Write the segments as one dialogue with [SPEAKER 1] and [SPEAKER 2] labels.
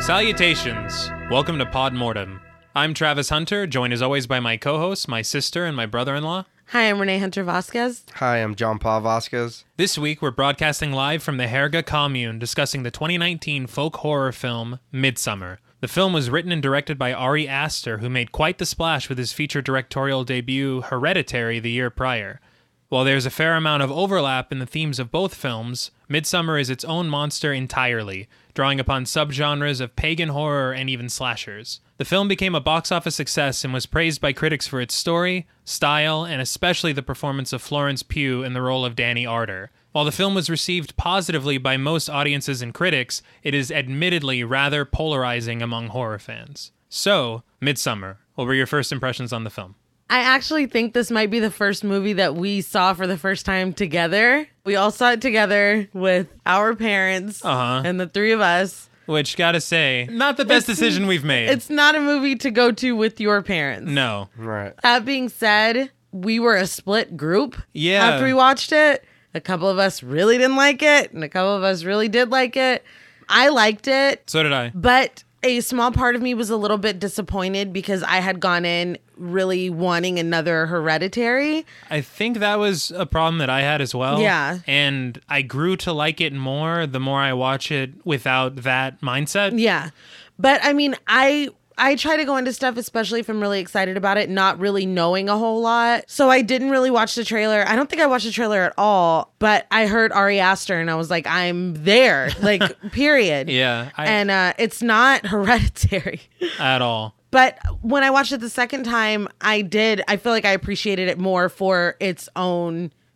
[SPEAKER 1] Salutations! Welcome to Pod Mortem. I'm Travis Hunter, joined as always by my co hosts, my sister, and my brother in law.
[SPEAKER 2] Hi, I'm Renee Hunter Vasquez.
[SPEAKER 3] Hi, I'm John Paul Vasquez.
[SPEAKER 1] This week, we're broadcasting live from the Herga Commune discussing the 2019 folk horror film Midsummer. The film was written and directed by Ari Aster, who made quite the splash with his feature directorial debut Hereditary the year prior. While there's a fair amount of overlap in the themes of both films, Midsummer is its own monster entirely, drawing upon subgenres of pagan horror and even slashers. The film became a box office success and was praised by critics for its story, style, and especially the performance of Florence Pugh in the role of Danny Arter. While the film was received positively by most audiences and critics, it is admittedly rather polarizing among horror fans. So, Midsummer, what were your first impressions on the film?
[SPEAKER 2] I actually think this might be the first movie that we saw for the first time together. We all saw it together with our parents
[SPEAKER 1] Uh-huh.
[SPEAKER 2] and the three of us.
[SPEAKER 1] Which, gotta say, not the best decision we've made.
[SPEAKER 2] It's not a movie to go to with your parents.
[SPEAKER 1] no.
[SPEAKER 3] Right.
[SPEAKER 2] That being said, we were a split group
[SPEAKER 1] Yeah.
[SPEAKER 2] after we watched it. A couple of us really didn't like it, and a couple of us really did like it. I liked it.
[SPEAKER 1] So did I.
[SPEAKER 2] But a small part of me was a little bit disappointed because I had gone in really wanting another hereditary.
[SPEAKER 1] I think that was a problem that I had as well.
[SPEAKER 2] Yeah.
[SPEAKER 1] And I grew to like it more the more I watch it without that mindset.
[SPEAKER 2] Yeah. But I mean, I I try to go into stuff especially if I'm really excited about it, not really knowing a whole lot. So I didn't really watch the trailer. I don't think I watched the trailer at all, but I heard Ari Aster and I was like, I'm there. Like period.
[SPEAKER 1] Yeah. I,
[SPEAKER 2] And uh, it's not hereditary.
[SPEAKER 1] at all.
[SPEAKER 2] But when I watched it the second time, I did. I feel like I appreciated it more for its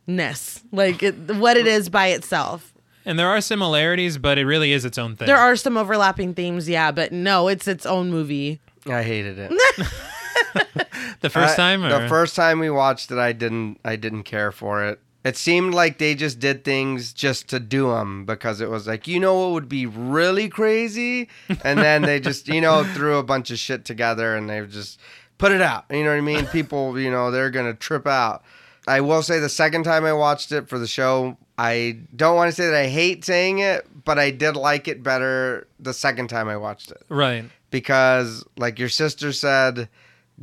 [SPEAKER 2] ownness, like it, what it is by itself.
[SPEAKER 1] And there are similarities, but it really is its own thing.
[SPEAKER 2] There are some overlapping themes, yeah, but no, it's its own movie.
[SPEAKER 3] I hated it.
[SPEAKER 1] the first
[SPEAKER 3] I-
[SPEAKER 1] time, or
[SPEAKER 3] The first time we watched it, I didn't. I didn't care for it. It seemed like they just did things just to do them because it was like, you know, what would be really crazy, and then they just, you know, threw a bunch of shit together and they just put it out. You know what I mean? People, you know, they're gonna trip out. I will say the second time I watched it for the show, I don't want to say that I hate saying it, but I did like it better the second time I watched it.
[SPEAKER 1] right?
[SPEAKER 3] because like your sister said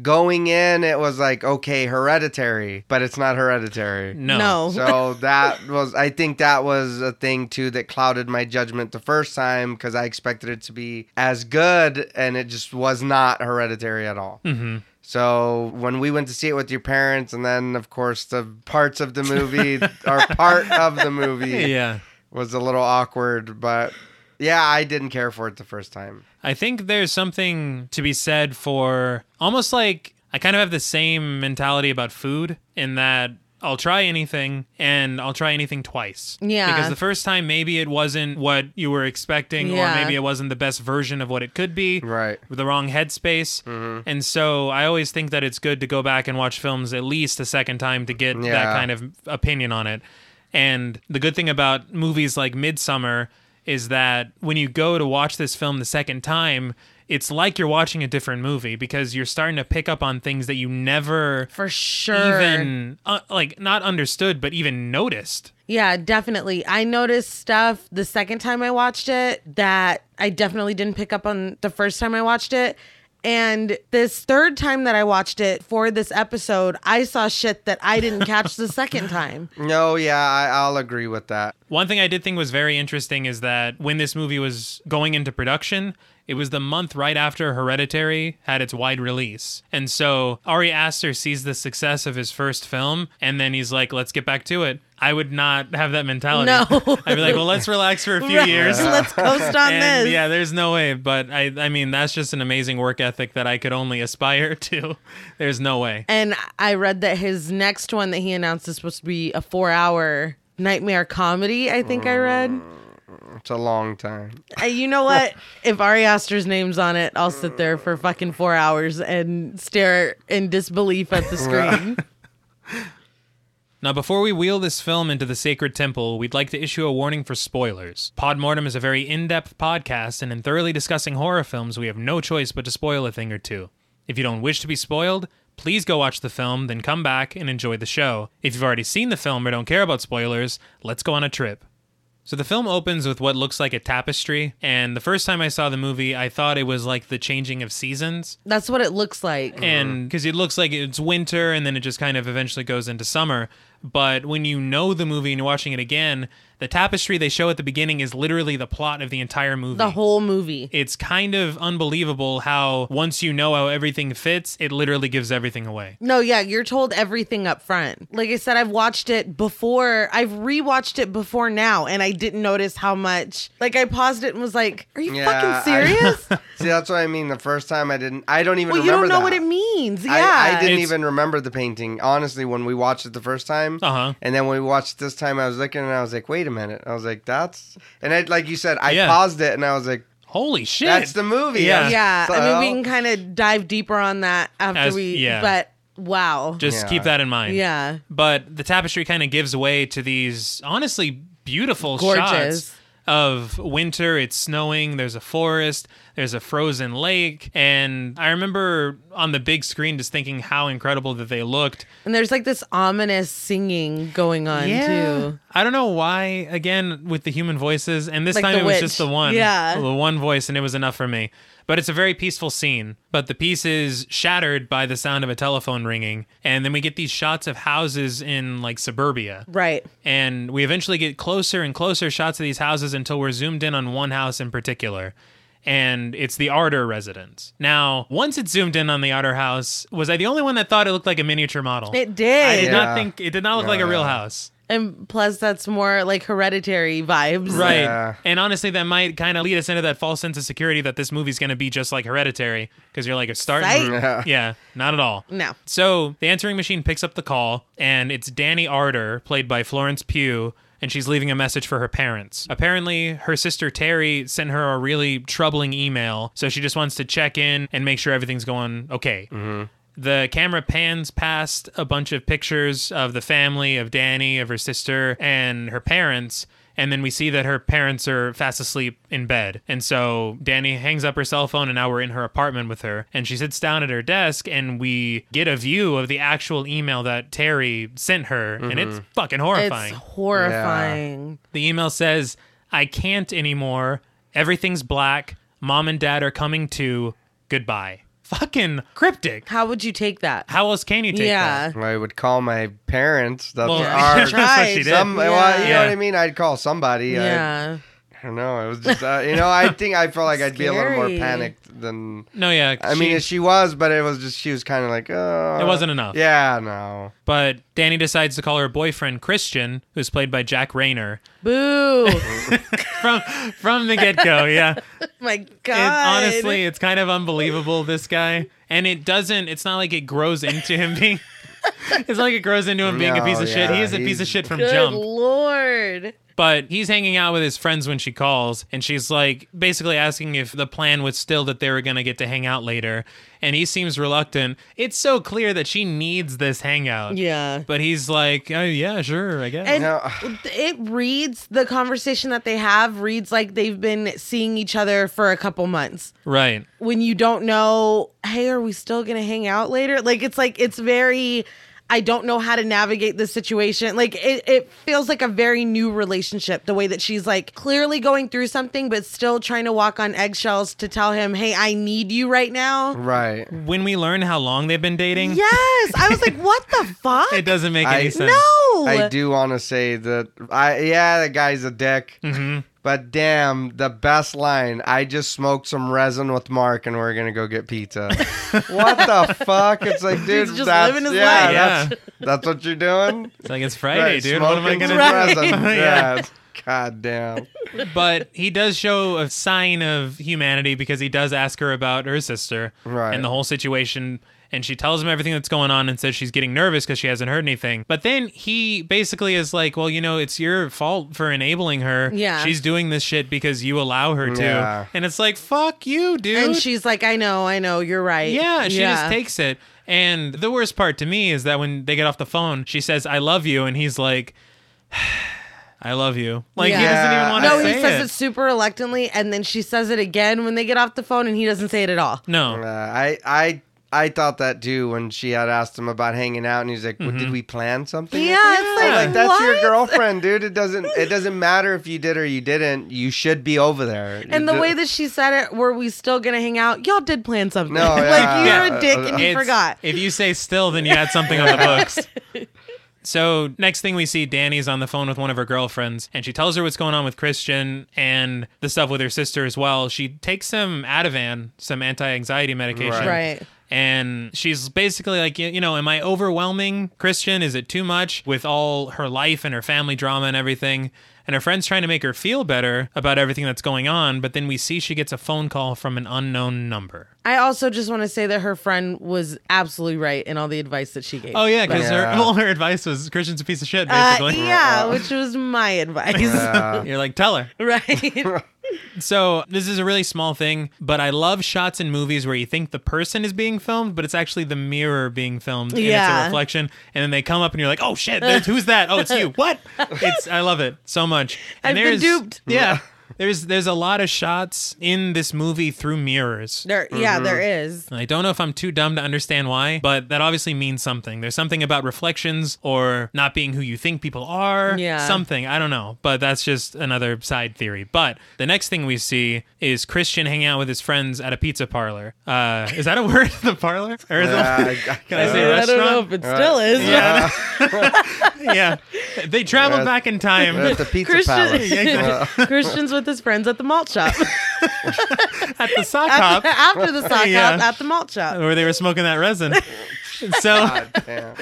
[SPEAKER 3] going in it was like okay hereditary but it's not hereditary
[SPEAKER 1] No,
[SPEAKER 2] No.
[SPEAKER 3] so that was i think that was a thing too that clouded my judgment the first time because i expected it to be as good and it just was not hereditary at all mm-hmm. so when we went to see it with your parents and then of course the parts of the movie are part of the movie
[SPEAKER 1] Yeah.
[SPEAKER 3] was a little awkward but yeah i didn't care for it the first time
[SPEAKER 1] I think there's something to be said for almost like I kind of have the same mentality about food in that I'll try anything and I'll try anything twice.
[SPEAKER 2] Yeah.
[SPEAKER 1] Because the first time maybe it wasn't what you were expecting
[SPEAKER 2] Yeah.
[SPEAKER 1] or maybe it wasn't the best version of what it could be.
[SPEAKER 3] Right. Mm-hmm.
[SPEAKER 1] With the wrong headspace. And so I always think that it's good to go back and watch films at least a second time to get that
[SPEAKER 3] Yeah.
[SPEAKER 1] kind of opinion on it. And the good thing about movies like Midsummer is that when you go to watch this film the second time, it's like you're watching a different movie because you're starting to pick up on things that you never
[SPEAKER 2] For sure.
[SPEAKER 1] even uh, like not understood but even noticed.
[SPEAKER 2] Yeah, definitely. I noticed stuff the second time I watched it that I definitely didn't pick up on the first time I watched it. And this third time that I watched it for this episode, I saw shit that I didn't catch the second time.
[SPEAKER 3] No, Oh, yeah, I, I'll agree with that.
[SPEAKER 1] One thing I did think was very interesting is that when this movie was going into production, it was the month right after Hereditary had its wide release. And so Ari Aster sees the success of his first film and then he's like, let's get back to it. I would not have that mentality.
[SPEAKER 2] No.
[SPEAKER 1] I'd be like, well, let's relax for a few years.
[SPEAKER 2] Let's coast on
[SPEAKER 1] And,
[SPEAKER 2] this.
[SPEAKER 1] yeah, there's no way. But I, I mean, that's just an amazing work ethic that I could only aspire to. There's no way.
[SPEAKER 2] And I read that his next one that he announced is supposed to be a four hour nightmare comedy, I think I
[SPEAKER 1] Oh.
[SPEAKER 2] read.
[SPEAKER 3] It's a long time.
[SPEAKER 2] Uh, you know what? if Ari Aster's name's on it, I'll sit there for fucking four hours and stare in disbelief at the screen.
[SPEAKER 1] Now, before we wheel this film into the sacred temple, we'd like to issue a warning for spoilers. Podmortem is a very in depth podcast, and in thoroughly discussing horror films, we have no choice but to spoil a thing or two. If you don't wish to be spoiled, please go watch the film, then come back and enjoy the show. If you've already seen the film or don't care about spoilers, let's go on a trip. So the film opens with what looks like a tapestry, and the first time I saw the movie, I thought it was like the changing of seasons.
[SPEAKER 2] That's what it looks like.
[SPEAKER 3] Mm-hmm.
[SPEAKER 1] and because it looks like it's winter and then it just kind of eventually goes into summer but when you know the movie and you're watching it again the tapestry they show at the beginning is literally the plot of the entire movie
[SPEAKER 2] the whole movie.
[SPEAKER 1] it's kind of unbelievable how once you know how everything fits it literally gives everything away
[SPEAKER 2] No, yeah, you're told everything up front. Like I said, I've watched it before. I've rewatched it before now, and I didn't notice how much. Like I paused it and was like, "Are you
[SPEAKER 3] Yeah,
[SPEAKER 2] fucking serious?"
[SPEAKER 3] I- see, that's what I mean. The first time I didn't, I don't even
[SPEAKER 2] well, you
[SPEAKER 3] remember
[SPEAKER 2] don't know what
[SPEAKER 3] that.
[SPEAKER 2] it means. Yeah,
[SPEAKER 3] I, I didn't
[SPEAKER 1] It's-
[SPEAKER 3] even remember the painting, honestly, when we watched it the first time.
[SPEAKER 1] Uh-huh.
[SPEAKER 3] And then when we watched it this time, I was looking and I was like, wait a minute. I was like, that's. And I, like you said, I
[SPEAKER 1] Yeah.
[SPEAKER 3] paused it and I was like,
[SPEAKER 1] holy shit
[SPEAKER 3] that's the movie.
[SPEAKER 1] Yeah.
[SPEAKER 2] Yeah, I
[SPEAKER 3] So-
[SPEAKER 2] mean, we can kind of dive deeper on that after
[SPEAKER 1] As-
[SPEAKER 2] we.
[SPEAKER 1] yeah.
[SPEAKER 2] But wow,
[SPEAKER 1] just
[SPEAKER 3] Yeah.
[SPEAKER 1] keep that in mind
[SPEAKER 2] yeah,
[SPEAKER 1] but the tapestry kind of gives way to these honestly beautiful
[SPEAKER 2] Gorgeous.
[SPEAKER 1] shots of winter it's snowing there's a forest there's a frozen lake and i remember on the big screen just thinking how incredible that they looked
[SPEAKER 2] and there's like this ominous singing going on too.
[SPEAKER 1] i don't know why again with the human voices and this
[SPEAKER 2] Like
[SPEAKER 1] time
[SPEAKER 2] the
[SPEAKER 1] it was
[SPEAKER 2] witch.
[SPEAKER 1] just the one
[SPEAKER 2] Yeah.
[SPEAKER 1] the one voice and it was enough for me but it's a very peaceful scene but the piece is shattered by the sound of a telephone ringing and then we get these shots of houses in like suburbia
[SPEAKER 2] Right.
[SPEAKER 1] and we eventually get closer and closer shots of these houses until we're zoomed in on one house in particular and it's the Arder residence. Now, once it's zoomed in on the Arder house, was I the only one that thought it looked like a miniature model?
[SPEAKER 2] It did.
[SPEAKER 1] I did not
[SPEAKER 3] Yeah.
[SPEAKER 1] think it did not look like a
[SPEAKER 3] yeah.
[SPEAKER 1] real house.
[SPEAKER 2] And plus, that's more like hereditary vibes.
[SPEAKER 1] Right.
[SPEAKER 3] Yeah.
[SPEAKER 1] And honestly, that might kind of lead us into that false sense of security that this movie's going to be just like Hereditary because you're like, it's starting.
[SPEAKER 2] Psych.
[SPEAKER 1] Yeah.
[SPEAKER 3] Yeah.
[SPEAKER 1] not at all.
[SPEAKER 2] No.
[SPEAKER 1] So the answering machine picks up the call, and it's Danny Arder, played by Florence Pugh. And she's leaving a message for her parents. Apparently, her sister Terry sent her a really troubling email, so she just wants to check in and make sure everything's going okay. The camera pans past a bunch of pictures of the family, of Danny, of her sister, and her parents. And then we see that her parents are fast asleep in bed. And so Danny hangs up her cell phone, and now we're in her apartment with her. And she sits down at her desk, and we get a view of the actual email that Terry sent her. And it's fucking horrifying.
[SPEAKER 2] It's horrifying.
[SPEAKER 1] The email says, I can't anymore. Everything's black. Mom and dad are coming too. Goodbye. Fucking cryptic.
[SPEAKER 2] How would you take that?
[SPEAKER 1] How else can you take that?
[SPEAKER 2] yeah.
[SPEAKER 3] I would call my parents. That's
[SPEAKER 1] Well,
[SPEAKER 3] our.
[SPEAKER 1] that's what she
[SPEAKER 2] Right.
[SPEAKER 1] did.
[SPEAKER 3] Some, well, you
[SPEAKER 1] Yeah.
[SPEAKER 3] know what I mean? I'd call somebody. I,
[SPEAKER 2] Yeah.
[SPEAKER 3] I don't know. It was just, uh, you know, I think I felt like I'd be a little more
[SPEAKER 2] Scary.
[SPEAKER 3] panicked than.
[SPEAKER 1] no, yeah.
[SPEAKER 3] I
[SPEAKER 1] she-
[SPEAKER 3] mean, she was, but it was just, she was kind of like, oh.
[SPEAKER 1] It wasn't enough.
[SPEAKER 3] Yeah, no.
[SPEAKER 1] but Danny decides to call her boyfriend Christian, who's played by Jack Rayner,
[SPEAKER 2] Boo.
[SPEAKER 1] from from the get go. Yeah,
[SPEAKER 2] My
[SPEAKER 1] It-
[SPEAKER 2] God.
[SPEAKER 1] honestly, it's kind of unbelievable this guy, and it doesn't. It's not like it grows into him being. It's not like it grows into him being a
[SPEAKER 3] No,
[SPEAKER 1] piece of shit.
[SPEAKER 3] yeah,
[SPEAKER 1] He is a
[SPEAKER 3] he's-
[SPEAKER 1] piece of shit from
[SPEAKER 2] Good
[SPEAKER 1] jump.
[SPEAKER 2] Lord.
[SPEAKER 1] But he's hanging out with his friends when she calls, and she's like basically asking if the plan was still that they were going to get to hang out later. And he seems reluctant. It's so clear that she needs this hangout.
[SPEAKER 2] Yeah.
[SPEAKER 1] But he's like, oh, yeah, sure, I guess.
[SPEAKER 2] And
[SPEAKER 3] No.
[SPEAKER 2] it reads the conversation that they have reads like they've been seeing each other for a couple months.
[SPEAKER 1] right.
[SPEAKER 2] When you don't know, hey, are we still gonna hang out later? Like it's like it's very I don't know how to navigate this situation. Like it, it feels like a very new relationship, the way that she's like clearly going through something, but still trying to walk on eggshells to tell him, Hey, I need you right now.
[SPEAKER 3] Right.
[SPEAKER 1] When we learn how long they've been dating,
[SPEAKER 2] Yes. I was like, what the fuck?
[SPEAKER 1] it doesn't make any
[SPEAKER 3] I-
[SPEAKER 1] sense.
[SPEAKER 2] no.
[SPEAKER 3] I do want to say that I yeah, that guy's a dick.
[SPEAKER 1] Mm-hmm.
[SPEAKER 3] But damn, the best line. I just smoked some resin with Mark, and we're gonna go get pizza. what the fuck? It's like, dude,
[SPEAKER 2] just
[SPEAKER 3] that's
[SPEAKER 2] living his
[SPEAKER 3] yeah,
[SPEAKER 1] life.
[SPEAKER 3] that's that's what you're doing.
[SPEAKER 1] It's like, it's Friday, dude. What am I
[SPEAKER 3] smoking
[SPEAKER 1] going
[SPEAKER 3] some
[SPEAKER 1] to
[SPEAKER 2] Right.
[SPEAKER 3] resin.
[SPEAKER 1] Yeah.
[SPEAKER 3] yeah. God damn.
[SPEAKER 1] do? But he does show a sign of humanity because he does ask her about her sister
[SPEAKER 3] Right.
[SPEAKER 1] and the whole situation. And she tells him everything that's going on and says she's getting nervous because she hasn't heard anything. But then he basically is like, well, you know, it's your fault for enabling her.
[SPEAKER 2] Yeah.
[SPEAKER 1] She's doing this shit because you allow her to.
[SPEAKER 3] Yeah.
[SPEAKER 1] And it's like, fuck you, dude.
[SPEAKER 2] And she's like, I know, I know, you're right.
[SPEAKER 1] Yeah, she just takes it. And the worst part to me is that when they get off the phone, she says, I love you. And he's like, I love you. Like, he
[SPEAKER 2] Yeah.
[SPEAKER 1] doesn't even want to
[SPEAKER 2] No,
[SPEAKER 1] say
[SPEAKER 2] he says
[SPEAKER 1] it.
[SPEAKER 2] it. super reluctantly, and then she says it again when they get off the phone, and he doesn't say it at all.
[SPEAKER 1] no.
[SPEAKER 3] Uh, I I I thought that too when she had asked him about hanging out, and he's like, well,
[SPEAKER 1] Mm-hmm.
[SPEAKER 3] "Did we plan something?"
[SPEAKER 2] Yeah, it's
[SPEAKER 3] I'm
[SPEAKER 2] like,
[SPEAKER 3] like that's your
[SPEAKER 2] what?
[SPEAKER 3] girlfriend, dude. It doesn't it doesn't matter if you did or you didn't. You should be over there.
[SPEAKER 2] And the way
[SPEAKER 3] that
[SPEAKER 2] that she said it, were we still gonna hang out? Y'all did plan something.
[SPEAKER 3] No,
[SPEAKER 2] like
[SPEAKER 3] yeah.
[SPEAKER 2] you're a dick and you
[SPEAKER 1] It's-
[SPEAKER 2] forgot.
[SPEAKER 1] If you say still, then you had something on the books. So next thing we see, Danny's on the phone with one of her girlfriends, and she tells her what's going on with Christian and the stuff with her sister as well. She takes some Ativan, some anti-anxiety medication,
[SPEAKER 3] Right.
[SPEAKER 2] Right.
[SPEAKER 1] And she's basically like, you you know, am I overwhelming Christian? Is it too much with all her life and her family drama and everything? And her friend's trying to make her feel better about everything that's going on, but then we see she gets a phone call from an unknown number.
[SPEAKER 2] I also just want to say that her friend was absolutely right in all the advice that she gave.
[SPEAKER 1] Oh yeah, because
[SPEAKER 3] Yeah.
[SPEAKER 1] her all her advice was Christian's a piece of shit.
[SPEAKER 2] Uh,
[SPEAKER 1] Basically,
[SPEAKER 3] Uh-huh.
[SPEAKER 2] yeah, which was my advice.
[SPEAKER 1] you're like tell her.
[SPEAKER 2] right.
[SPEAKER 1] So this is a really small thing, but I love shots in movies where you think the person is being filmed, but it's actually the mirror being filmed. And it's a
[SPEAKER 2] Yeah.
[SPEAKER 1] reflection, and then they come up and you're like, oh shit, there's, who's that? Oh, it's you. What? It's I love it so much. And
[SPEAKER 2] I've been
[SPEAKER 1] there's-
[SPEAKER 2] duped.
[SPEAKER 1] Yeah. There's there's a lot of shots in this movie through mirrors.
[SPEAKER 2] There yeah,
[SPEAKER 3] Mm-hmm.
[SPEAKER 2] there is.
[SPEAKER 1] I don't know if I'm too dumb to understand why, but that obviously means something. There's something about reflections or not being who you think people are.
[SPEAKER 2] Yeah.
[SPEAKER 1] Something. I don't know. But that's just another side theory. But the next thing we see is Christian hanging out with his friends at a pizza parlor. Uh, is that a word? the parlor? Or is it Can I say
[SPEAKER 2] I don't know
[SPEAKER 1] restaurant?
[SPEAKER 2] if it still is.
[SPEAKER 1] Yeah. yeah. They traveled
[SPEAKER 3] Yeah.
[SPEAKER 1] back in time.
[SPEAKER 3] at the pizza palace.
[SPEAKER 2] Christian, Christian's with his friends at the malt shop.
[SPEAKER 1] at the sock hop
[SPEAKER 2] after, after the sock
[SPEAKER 1] Yeah. Uh,
[SPEAKER 2] hop at the malt shop.
[SPEAKER 1] where they were smoking that resin. so
[SPEAKER 3] Yeah.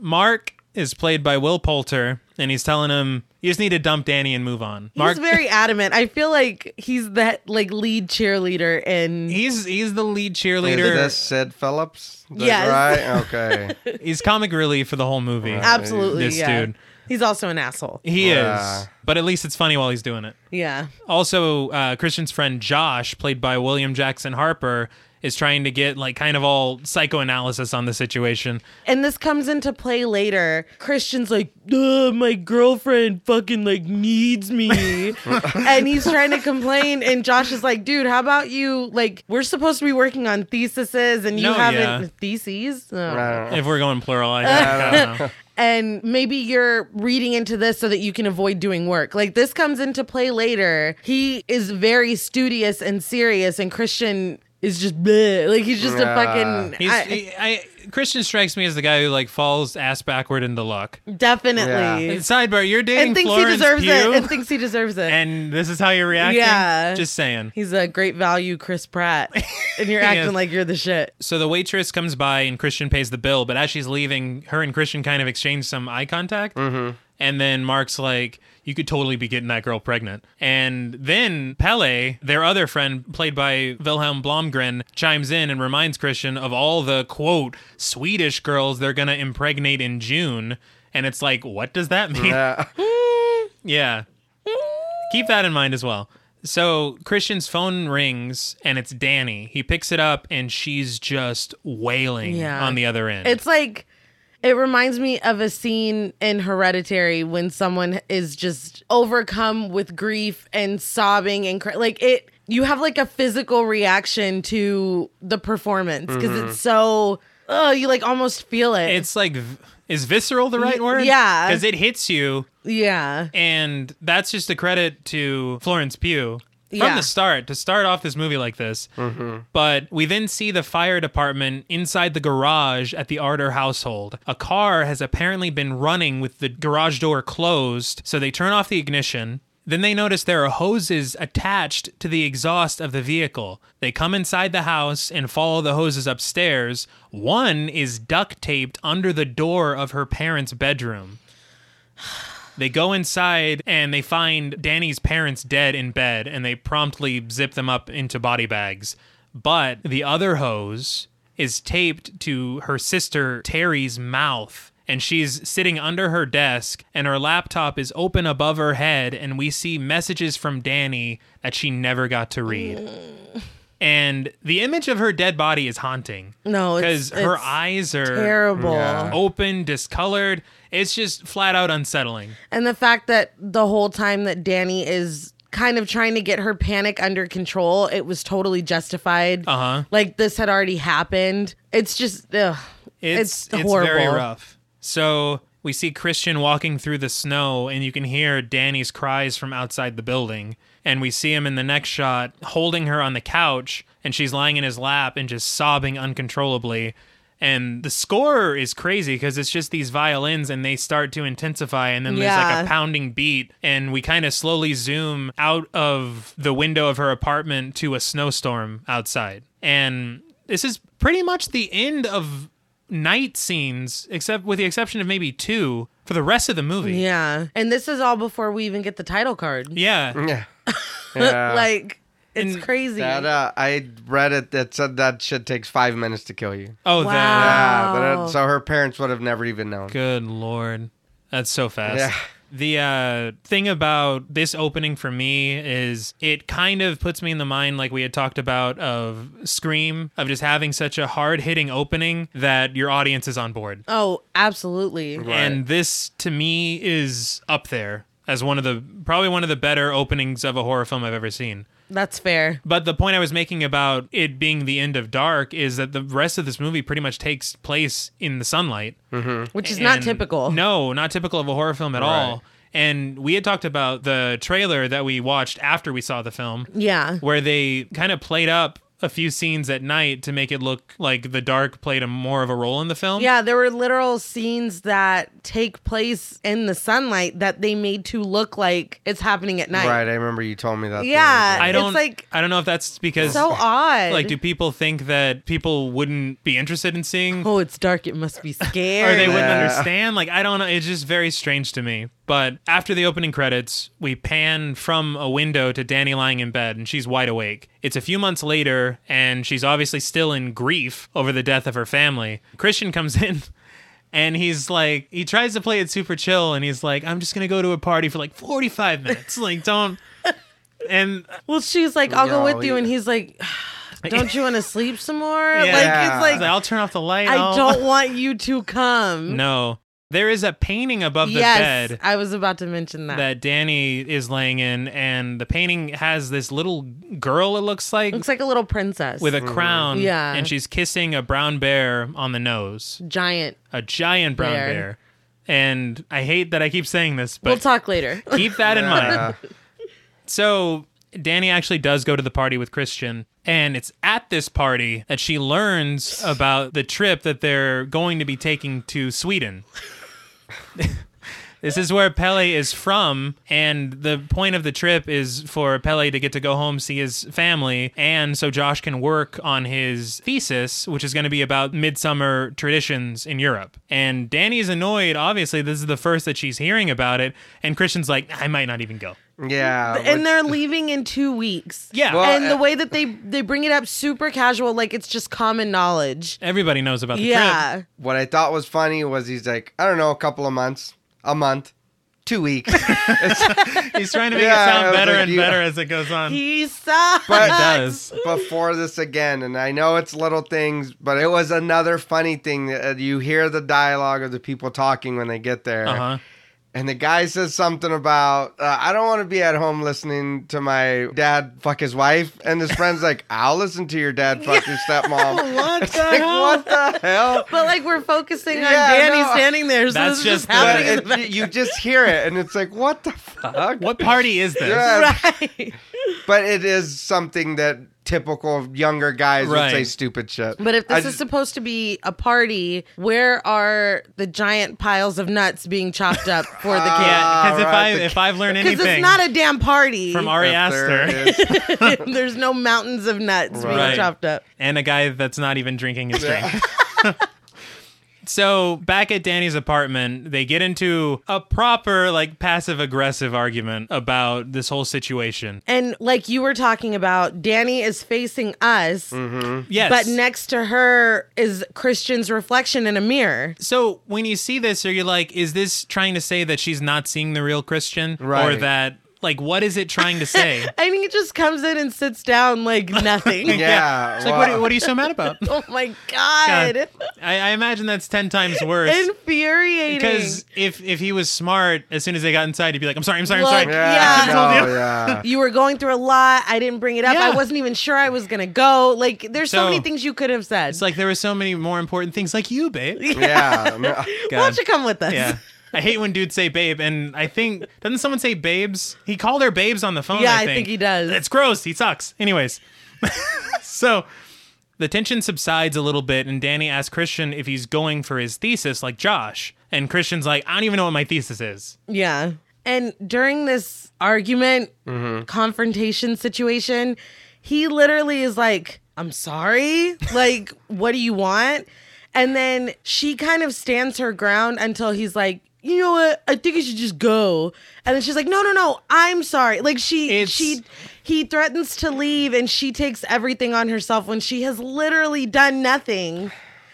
[SPEAKER 1] Mark is played by Will Poulter, and he's telling him, "You just need to dump Danny and move on." Mark,
[SPEAKER 2] He's very adamant. I feel like he's that like lead cheerleader in
[SPEAKER 1] he's he's the lead
[SPEAKER 3] Is
[SPEAKER 1] cheerleader.
[SPEAKER 3] this Sid Phillips? Is that
[SPEAKER 2] Yes.
[SPEAKER 3] Right? Okay.
[SPEAKER 1] He's comic relief for the whole movie.
[SPEAKER 2] absolutely
[SPEAKER 1] Uh, This
[SPEAKER 2] yeah.
[SPEAKER 1] dude.
[SPEAKER 2] He's also an asshole.
[SPEAKER 1] He
[SPEAKER 3] Yeah.
[SPEAKER 1] is, but at least it's funny while he's doing it.
[SPEAKER 2] Yeah.
[SPEAKER 1] Also, uh, Christian's friend Josh, played by William Jackson Harper, is trying to get like kind of all psychoanalysis on the situation.
[SPEAKER 2] And this comes into play later. Christian's like, "Ugh, my girlfriend fucking like needs me. and he's trying to complain. And Josh is like, dude, how about you? Like, we're supposed to be working on theses and you
[SPEAKER 1] No,
[SPEAKER 2] haven't
[SPEAKER 1] yeah.
[SPEAKER 2] theses? Oh.
[SPEAKER 3] I don't know.
[SPEAKER 1] If we're going plural, I, I don't know.
[SPEAKER 2] And maybe you're reading into this so that you can avoid doing work. Like, this comes into play later. He is very studious and serious, and Christian is just bleh. like, he's just
[SPEAKER 3] Yeah.
[SPEAKER 2] a fucking.
[SPEAKER 1] He's,
[SPEAKER 2] I-
[SPEAKER 1] he, I, Christian strikes me as the guy who like falls ass backward into luck.
[SPEAKER 2] definitely.
[SPEAKER 3] Yeah.
[SPEAKER 1] Sidebar: You're dating
[SPEAKER 2] And thinks
[SPEAKER 1] Florence
[SPEAKER 2] he deserves
[SPEAKER 1] Pugh.
[SPEAKER 2] it. And thinks he deserves it.
[SPEAKER 1] and this is how you're reacting.
[SPEAKER 2] Yeah.
[SPEAKER 1] just saying.
[SPEAKER 2] He's a great value, Chris Pratt, and you're acting
[SPEAKER 1] Yes.
[SPEAKER 2] like you're the shit.
[SPEAKER 1] So the waitress comes by and Christian pays the bill, but as she's leaving, her and Christian kind of exchange some eye contact. Mm-hmm. And then Mark's like, "You could totally be getting that girl pregnant." And then Pele, their other friend, played by Wilhelm Blomgren, chimes in and reminds Christian of all the quote Swedish girls they're gonna impregnate in June. And it's like, what does that mean?
[SPEAKER 3] Yeah.
[SPEAKER 1] Yeah. Keep that in mind as well. So Christian's phone rings and it's Danny. He picks it up and she's just wailing
[SPEAKER 2] Yeah.
[SPEAKER 1] on the other end.
[SPEAKER 2] It's like it reminds me of a scene in Hereditary when someone is just overcome with grief and sobbing and cr- like it. You have like a physical reaction to the performance because it's so. Oh, you like almost feel it.
[SPEAKER 1] Mm-hmm. it's like v- is visceral the right word?
[SPEAKER 2] yeah.
[SPEAKER 1] Cuz it hits you
[SPEAKER 2] yeah.
[SPEAKER 1] and that's just a credit to Florence Pugh from
[SPEAKER 2] Yeah.
[SPEAKER 1] the start to start off this movie like this. But we then see the fire department inside the garage at the Arter household. A car has apparently been running with the garage door closed, so they turn off the ignition. Then they notice there are hoses attached to the exhaust of the vehicle. They come inside the house and follow the hoses upstairs. One is duct taped under the door of her parents' bedroom. They go inside and they find Danny's parents dead in bed and they promptly zip them up into body bags. But the other hose is taped to her sister Terry's mouth. And she's sitting under her desk, and her laptop is open above her head, and we see messages from Danny that she never got to read.
[SPEAKER 2] Mm.
[SPEAKER 1] And the image of her dead body is haunting.
[SPEAKER 2] No, it's-
[SPEAKER 1] because her
[SPEAKER 2] it's
[SPEAKER 1] eyes are
[SPEAKER 2] Terrible.
[SPEAKER 3] Yeah.
[SPEAKER 1] open, discolored. It's just flat out unsettling.
[SPEAKER 2] And the fact that the whole time that Danny is kind of trying to get her panic under control. It was totally justified.
[SPEAKER 1] Uh-huh.
[SPEAKER 2] Like this had already happened. It's just ugh.
[SPEAKER 1] It's
[SPEAKER 2] It's,
[SPEAKER 1] it's,
[SPEAKER 2] horrible.
[SPEAKER 1] very rough. So we see Christian walking through the snow, and you can hear Danny's cries from outside the building. And we see him in the next shot holding her on the couch, and she's lying in his lap and just sobbing uncontrollably. And the score is crazy because it's just these violins and they start to intensify, and then there's like a
[SPEAKER 2] Yeah.
[SPEAKER 1] pounding beat. And we kind of slowly zoom out of the window of her apartment to a snowstorm outside. And this is pretty much the end of night scenes, except with the exception of maybe two for the rest of the movie.
[SPEAKER 2] Yeah. And this is all before we even get the title card.
[SPEAKER 1] Yeah.
[SPEAKER 3] Yeah. Yeah.
[SPEAKER 2] like it's
[SPEAKER 1] And
[SPEAKER 2] crazy.
[SPEAKER 3] that, uh, I read it that said that shit takes five minutes to kill you.
[SPEAKER 1] Oh, the-
[SPEAKER 2] Wow.
[SPEAKER 3] Yeah, but
[SPEAKER 2] Wow.
[SPEAKER 3] it, so her parents would have never even known.
[SPEAKER 1] Good lord. That's so fast.
[SPEAKER 3] Yeah.
[SPEAKER 1] The uh, thing about this opening for me is it kind of puts me in the mind, like we had talked about, of Scream, of just having such a hard hitting opening that your audience is on board.
[SPEAKER 2] oh, absolutely.
[SPEAKER 3] Right.
[SPEAKER 1] And this to me is up there as one of the probably one of the better openings of a horror film I've ever seen.
[SPEAKER 2] That's fair.
[SPEAKER 1] But the point I was making about it being the end of dark is that the rest of this movie pretty much takes place in the sunlight.
[SPEAKER 2] Which is not
[SPEAKER 1] And-
[SPEAKER 2] typical.
[SPEAKER 1] No, not typical of a horror film at all.
[SPEAKER 3] Right.
[SPEAKER 1] And we had talked about the trailer that we watched after we saw the film,
[SPEAKER 2] Yeah.
[SPEAKER 1] where they kind of played up a few scenes at night to make it look like the dark played a more of a role in the film.
[SPEAKER 2] Yeah, there were literal scenes that take place in the sunlight that they made to look like it's happening at night.
[SPEAKER 3] Right, I remember you told me that. the
[SPEAKER 2] Yeah.
[SPEAKER 3] other day.
[SPEAKER 1] I don't
[SPEAKER 2] It's like-
[SPEAKER 1] I don't know if that's because
[SPEAKER 2] So odd.
[SPEAKER 1] like do people think that people wouldn't be interested in seeing
[SPEAKER 2] oh, it's dark. It must be
[SPEAKER 1] or
[SPEAKER 2] scary.
[SPEAKER 1] they wouldn't
[SPEAKER 3] Yeah.
[SPEAKER 1] understand. Like I don't know. It's just very strange to me. But after the opening credits, we pan from a window to Danny lying in bed, and she's wide awake. It's a few months later, and she's obviously still in grief over the death of her family. Christian comes in. And he's like, he tries to play it super chill, and he's like, I'm just gonna go to a party for like 45 minutes. Like, don't. And
[SPEAKER 2] well, she's like, I'll go
[SPEAKER 3] No,
[SPEAKER 2] with you.
[SPEAKER 3] yeah.
[SPEAKER 2] and he's like, don't you want to sleep some more?
[SPEAKER 1] Yeah.
[SPEAKER 2] Like,
[SPEAKER 1] he's
[SPEAKER 2] it's
[SPEAKER 1] like,
[SPEAKER 2] like,
[SPEAKER 1] I'll turn off the light.
[SPEAKER 2] I
[SPEAKER 1] I'll-
[SPEAKER 2] don't want you to come.
[SPEAKER 1] No, there is a painting above the
[SPEAKER 2] yes.
[SPEAKER 1] bed.
[SPEAKER 2] I was about to mention that.
[SPEAKER 1] that Danny is laying in, and the painting has this little girl, it looks like,
[SPEAKER 2] Looks like a little princess
[SPEAKER 1] with a crown.
[SPEAKER 2] Yeah.
[SPEAKER 1] And she's kissing a brown bear on the nose,
[SPEAKER 2] giant.
[SPEAKER 1] a giant brown bear.
[SPEAKER 2] Bear.
[SPEAKER 1] And I hate that I keep saying this, but
[SPEAKER 2] we'll talk later.
[SPEAKER 1] keep that in
[SPEAKER 3] Yeah.
[SPEAKER 1] mind. So Danny actually does go to the party with Christian. And it's at this party that she learns about the trip that they're going to be taking to Sweden. This is where Pele is from, and the point of the trip is for Pele to get to go home, see his family, and so Josh can work on his thesis, which is going to be about midsummer traditions in Europe. And Danny is annoyed, obviously. This is the first that she's hearing about it, and Christian's like, I might not even go.
[SPEAKER 3] yeah.
[SPEAKER 2] and
[SPEAKER 3] which-
[SPEAKER 2] they're leaving in two weeks.
[SPEAKER 1] Yeah.
[SPEAKER 3] Well,
[SPEAKER 2] and
[SPEAKER 3] uh,
[SPEAKER 2] the way that they they bring it up super casual, like it's just common knowledge.
[SPEAKER 1] Everybody knows about the
[SPEAKER 2] yeah.
[SPEAKER 1] trip.
[SPEAKER 3] what I thought was funny was he's like, I don't know, a couple of months, a month, two weeks.
[SPEAKER 1] He's trying to make
[SPEAKER 3] Yeah,
[SPEAKER 1] it
[SPEAKER 3] I
[SPEAKER 1] sound
[SPEAKER 3] was
[SPEAKER 1] better
[SPEAKER 3] like,
[SPEAKER 1] and
[SPEAKER 3] you-
[SPEAKER 1] better as it goes on. He
[SPEAKER 2] He sucks.
[SPEAKER 3] But-
[SPEAKER 1] does.
[SPEAKER 3] before this again, and I know it's little things, but it was another funny thing that uh, you hear the dialogue of the people talking when they get there,
[SPEAKER 1] Uh
[SPEAKER 2] Uh-huh.
[SPEAKER 1] huh.
[SPEAKER 3] and the guy says something about uh, I don't want to be at home listening to my dad fuck his wife, and his friend's like, I'll listen to your dad fuck your stepmom.
[SPEAKER 2] What the
[SPEAKER 3] like,
[SPEAKER 2] hell?
[SPEAKER 3] what the hell?
[SPEAKER 2] But like we're focusing on
[SPEAKER 3] Yeah,
[SPEAKER 2] Danny
[SPEAKER 3] no.
[SPEAKER 2] standing there, so
[SPEAKER 1] That's
[SPEAKER 2] this is just
[SPEAKER 1] just the-
[SPEAKER 3] But
[SPEAKER 2] happening. in
[SPEAKER 3] it, y- you just hear it, and it's like, what the fuck?
[SPEAKER 1] What party is this?
[SPEAKER 3] Yeah.
[SPEAKER 2] the- right.
[SPEAKER 3] But it is something that typical younger guys
[SPEAKER 1] Right.
[SPEAKER 3] would say stupid shit.
[SPEAKER 2] But if this
[SPEAKER 3] I
[SPEAKER 2] is
[SPEAKER 3] just-
[SPEAKER 2] supposed to be a party, where are the giant piles of nuts being chopped up for the
[SPEAKER 3] Uh,
[SPEAKER 2] kids?
[SPEAKER 1] Yeah, because if
[SPEAKER 3] All
[SPEAKER 1] I
[SPEAKER 3] right, the-
[SPEAKER 1] if I've learned
[SPEAKER 2] Because
[SPEAKER 1] anything
[SPEAKER 2] it's not a damn party.
[SPEAKER 1] from Ari
[SPEAKER 3] if there
[SPEAKER 1] Aster,
[SPEAKER 3] is-
[SPEAKER 2] There's no mountains of nuts
[SPEAKER 1] Right.
[SPEAKER 2] being chopped up.
[SPEAKER 1] and a guy that's not even drinking his drink. so back at Danny's apartment, they get into a proper like passive aggressive argument about this whole situation.
[SPEAKER 2] And like you were talking about, Danny is facing us,
[SPEAKER 3] Mm.
[SPEAKER 1] Yes,
[SPEAKER 2] but next to her is Christian's reflection in a mirror.
[SPEAKER 1] so when you see this, are you like, is this trying to say that she's not seeing the real Christian, or
[SPEAKER 3] Right.
[SPEAKER 1] that Like, what is it trying to say?
[SPEAKER 2] And he just comes in and sits down like nothing.
[SPEAKER 3] Yeah.
[SPEAKER 1] It's
[SPEAKER 3] well,
[SPEAKER 1] like, what, are- what are you so mad about?
[SPEAKER 2] Oh my god.
[SPEAKER 1] God. I, I imagine that's ten times worse.
[SPEAKER 2] Infuriating.
[SPEAKER 1] Because if if he was smart, as soon as they got inside, he'd be like, "I'm sorry, I'm sorry, I'm
[SPEAKER 2] Look,
[SPEAKER 1] sorry."
[SPEAKER 3] yeah.
[SPEAKER 2] Yeah.
[SPEAKER 3] no,
[SPEAKER 1] Yeah.
[SPEAKER 3] yeah.
[SPEAKER 2] you were going through a lot. I didn't bring it up.
[SPEAKER 1] Yeah.
[SPEAKER 2] I wasn't even sure I was gonna go. Like there's so,
[SPEAKER 1] So-
[SPEAKER 2] many things you could have said.
[SPEAKER 1] It's like there were so many more important things, like you, babe.
[SPEAKER 3] Yeah. I mean,
[SPEAKER 2] Why don't you come with us?
[SPEAKER 1] Yeah. I hate when dudes say babe, and I think doesn't someone say babes? He called her babes on the phone.
[SPEAKER 2] Yeah,
[SPEAKER 1] I
[SPEAKER 2] I
[SPEAKER 1] think,
[SPEAKER 2] think he does.
[SPEAKER 1] It's gross. He sucks. Anyways, so the tension subsides a little bit, and Danny asks Christian if he's going for his thesis, like Josh. And Christian's like, I don't even know what my thesis is.
[SPEAKER 2] Yeah. And during this argument,
[SPEAKER 1] Mm-hmm.
[SPEAKER 2] confrontation situation, he literally is like, I'm sorry. Like, what do you want? And then she kind of stands her ground until he's like, you know what? I think you should just go. And then she's like, no, no, no, I'm sorry. Like she
[SPEAKER 1] It's-
[SPEAKER 2] she he threatens to leave and she takes everything on herself when she has literally done nothing.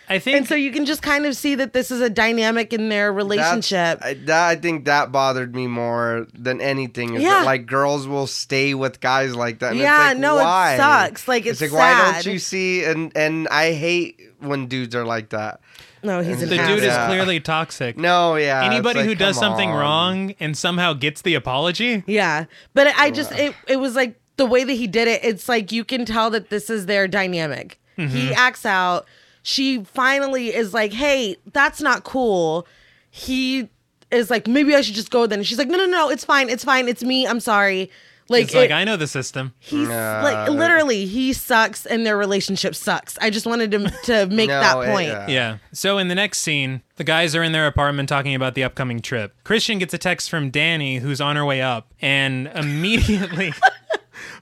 [SPEAKER 1] I think
[SPEAKER 2] And so you can just kind of see that this is a dynamic in their
[SPEAKER 3] that's-
[SPEAKER 2] relationship.
[SPEAKER 3] I, that, I think that bothered me more than anything. Is
[SPEAKER 2] Yeah.
[SPEAKER 3] that, like girls will stay with guys like that. And
[SPEAKER 2] Yeah,
[SPEAKER 3] it's like,
[SPEAKER 2] no, it
[SPEAKER 3] why?
[SPEAKER 2] sucks. Like, it's
[SPEAKER 3] like why
[SPEAKER 2] sad.
[SPEAKER 3] don't you see? And and I hate when dudes are like that.
[SPEAKER 2] no, he's an
[SPEAKER 1] the
[SPEAKER 2] ass.
[SPEAKER 1] dude is
[SPEAKER 3] Yeah.
[SPEAKER 1] clearly toxic.
[SPEAKER 3] No, yeah. it's
[SPEAKER 1] Anybody
[SPEAKER 3] like,
[SPEAKER 1] who does
[SPEAKER 3] come
[SPEAKER 1] something
[SPEAKER 3] on.
[SPEAKER 1] wrong and somehow gets the apology,
[SPEAKER 2] Yeah. But I just it it was like the way that he did it, it's like you can tell that this is their dynamic. He acts out. She finally is like, "Hey, that's not cool." He is like, "Maybe I should just go then." She's like, "No, no, no, it's fine. It's fine. It's me. I'm sorry." Like,
[SPEAKER 1] it's like
[SPEAKER 2] it-
[SPEAKER 1] I know the system.
[SPEAKER 2] he's
[SPEAKER 3] Nah.
[SPEAKER 2] like literally he sucks and their relationship sucks. I just wanted to to make
[SPEAKER 3] No,
[SPEAKER 2] that
[SPEAKER 3] it-
[SPEAKER 2] point.
[SPEAKER 3] yeah.
[SPEAKER 1] Yeah. So in the next scene, the guys are in their apartment talking about the upcoming trip. Christian gets a text from Danny, who's on her way up, and immediately,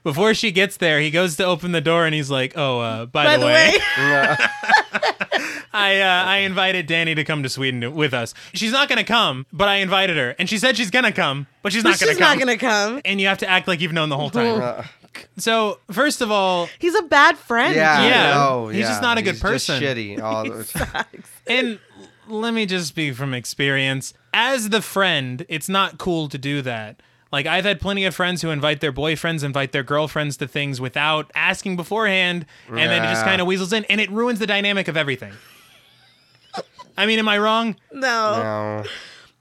[SPEAKER 1] before she gets there, he goes to open the door and he's like, "Oh, uh, by,
[SPEAKER 2] By the way,
[SPEAKER 1] I uh, I invited Danny to come to Sweden to- with us. She's not gonna come, but I invited her, and she said she's gonna come, but she's not gonna
[SPEAKER 2] she's
[SPEAKER 1] come."
[SPEAKER 2] not going to come.
[SPEAKER 1] and you have to act like you've known the whole time. so first of all,
[SPEAKER 2] He's a bad friend.
[SPEAKER 3] Yeah,
[SPEAKER 1] Yeah.
[SPEAKER 3] no,
[SPEAKER 1] He's just
[SPEAKER 3] yeah.
[SPEAKER 1] not a good
[SPEAKER 3] He's just
[SPEAKER 1] person.
[SPEAKER 3] shitty. All the-
[SPEAKER 1] And l- let me just speak from experience. As the friend, it's not cool to do that. Like I've had plenty of friends who invite their boyfriends, invite their girlfriends to things without asking beforehand, and then it just
[SPEAKER 3] Yeah.
[SPEAKER 1] kind of weasels in, and it ruins the dynamic of everything. I mean, am I wrong?
[SPEAKER 2] No.
[SPEAKER 3] no.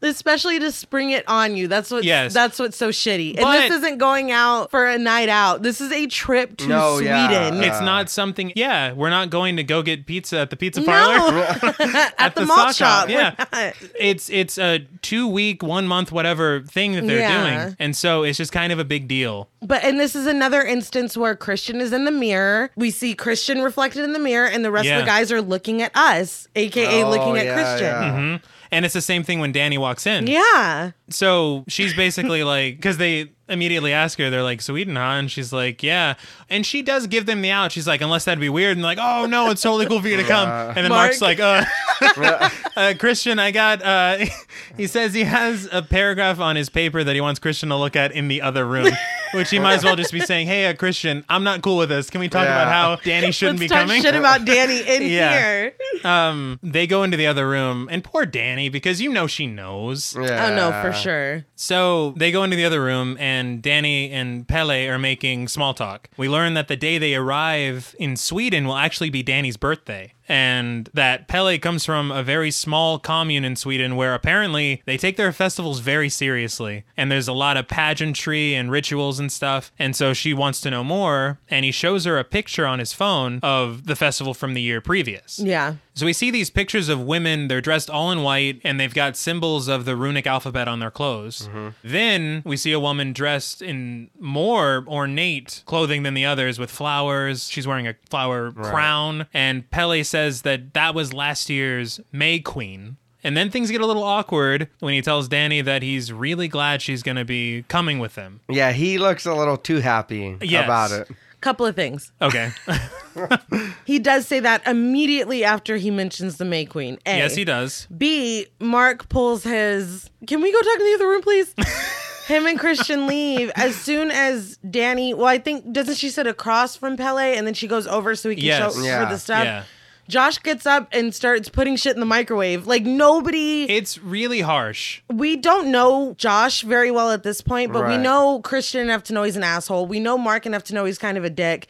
[SPEAKER 2] especially to spring it on you. That's what.
[SPEAKER 1] Yes.
[SPEAKER 2] That's what's so shitty.
[SPEAKER 1] But-
[SPEAKER 2] and this isn't going out for a night out. This is a trip to
[SPEAKER 3] No, yeah.
[SPEAKER 2] Sweden.
[SPEAKER 1] It's
[SPEAKER 3] Uh.
[SPEAKER 1] not something. Yeah, we're not going to go get pizza at the pizza parlor.
[SPEAKER 2] no, at, the,
[SPEAKER 1] the sock
[SPEAKER 2] malt shop.
[SPEAKER 1] hop, yeah.
[SPEAKER 2] We're not.
[SPEAKER 1] It's it's a two week, one month, whatever thing that they're
[SPEAKER 2] Yeah.
[SPEAKER 1] doing, and so it's just kind of a big deal.
[SPEAKER 2] But and this is another instance where Christian is in the mirror. We see Christian reflected in the mirror, and the rest
[SPEAKER 1] Yeah.
[SPEAKER 2] of the guys are looking at us, aka
[SPEAKER 3] Oh,
[SPEAKER 2] looking at
[SPEAKER 3] yeah,
[SPEAKER 2] Christian.
[SPEAKER 3] yeah.
[SPEAKER 1] Mm-hmm. And it's the same thing when Danny walks in.
[SPEAKER 2] Yeah.
[SPEAKER 1] so she's basically like because they immediately ask her they're like sweden huh and she's like yeah and she does give them the out she's like unless that'd be weird and they're like oh no it's totally cool for you to come and then
[SPEAKER 2] Mark.
[SPEAKER 1] mark's like uh, uh christian i got uh he says he has a paragraph on his paper that he wants christian to look at in the other room which he might as well just be saying hey uh, christian i'm not cool with this can we talk
[SPEAKER 3] Yeah.
[SPEAKER 1] about how danny shouldn't
[SPEAKER 2] Let's
[SPEAKER 1] be
[SPEAKER 2] talk
[SPEAKER 1] coming
[SPEAKER 2] shit about Danny in
[SPEAKER 1] Yeah.
[SPEAKER 2] here.
[SPEAKER 1] um they go into the other room and poor danny because you know she knows
[SPEAKER 3] Yeah.
[SPEAKER 2] Oh no, for sure.
[SPEAKER 1] so they go into the other room, and Danny and Pele are making small talk. We learn that the day they arrive in Sweden will actually be Danny's birthday, and that Pele comes from a very small commune in Sweden where apparently they take their festivals very seriously, and there's a lot of pageantry and rituals and stuff. And so she wants to know more, and he shows her a picture on his phone of the festival from the year previous.
[SPEAKER 2] Yeah.
[SPEAKER 1] So we see these pictures of women, they're dressed all in white and they've got symbols of the runic alphabet on their clothes. Then we see a woman dressed in more ornate clothing than the others with flowers. She's wearing a flower crown. And Pele says that that was last year's May Queen. And then things get a little awkward when he tells Danny that he's really glad she's going to be coming with him.
[SPEAKER 3] Yeah, he looks a little too happy
[SPEAKER 1] Yes.
[SPEAKER 3] about it.
[SPEAKER 2] Couple of things.
[SPEAKER 1] Okay.
[SPEAKER 2] He does say that immediately after he mentions the May Queen. A.
[SPEAKER 1] yes, he does.
[SPEAKER 2] B, Mark pulls his. Can we go talk in the other room, please? Him and Christian leave as soon as Danny. Well, I think doesn't she sit across from Pele and then she goes over so he can
[SPEAKER 1] Yes.
[SPEAKER 2] show
[SPEAKER 3] Yeah.
[SPEAKER 2] her the stuff.
[SPEAKER 1] Yeah.
[SPEAKER 2] Josh gets up and starts putting shit in the microwave. Like nobody
[SPEAKER 1] It's really harsh.
[SPEAKER 2] we don't know Josh very well at this point, but
[SPEAKER 3] Right.
[SPEAKER 2] we know Christian enough to know he's an asshole. We know Mark enough to know he's kind of a dick.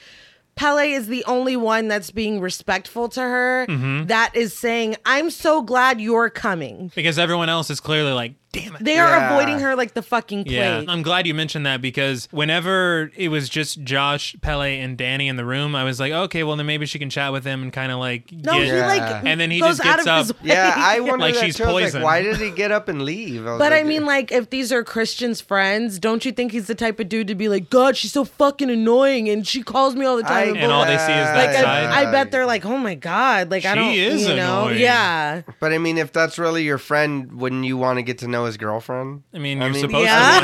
[SPEAKER 2] Pele is the only one that's being respectful to her.
[SPEAKER 1] Mm-hmm.
[SPEAKER 2] that is saying, "I'm so glad you're coming."
[SPEAKER 1] Because everyone else is clearly like, damn it.
[SPEAKER 2] They are
[SPEAKER 3] Yeah.
[SPEAKER 2] avoiding her like the fucking plague.
[SPEAKER 1] Yeah, I'm glad you mentioned that because whenever it was just Josh, Pele, and Danny in the room, I was like, okay, well then maybe she can chat with him and kind of like
[SPEAKER 2] No,
[SPEAKER 1] get.
[SPEAKER 2] he like
[SPEAKER 1] And then he
[SPEAKER 2] goes
[SPEAKER 1] just
[SPEAKER 2] out
[SPEAKER 1] gets
[SPEAKER 2] of his
[SPEAKER 1] up.
[SPEAKER 2] way.
[SPEAKER 3] Yeah, I wonder
[SPEAKER 1] Like
[SPEAKER 3] that
[SPEAKER 1] she's
[SPEAKER 3] too. I was
[SPEAKER 1] poisoned.
[SPEAKER 3] Like, why did he get up and leave? was
[SPEAKER 2] But I
[SPEAKER 3] like-
[SPEAKER 2] mean, like, if these are Christian's friends, don't you think he's the type of dude to be like, God, she's so fucking annoying, and she calls me all the time.
[SPEAKER 3] I-
[SPEAKER 2] and
[SPEAKER 1] And all they see is that
[SPEAKER 2] like,
[SPEAKER 1] Like, side.
[SPEAKER 2] I, I bet they're like, oh my god, like I
[SPEAKER 1] She
[SPEAKER 2] don't,
[SPEAKER 1] is
[SPEAKER 2] you know,
[SPEAKER 1] annoying.
[SPEAKER 2] yeah.
[SPEAKER 3] But I mean, if that's really your friend, wouldn't you want to get to know his girlfriend?
[SPEAKER 1] I mean, you're supposed
[SPEAKER 2] Yeah.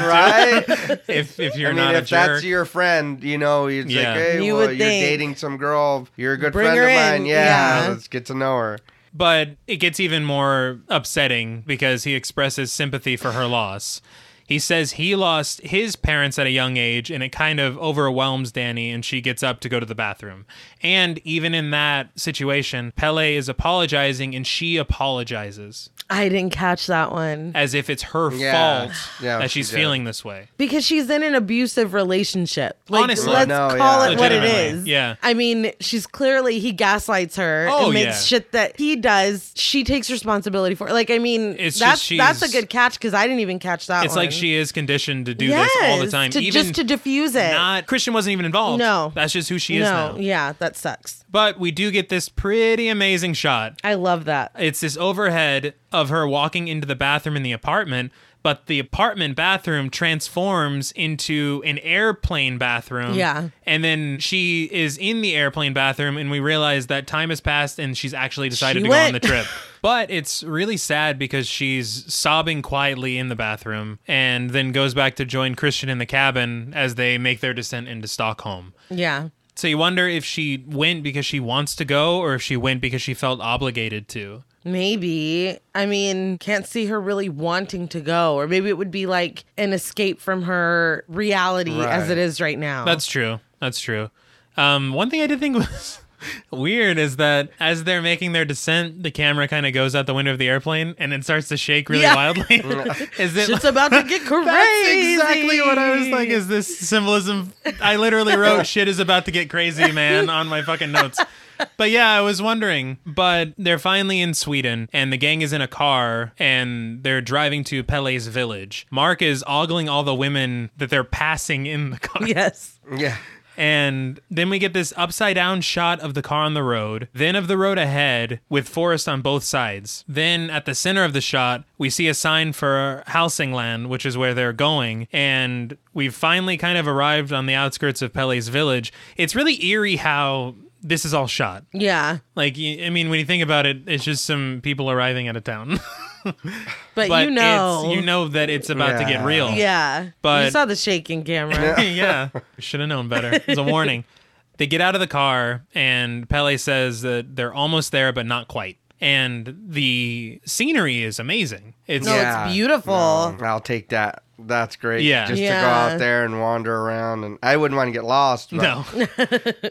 [SPEAKER 1] to
[SPEAKER 3] right?
[SPEAKER 1] if if
[SPEAKER 3] I
[SPEAKER 1] you're
[SPEAKER 3] mean,
[SPEAKER 1] not a
[SPEAKER 3] if that's
[SPEAKER 1] jerk.
[SPEAKER 3] your friend, you know, it's
[SPEAKER 1] Yeah.
[SPEAKER 3] like, hey,
[SPEAKER 2] You
[SPEAKER 3] well,
[SPEAKER 2] would
[SPEAKER 3] you're
[SPEAKER 2] think.
[SPEAKER 3] dating some girl. You're a good
[SPEAKER 2] Bring
[SPEAKER 3] friend
[SPEAKER 2] her
[SPEAKER 3] of
[SPEAKER 2] in,
[SPEAKER 3] mine. Yeah,
[SPEAKER 2] yeah.
[SPEAKER 3] let's get to know her.
[SPEAKER 1] but it gets even more upsetting because he expresses sympathy for her loss. He says he lost his parents at a young age and it kind of overwhelms Danny and she gets up to go to the bathroom. And even in that situation, Pele is apologizing and she apologizes
[SPEAKER 2] I didn't catch that one
[SPEAKER 1] as if it's her
[SPEAKER 3] Yeah.
[SPEAKER 1] fault
[SPEAKER 3] Yeah,
[SPEAKER 1] that
[SPEAKER 3] she
[SPEAKER 1] she's
[SPEAKER 3] did.
[SPEAKER 1] feeling this way.
[SPEAKER 2] because she's in an abusive relationship. Like,
[SPEAKER 1] Honestly.
[SPEAKER 2] let's
[SPEAKER 3] No, yeah.
[SPEAKER 2] call it what it
[SPEAKER 1] Legitimately,
[SPEAKER 2] is.
[SPEAKER 1] yeah.
[SPEAKER 2] I mean, she's clearly he gaslights her
[SPEAKER 1] Oh,
[SPEAKER 2] and makes
[SPEAKER 1] yeah.
[SPEAKER 2] shit that he does. She takes responsibility for. Like, I mean,
[SPEAKER 1] It's
[SPEAKER 2] that's
[SPEAKER 1] just
[SPEAKER 2] that's a
[SPEAKER 1] she's-
[SPEAKER 2] good catch because I didn't even catch that.
[SPEAKER 1] It's
[SPEAKER 2] one.
[SPEAKER 1] like she is conditioned to do
[SPEAKER 2] yes,
[SPEAKER 1] this all the time.
[SPEAKER 2] to,
[SPEAKER 1] even
[SPEAKER 2] just to diffuse it.
[SPEAKER 1] not Christian wasn't even involved.
[SPEAKER 2] No.
[SPEAKER 1] That's just who she
[SPEAKER 2] no,
[SPEAKER 1] is now.
[SPEAKER 2] yeah, that sucks.
[SPEAKER 1] But we do get this pretty amazing shot
[SPEAKER 2] I love that.
[SPEAKER 1] it's this overhead of her walking into the bathroom in the apartment but the apartment bathroom transforms into an airplane bathroom
[SPEAKER 2] Yeah.
[SPEAKER 1] and then she is in the airplane bathroom and we realize that time has passed and she's actually decided
[SPEAKER 2] She
[SPEAKER 1] to
[SPEAKER 2] went.
[SPEAKER 1] go on the trip but it's really sad because she's sobbing quietly in the bathroom and then goes back to join christian in the cabin as they make their descent into stockholm
[SPEAKER 2] Yeah.
[SPEAKER 1] so you wonder if she went because she wants to go or if she went because she felt obligated to
[SPEAKER 2] Maybe. I mean, can't see her really wanting to go. Or maybe it would be like an escape from her reality as
[SPEAKER 3] Right.
[SPEAKER 2] it is right now.
[SPEAKER 1] That's true. That's true. Um, one thing I did think was weird is that as they're making their descent, the camera kind of goes out the window of the airplane and it starts to shake really
[SPEAKER 2] Yeah.
[SPEAKER 1] wildly. is it?
[SPEAKER 2] it's
[SPEAKER 1] Like,
[SPEAKER 2] about to get crazy.
[SPEAKER 1] that's exactly what I was like. Is this symbolism? I literally wrote "shit is about to get crazy, man" on my fucking notes. But yeah, I was wondering. But they're finally in Sweden, and the gang is in a car, and they're driving to Pele's village. Mark is ogling all the women that they're passing in the car.
[SPEAKER 2] Yes.
[SPEAKER 3] Yeah.
[SPEAKER 1] And then we get this upside down shot of the car on the road, then of the road ahead with forest on both sides. Then at the center of the shot, we see a sign for Halsingland, which is where they're going. And we've finally kind of arrived on the outskirts of Pele's village. It's really eerie how this is all shot.
[SPEAKER 2] Yeah.
[SPEAKER 1] Like, y- I mean, when you think about it, it's just some people arriving at a town.
[SPEAKER 2] But,
[SPEAKER 1] but
[SPEAKER 2] you know.
[SPEAKER 1] it's, you know that it's about to get
[SPEAKER 3] Yeah.
[SPEAKER 1] real.
[SPEAKER 2] Yeah.
[SPEAKER 1] But-
[SPEAKER 2] you saw the shaking camera.
[SPEAKER 1] yeah. Should have known better. It's a warning. they get out of the car, and Pele says that they're almost there, but not quite. And the scenery is amazing. It's
[SPEAKER 2] No,
[SPEAKER 3] Yeah.
[SPEAKER 2] it's beautiful.
[SPEAKER 3] Mm, I'll take that. That's great.
[SPEAKER 1] Yeah.
[SPEAKER 3] Just to go
[SPEAKER 2] Yeah.
[SPEAKER 3] out there and wander around. And I wouldn't want to get lost. But
[SPEAKER 1] no,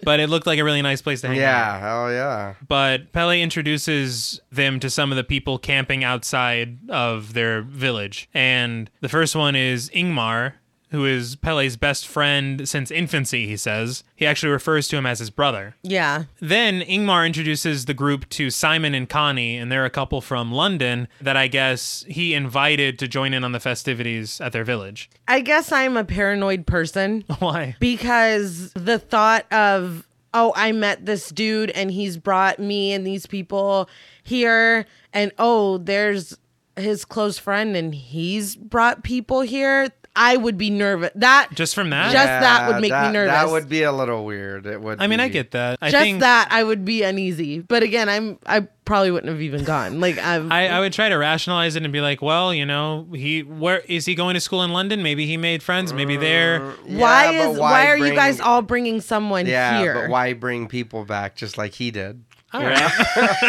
[SPEAKER 1] but it looked like a really nice place to hang out.
[SPEAKER 3] Yeah. Hell yeah.
[SPEAKER 1] But Pele introduces them to some of the people camping outside of their village, and the first one is Ingmar. Who is Pele's best friend since infancy, he says. He actually refers to him as his brother.
[SPEAKER 2] Yeah.
[SPEAKER 1] Then Ingmar introduces the group to Simon and Connie, and they're a couple from London that I guess he invited to join in on the festivities at their village.
[SPEAKER 2] I guess I'm a paranoid person.
[SPEAKER 1] Why?
[SPEAKER 2] because the thought of oh i met this dude and he's brought me and these people here and oh there's his close friend and he's brought people here i would be nervous that just,
[SPEAKER 1] Just from that?
[SPEAKER 2] Just- that would make me
[SPEAKER 3] That
[SPEAKER 2] nervous.
[SPEAKER 3] would be a little weird. It would.
[SPEAKER 1] I mean, I
[SPEAKER 3] be-
[SPEAKER 1] get that. I think
[SPEAKER 2] that i would be uneasy but again i'm i probably wouldn't have even gone like i'm
[SPEAKER 1] I, I would try to rationalize it and be like, well, you know, he where is he going to school in London? Maybe he made friends. Maybe there.
[SPEAKER 2] Uh, why
[SPEAKER 3] Yeah, but
[SPEAKER 2] is why are you
[SPEAKER 3] bring-
[SPEAKER 2] guys all bringing someone
[SPEAKER 3] Yeah,
[SPEAKER 2] here
[SPEAKER 3] but why bring people back just like he did?
[SPEAKER 1] All right.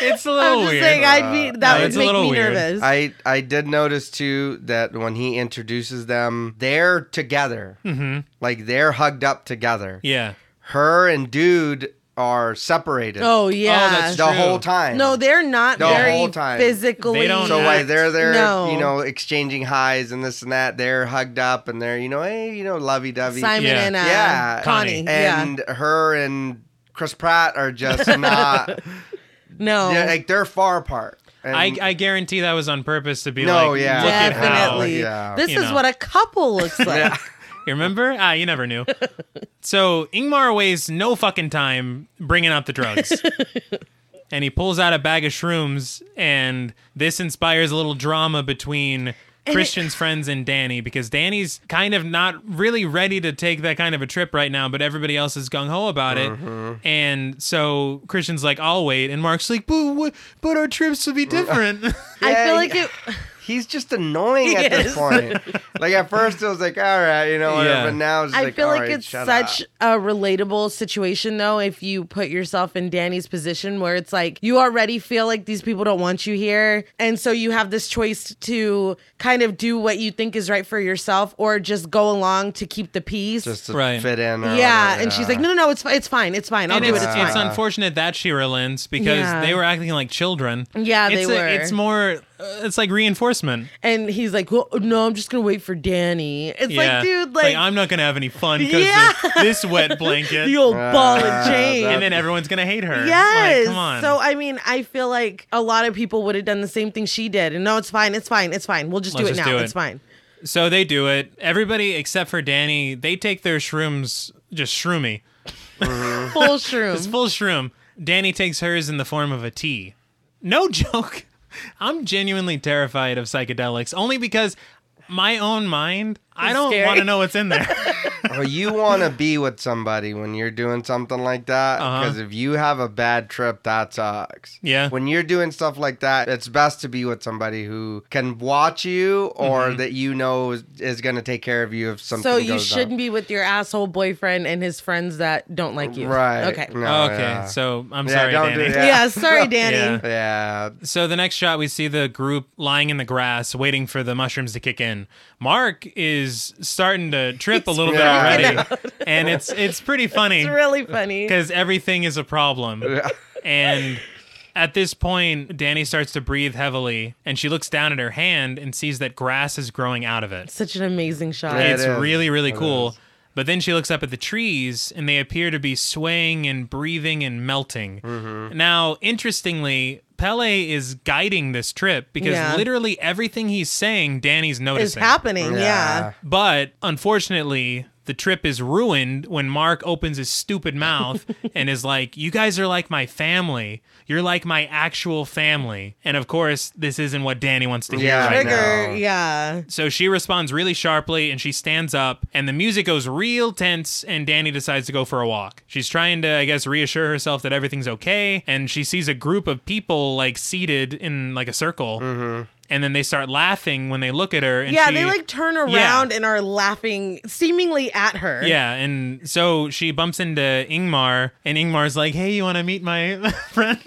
[SPEAKER 1] it's a little
[SPEAKER 2] i'm just
[SPEAKER 1] weird.
[SPEAKER 2] saying i'd be that
[SPEAKER 1] No,
[SPEAKER 2] would
[SPEAKER 1] it's a
[SPEAKER 2] make
[SPEAKER 1] little
[SPEAKER 2] me
[SPEAKER 1] weird.
[SPEAKER 2] nervous
[SPEAKER 3] I I did notice too that when he introduces them, they're together, mm-hmm. like they're hugged up together.
[SPEAKER 1] yeah.
[SPEAKER 3] Her and dude are separated.
[SPEAKER 2] Oh yeah.
[SPEAKER 1] that's
[SPEAKER 3] the
[SPEAKER 1] true.
[SPEAKER 3] whole time.
[SPEAKER 2] No, they're not
[SPEAKER 3] The
[SPEAKER 2] very
[SPEAKER 3] whole time.
[SPEAKER 2] physically.
[SPEAKER 1] They don't
[SPEAKER 3] So
[SPEAKER 1] why
[SPEAKER 3] while they're there,
[SPEAKER 2] No.
[SPEAKER 3] you know, exchanging highs and this and that, they're hugged up and they're, you know, hey, you know, lovey dovey.
[SPEAKER 2] Simon
[SPEAKER 1] Yeah.
[SPEAKER 2] and uh,
[SPEAKER 3] Yeah.
[SPEAKER 2] Connie. yeah.
[SPEAKER 3] And her and Chris Pratt are just not.
[SPEAKER 2] No.
[SPEAKER 3] yeah, like they're far apart. And
[SPEAKER 1] I, I guarantee that was on purpose to be
[SPEAKER 3] No,
[SPEAKER 1] like,
[SPEAKER 3] yeah.
[SPEAKER 1] look at how-
[SPEAKER 2] Definitely.
[SPEAKER 3] Yeah.
[SPEAKER 2] This
[SPEAKER 1] You
[SPEAKER 2] is
[SPEAKER 1] know.
[SPEAKER 2] what a couple looks like.
[SPEAKER 3] Yeah.
[SPEAKER 1] You remember? Ah, you never knew. so Ingmar wastes no fucking time bringing up the drugs. and he pulls out a bag of shrooms, and this inspires a little drama between. Christian's friends and Danny because Danny's kind of not really ready to take that kind of a trip right now, but everybody else is gung ho about it.
[SPEAKER 2] Uh-huh.
[SPEAKER 1] And so Christian's like, "I'll wait," and Mark's like, "But what- but our trips will be different."
[SPEAKER 2] I
[SPEAKER 3] Yeah,
[SPEAKER 2] feel like
[SPEAKER 3] yeah.
[SPEAKER 2] it.
[SPEAKER 3] He's just annoying at
[SPEAKER 2] is.
[SPEAKER 3] this point. like at first, it was like, all right, you know, whatever.
[SPEAKER 1] Yeah.
[SPEAKER 3] But now it's just
[SPEAKER 2] I
[SPEAKER 3] like,
[SPEAKER 2] feel
[SPEAKER 3] all
[SPEAKER 2] like
[SPEAKER 3] right,
[SPEAKER 2] it's
[SPEAKER 3] shut
[SPEAKER 2] such
[SPEAKER 3] up.
[SPEAKER 2] a relatable situation, though, if you put yourself in Danny's position where it's like you already feel like these people don't want you here. And so you have this choice to kind of do what you think is right for yourself or just go along to keep the peace.
[SPEAKER 3] just to
[SPEAKER 1] Right.
[SPEAKER 3] fit in.
[SPEAKER 2] yeah.
[SPEAKER 3] or
[SPEAKER 2] And she's like,
[SPEAKER 3] whatever.
[SPEAKER 2] no, no, no, it's, fi- it's fine. It's fine. I'll
[SPEAKER 1] uh, and
[SPEAKER 2] do
[SPEAKER 1] it's,
[SPEAKER 2] it. It's
[SPEAKER 1] it's
[SPEAKER 2] fine.
[SPEAKER 1] unfortunate that she relents because
[SPEAKER 2] Yeah.
[SPEAKER 1] they were acting like children.
[SPEAKER 2] Yeah, they
[SPEAKER 1] it's
[SPEAKER 2] were.
[SPEAKER 1] It's more. uh, it's like reinforcement.
[SPEAKER 2] and he's like, well, no, I'm just going to wait for Danny. It's
[SPEAKER 1] yeah,
[SPEAKER 2] like, dude, like,
[SPEAKER 1] I'm not gonna have any fun because
[SPEAKER 2] Yeah.
[SPEAKER 1] this wet blanket,
[SPEAKER 2] the old ball and
[SPEAKER 3] Ah,
[SPEAKER 2] chain.
[SPEAKER 1] and then everyone's gonna hate her. Like,
[SPEAKER 2] Yes.
[SPEAKER 1] come on.
[SPEAKER 2] So I mean, I feel like a lot of people would have done the same thing she did. And no, it's fine. It's fine. It's fine. We'll just do
[SPEAKER 1] Let's
[SPEAKER 2] it
[SPEAKER 1] just
[SPEAKER 2] now.
[SPEAKER 1] do it.
[SPEAKER 2] It's fine.
[SPEAKER 1] So they do it. Everybody except for Danny, they take their shrooms just shroomy.
[SPEAKER 2] Full shroom.
[SPEAKER 1] It's full shroom. Danny takes hers in the form of a tea. No joke. I'm genuinely terrified of psychedelics only because my own mind, I
[SPEAKER 2] It's
[SPEAKER 1] don't
[SPEAKER 2] scary.
[SPEAKER 1] want to know what's in there.
[SPEAKER 3] Well, you want to be with somebody when you're doing something like that because if you have a bad trip, that sucks.
[SPEAKER 1] Uh-huh. Yeah.
[SPEAKER 3] When you're doing stuff like that, it's best to be with somebody who can watch you or
[SPEAKER 1] Mm-hmm.
[SPEAKER 3] that you know is, is going to take care of you if something.
[SPEAKER 2] so you
[SPEAKER 3] goes
[SPEAKER 2] shouldn't be with your asshole boyfriend and his friends that don't like you.
[SPEAKER 3] down. Right.
[SPEAKER 2] Okay.
[SPEAKER 3] No,
[SPEAKER 1] okay,
[SPEAKER 3] Oh, yeah.
[SPEAKER 1] so I'm
[SPEAKER 3] Yeah,
[SPEAKER 1] sorry,
[SPEAKER 3] don't do
[SPEAKER 1] Danny.
[SPEAKER 3] that.
[SPEAKER 2] Yeah.
[SPEAKER 3] Yeah.
[SPEAKER 2] sorry, Danny.
[SPEAKER 1] Yeah.
[SPEAKER 3] Yeah.
[SPEAKER 1] So the next shot, we see the group lying in the grass, waiting for the mushrooms to kick in. Mark is starting to trip a little bit
[SPEAKER 3] freaking
[SPEAKER 1] already, and it's it's pretty funny
[SPEAKER 2] It's really funny.
[SPEAKER 1] because everything is a problem. And at this point, Danny starts to breathe heavily, and she looks down at her hand and sees that grass is growing out of it.
[SPEAKER 2] Such an amazing shot.
[SPEAKER 3] Yeah.
[SPEAKER 1] It's
[SPEAKER 3] It is.
[SPEAKER 1] really really
[SPEAKER 3] It
[SPEAKER 1] cool.
[SPEAKER 3] is.
[SPEAKER 1] But then she looks up at the trees, and they appear to be swaying and breathing and melting.
[SPEAKER 3] Mm-hmm.
[SPEAKER 1] Now, interestingly, Pele is guiding this trip because
[SPEAKER 2] Yeah.
[SPEAKER 1] literally everything he's saying, Danny's
[SPEAKER 2] It's
[SPEAKER 1] noticing.
[SPEAKER 2] happening. Yeah.
[SPEAKER 1] But unfortunately, the trip is ruined when Mark opens his stupid mouth and is like, You guys are like my family. You're like my actual family. And of course, this isn't what Danny wants to hear
[SPEAKER 3] Yeah.
[SPEAKER 1] right now.
[SPEAKER 2] Trigger.
[SPEAKER 3] know.
[SPEAKER 2] Yeah.
[SPEAKER 1] So she responds really sharply and she stands up and the music goes real tense and Danny decides to go for a walk. She's trying to I guess reassure herself that everything's okay and she sees a group of people like seated in like a circle.
[SPEAKER 3] Mm-hmm.
[SPEAKER 1] And then they start laughing when they look at her and
[SPEAKER 2] Yeah.
[SPEAKER 1] she-
[SPEAKER 2] they like turn around and are laughing seemingly at her.
[SPEAKER 1] yeah, and so she bumps into Ingmar, and Ingmar's like, "Hey, you want to meet my friends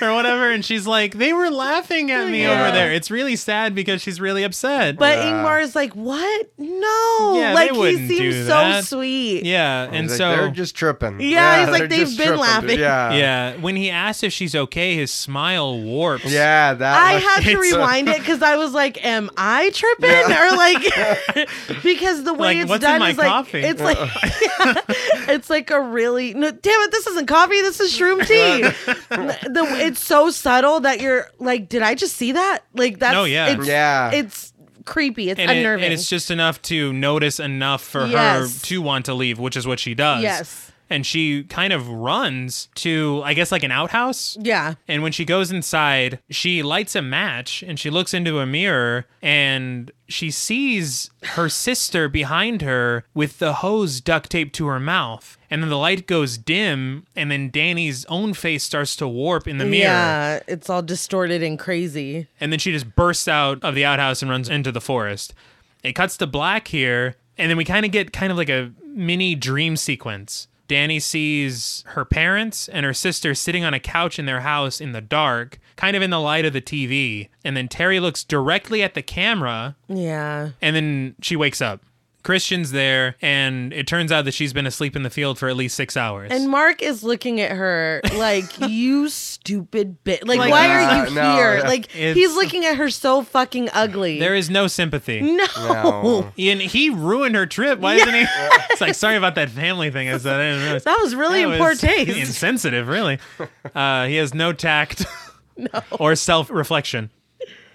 [SPEAKER 1] or whatever?" And she's like, "They were laughing at me
[SPEAKER 2] Yeah.
[SPEAKER 1] over there. It's really sad because she's really upset."
[SPEAKER 2] But Ingmar is like, what? No.
[SPEAKER 1] Yeah, they
[SPEAKER 2] like he
[SPEAKER 1] wouldn't
[SPEAKER 2] seems
[SPEAKER 1] do
[SPEAKER 2] so
[SPEAKER 1] that.
[SPEAKER 2] sweet.
[SPEAKER 1] yeah, and
[SPEAKER 3] He's like,
[SPEAKER 1] so
[SPEAKER 3] they're just tripping.
[SPEAKER 2] Yeah, he's like,
[SPEAKER 3] they're
[SPEAKER 2] they've
[SPEAKER 3] just
[SPEAKER 2] been
[SPEAKER 3] tripping,
[SPEAKER 2] laughing.
[SPEAKER 3] dude. Yeah.
[SPEAKER 1] Yeah, when he asks if she's okay, his smile warps.
[SPEAKER 3] Yeah, that
[SPEAKER 2] I
[SPEAKER 3] was-
[SPEAKER 2] had to
[SPEAKER 1] It's-
[SPEAKER 2] rewind it because I was like, "Am I tripping?" Or like, because the way
[SPEAKER 1] Like,
[SPEAKER 2] it's
[SPEAKER 1] what's in
[SPEAKER 2] done
[SPEAKER 1] my
[SPEAKER 2] is like
[SPEAKER 1] coffee?
[SPEAKER 2] it's like it's like a really no. Damn it, this isn't coffee. This is shroom tea. the it's so subtle that you're like, did I just see that? Like that's
[SPEAKER 1] No, yeah.
[SPEAKER 2] it's,
[SPEAKER 3] Yeah.
[SPEAKER 2] it's creepy. It's
[SPEAKER 1] And, it-
[SPEAKER 2] unnerving.
[SPEAKER 1] and it's just enough to notice enough for
[SPEAKER 2] Yes.
[SPEAKER 1] her to want to leave, which is what she does.
[SPEAKER 2] Yes.
[SPEAKER 1] And she kind of runs to, I guess, like an outhouse.
[SPEAKER 2] yeah.
[SPEAKER 1] And when she goes inside, she lights a match and she looks into a mirror and she sees her sister behind her with the hose duct taped to her mouth. And then the light goes dim, and then Danny's own face starts to warp in the mirror.
[SPEAKER 2] Yeah, it's all distorted and crazy.
[SPEAKER 1] and then she just bursts out of the outhouse and runs into the forest. It cuts to black here, and then we kind of get kind of like a mini dream sequence. Danny sees her parents and her sister sitting on a couch in their house in the dark, kind of in the light of the TV. And then Terry looks directly at the camera,
[SPEAKER 2] Yeah.
[SPEAKER 1] and then she wakes up. Christian's there, and it turns out that she's been asleep in the field for at least six hours.
[SPEAKER 2] And Mark is looking at her like, you stupid bitch. Like, why are you
[SPEAKER 3] uh, no,
[SPEAKER 2] here?
[SPEAKER 3] yeah.
[SPEAKER 2] Like,
[SPEAKER 1] It's-
[SPEAKER 2] he's looking at her so fucking ugly.
[SPEAKER 1] there is no sympathy.
[SPEAKER 2] no. Oh,
[SPEAKER 3] No.
[SPEAKER 1] Ian, he ruined her trip. Why isn't he? It's like sorry about that family thing. I said I didn't realize.
[SPEAKER 2] That was really in
[SPEAKER 1] That
[SPEAKER 2] poor
[SPEAKER 1] was
[SPEAKER 2] taste.
[SPEAKER 1] Insensitive, really. Uh, he has no tact or self reflection.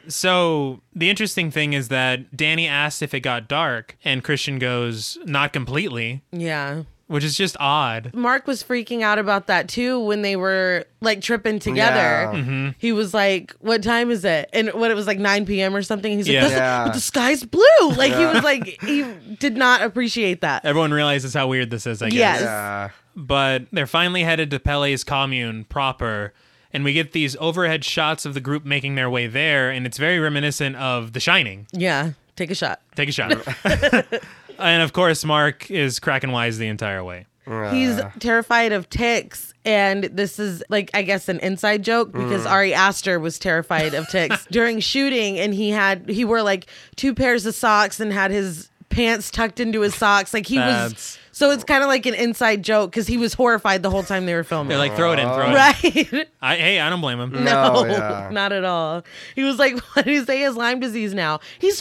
[SPEAKER 1] So the interesting thing is that Danny asks if it got dark, and Christian goes, "Not completely,"
[SPEAKER 2] Yeah.
[SPEAKER 1] which is just odd.
[SPEAKER 2] Mark was freaking out about that too when they were like tripping together.
[SPEAKER 3] Yeah.
[SPEAKER 2] He was like, "What time is it?" And when it was like 9 p.m. or something, he's like,
[SPEAKER 1] Yeah.
[SPEAKER 2] "That's-
[SPEAKER 3] Yeah.
[SPEAKER 2] "But the sky's blue." Like he was like, he did not appreciate that.
[SPEAKER 1] Everyone realizes how weird this is, I guess.
[SPEAKER 2] Yes.
[SPEAKER 3] Yeah.
[SPEAKER 1] But they're finally headed to Pele's commune proper, and we get these overhead shots of the group making their way there, and it's very reminiscent of The Shining.
[SPEAKER 2] Yeah, take a shot.
[SPEAKER 1] Take a shot. and of course, Mark is cracking wise the entire way.
[SPEAKER 2] He's
[SPEAKER 1] Uh.
[SPEAKER 2] terrified of ticks. And this is like, I guess, an inside joke because
[SPEAKER 1] Mm.
[SPEAKER 2] Ari Aster was terrified of ticks during shooting. And he had, he wore like two pairs of socks and had his pants tucked into his socks. Like he
[SPEAKER 1] That's-
[SPEAKER 2] was, so it's kind of like an inside joke because he was horrified the whole time they were filming.
[SPEAKER 1] They're like, throw it in, throw it in.
[SPEAKER 2] right?
[SPEAKER 1] I, hey, I don't blame him.
[SPEAKER 2] No,
[SPEAKER 3] No, yeah.
[SPEAKER 2] not at all. He was like, what do you say? He has Lyme disease now. He's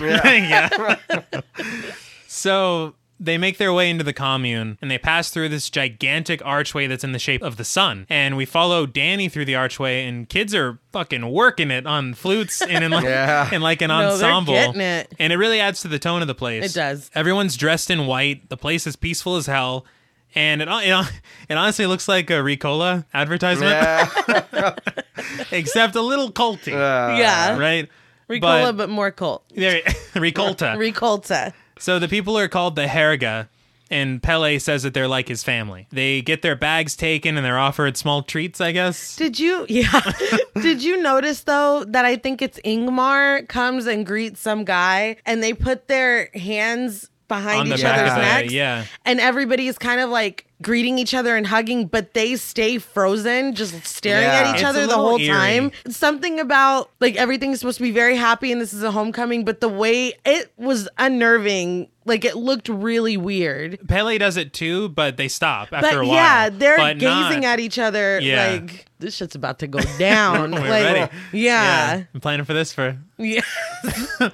[SPEAKER 1] yeah. so they make their way into the commune and they pass through this gigantic archway that's in the shape of the sun. And we follow Danny through the archway, and kids are fucking working it on flutes and in like,
[SPEAKER 3] Yeah.
[SPEAKER 1] in like an
[SPEAKER 2] No, they're
[SPEAKER 1] ensemble.
[SPEAKER 2] getting it.
[SPEAKER 1] And it really adds to the tone of the place.
[SPEAKER 2] It does.
[SPEAKER 1] Everyone's dressed in white. The place is peaceful as hell. And it, it, it honestly looks like a Ricola advertisement,
[SPEAKER 3] Yeah.
[SPEAKER 1] except a little culty,
[SPEAKER 2] yeah.
[SPEAKER 1] right?
[SPEAKER 2] Ricola, but,
[SPEAKER 1] but,
[SPEAKER 2] more cult.
[SPEAKER 1] there, Ricolta.
[SPEAKER 2] Ricolta.
[SPEAKER 1] So the people are called the Herga, and Pele says that they're like his family. They get their bags taken and they're offered small treats, I guess.
[SPEAKER 2] Did you? Yeah. Did you notice though that I think it's Ingmar comes and greets some guy, and they put their hands behind
[SPEAKER 1] On the
[SPEAKER 2] each
[SPEAKER 1] back
[SPEAKER 2] other's
[SPEAKER 1] of the-
[SPEAKER 2] necks,
[SPEAKER 1] yeah.
[SPEAKER 2] and everybody is kind of like greeting each other and hugging, but they stay frozen, just staring
[SPEAKER 3] Yeah.
[SPEAKER 2] at each
[SPEAKER 1] It's a
[SPEAKER 2] other the
[SPEAKER 1] little
[SPEAKER 2] whole
[SPEAKER 1] eerie.
[SPEAKER 2] time. Something about like everything's supposed to be very happy, and this is a homecoming, but the way it was unnerving, like it looked really weird.
[SPEAKER 1] Pele does it too, but they stop after
[SPEAKER 2] But
[SPEAKER 1] a while.
[SPEAKER 2] yeah, they're
[SPEAKER 1] But not-
[SPEAKER 2] gazing at each other
[SPEAKER 1] Yeah.
[SPEAKER 2] like this shit's about to go down.
[SPEAKER 1] We're
[SPEAKER 2] like
[SPEAKER 1] ready.
[SPEAKER 2] yeah.
[SPEAKER 1] I'm planning for this for.
[SPEAKER 2] Yeah.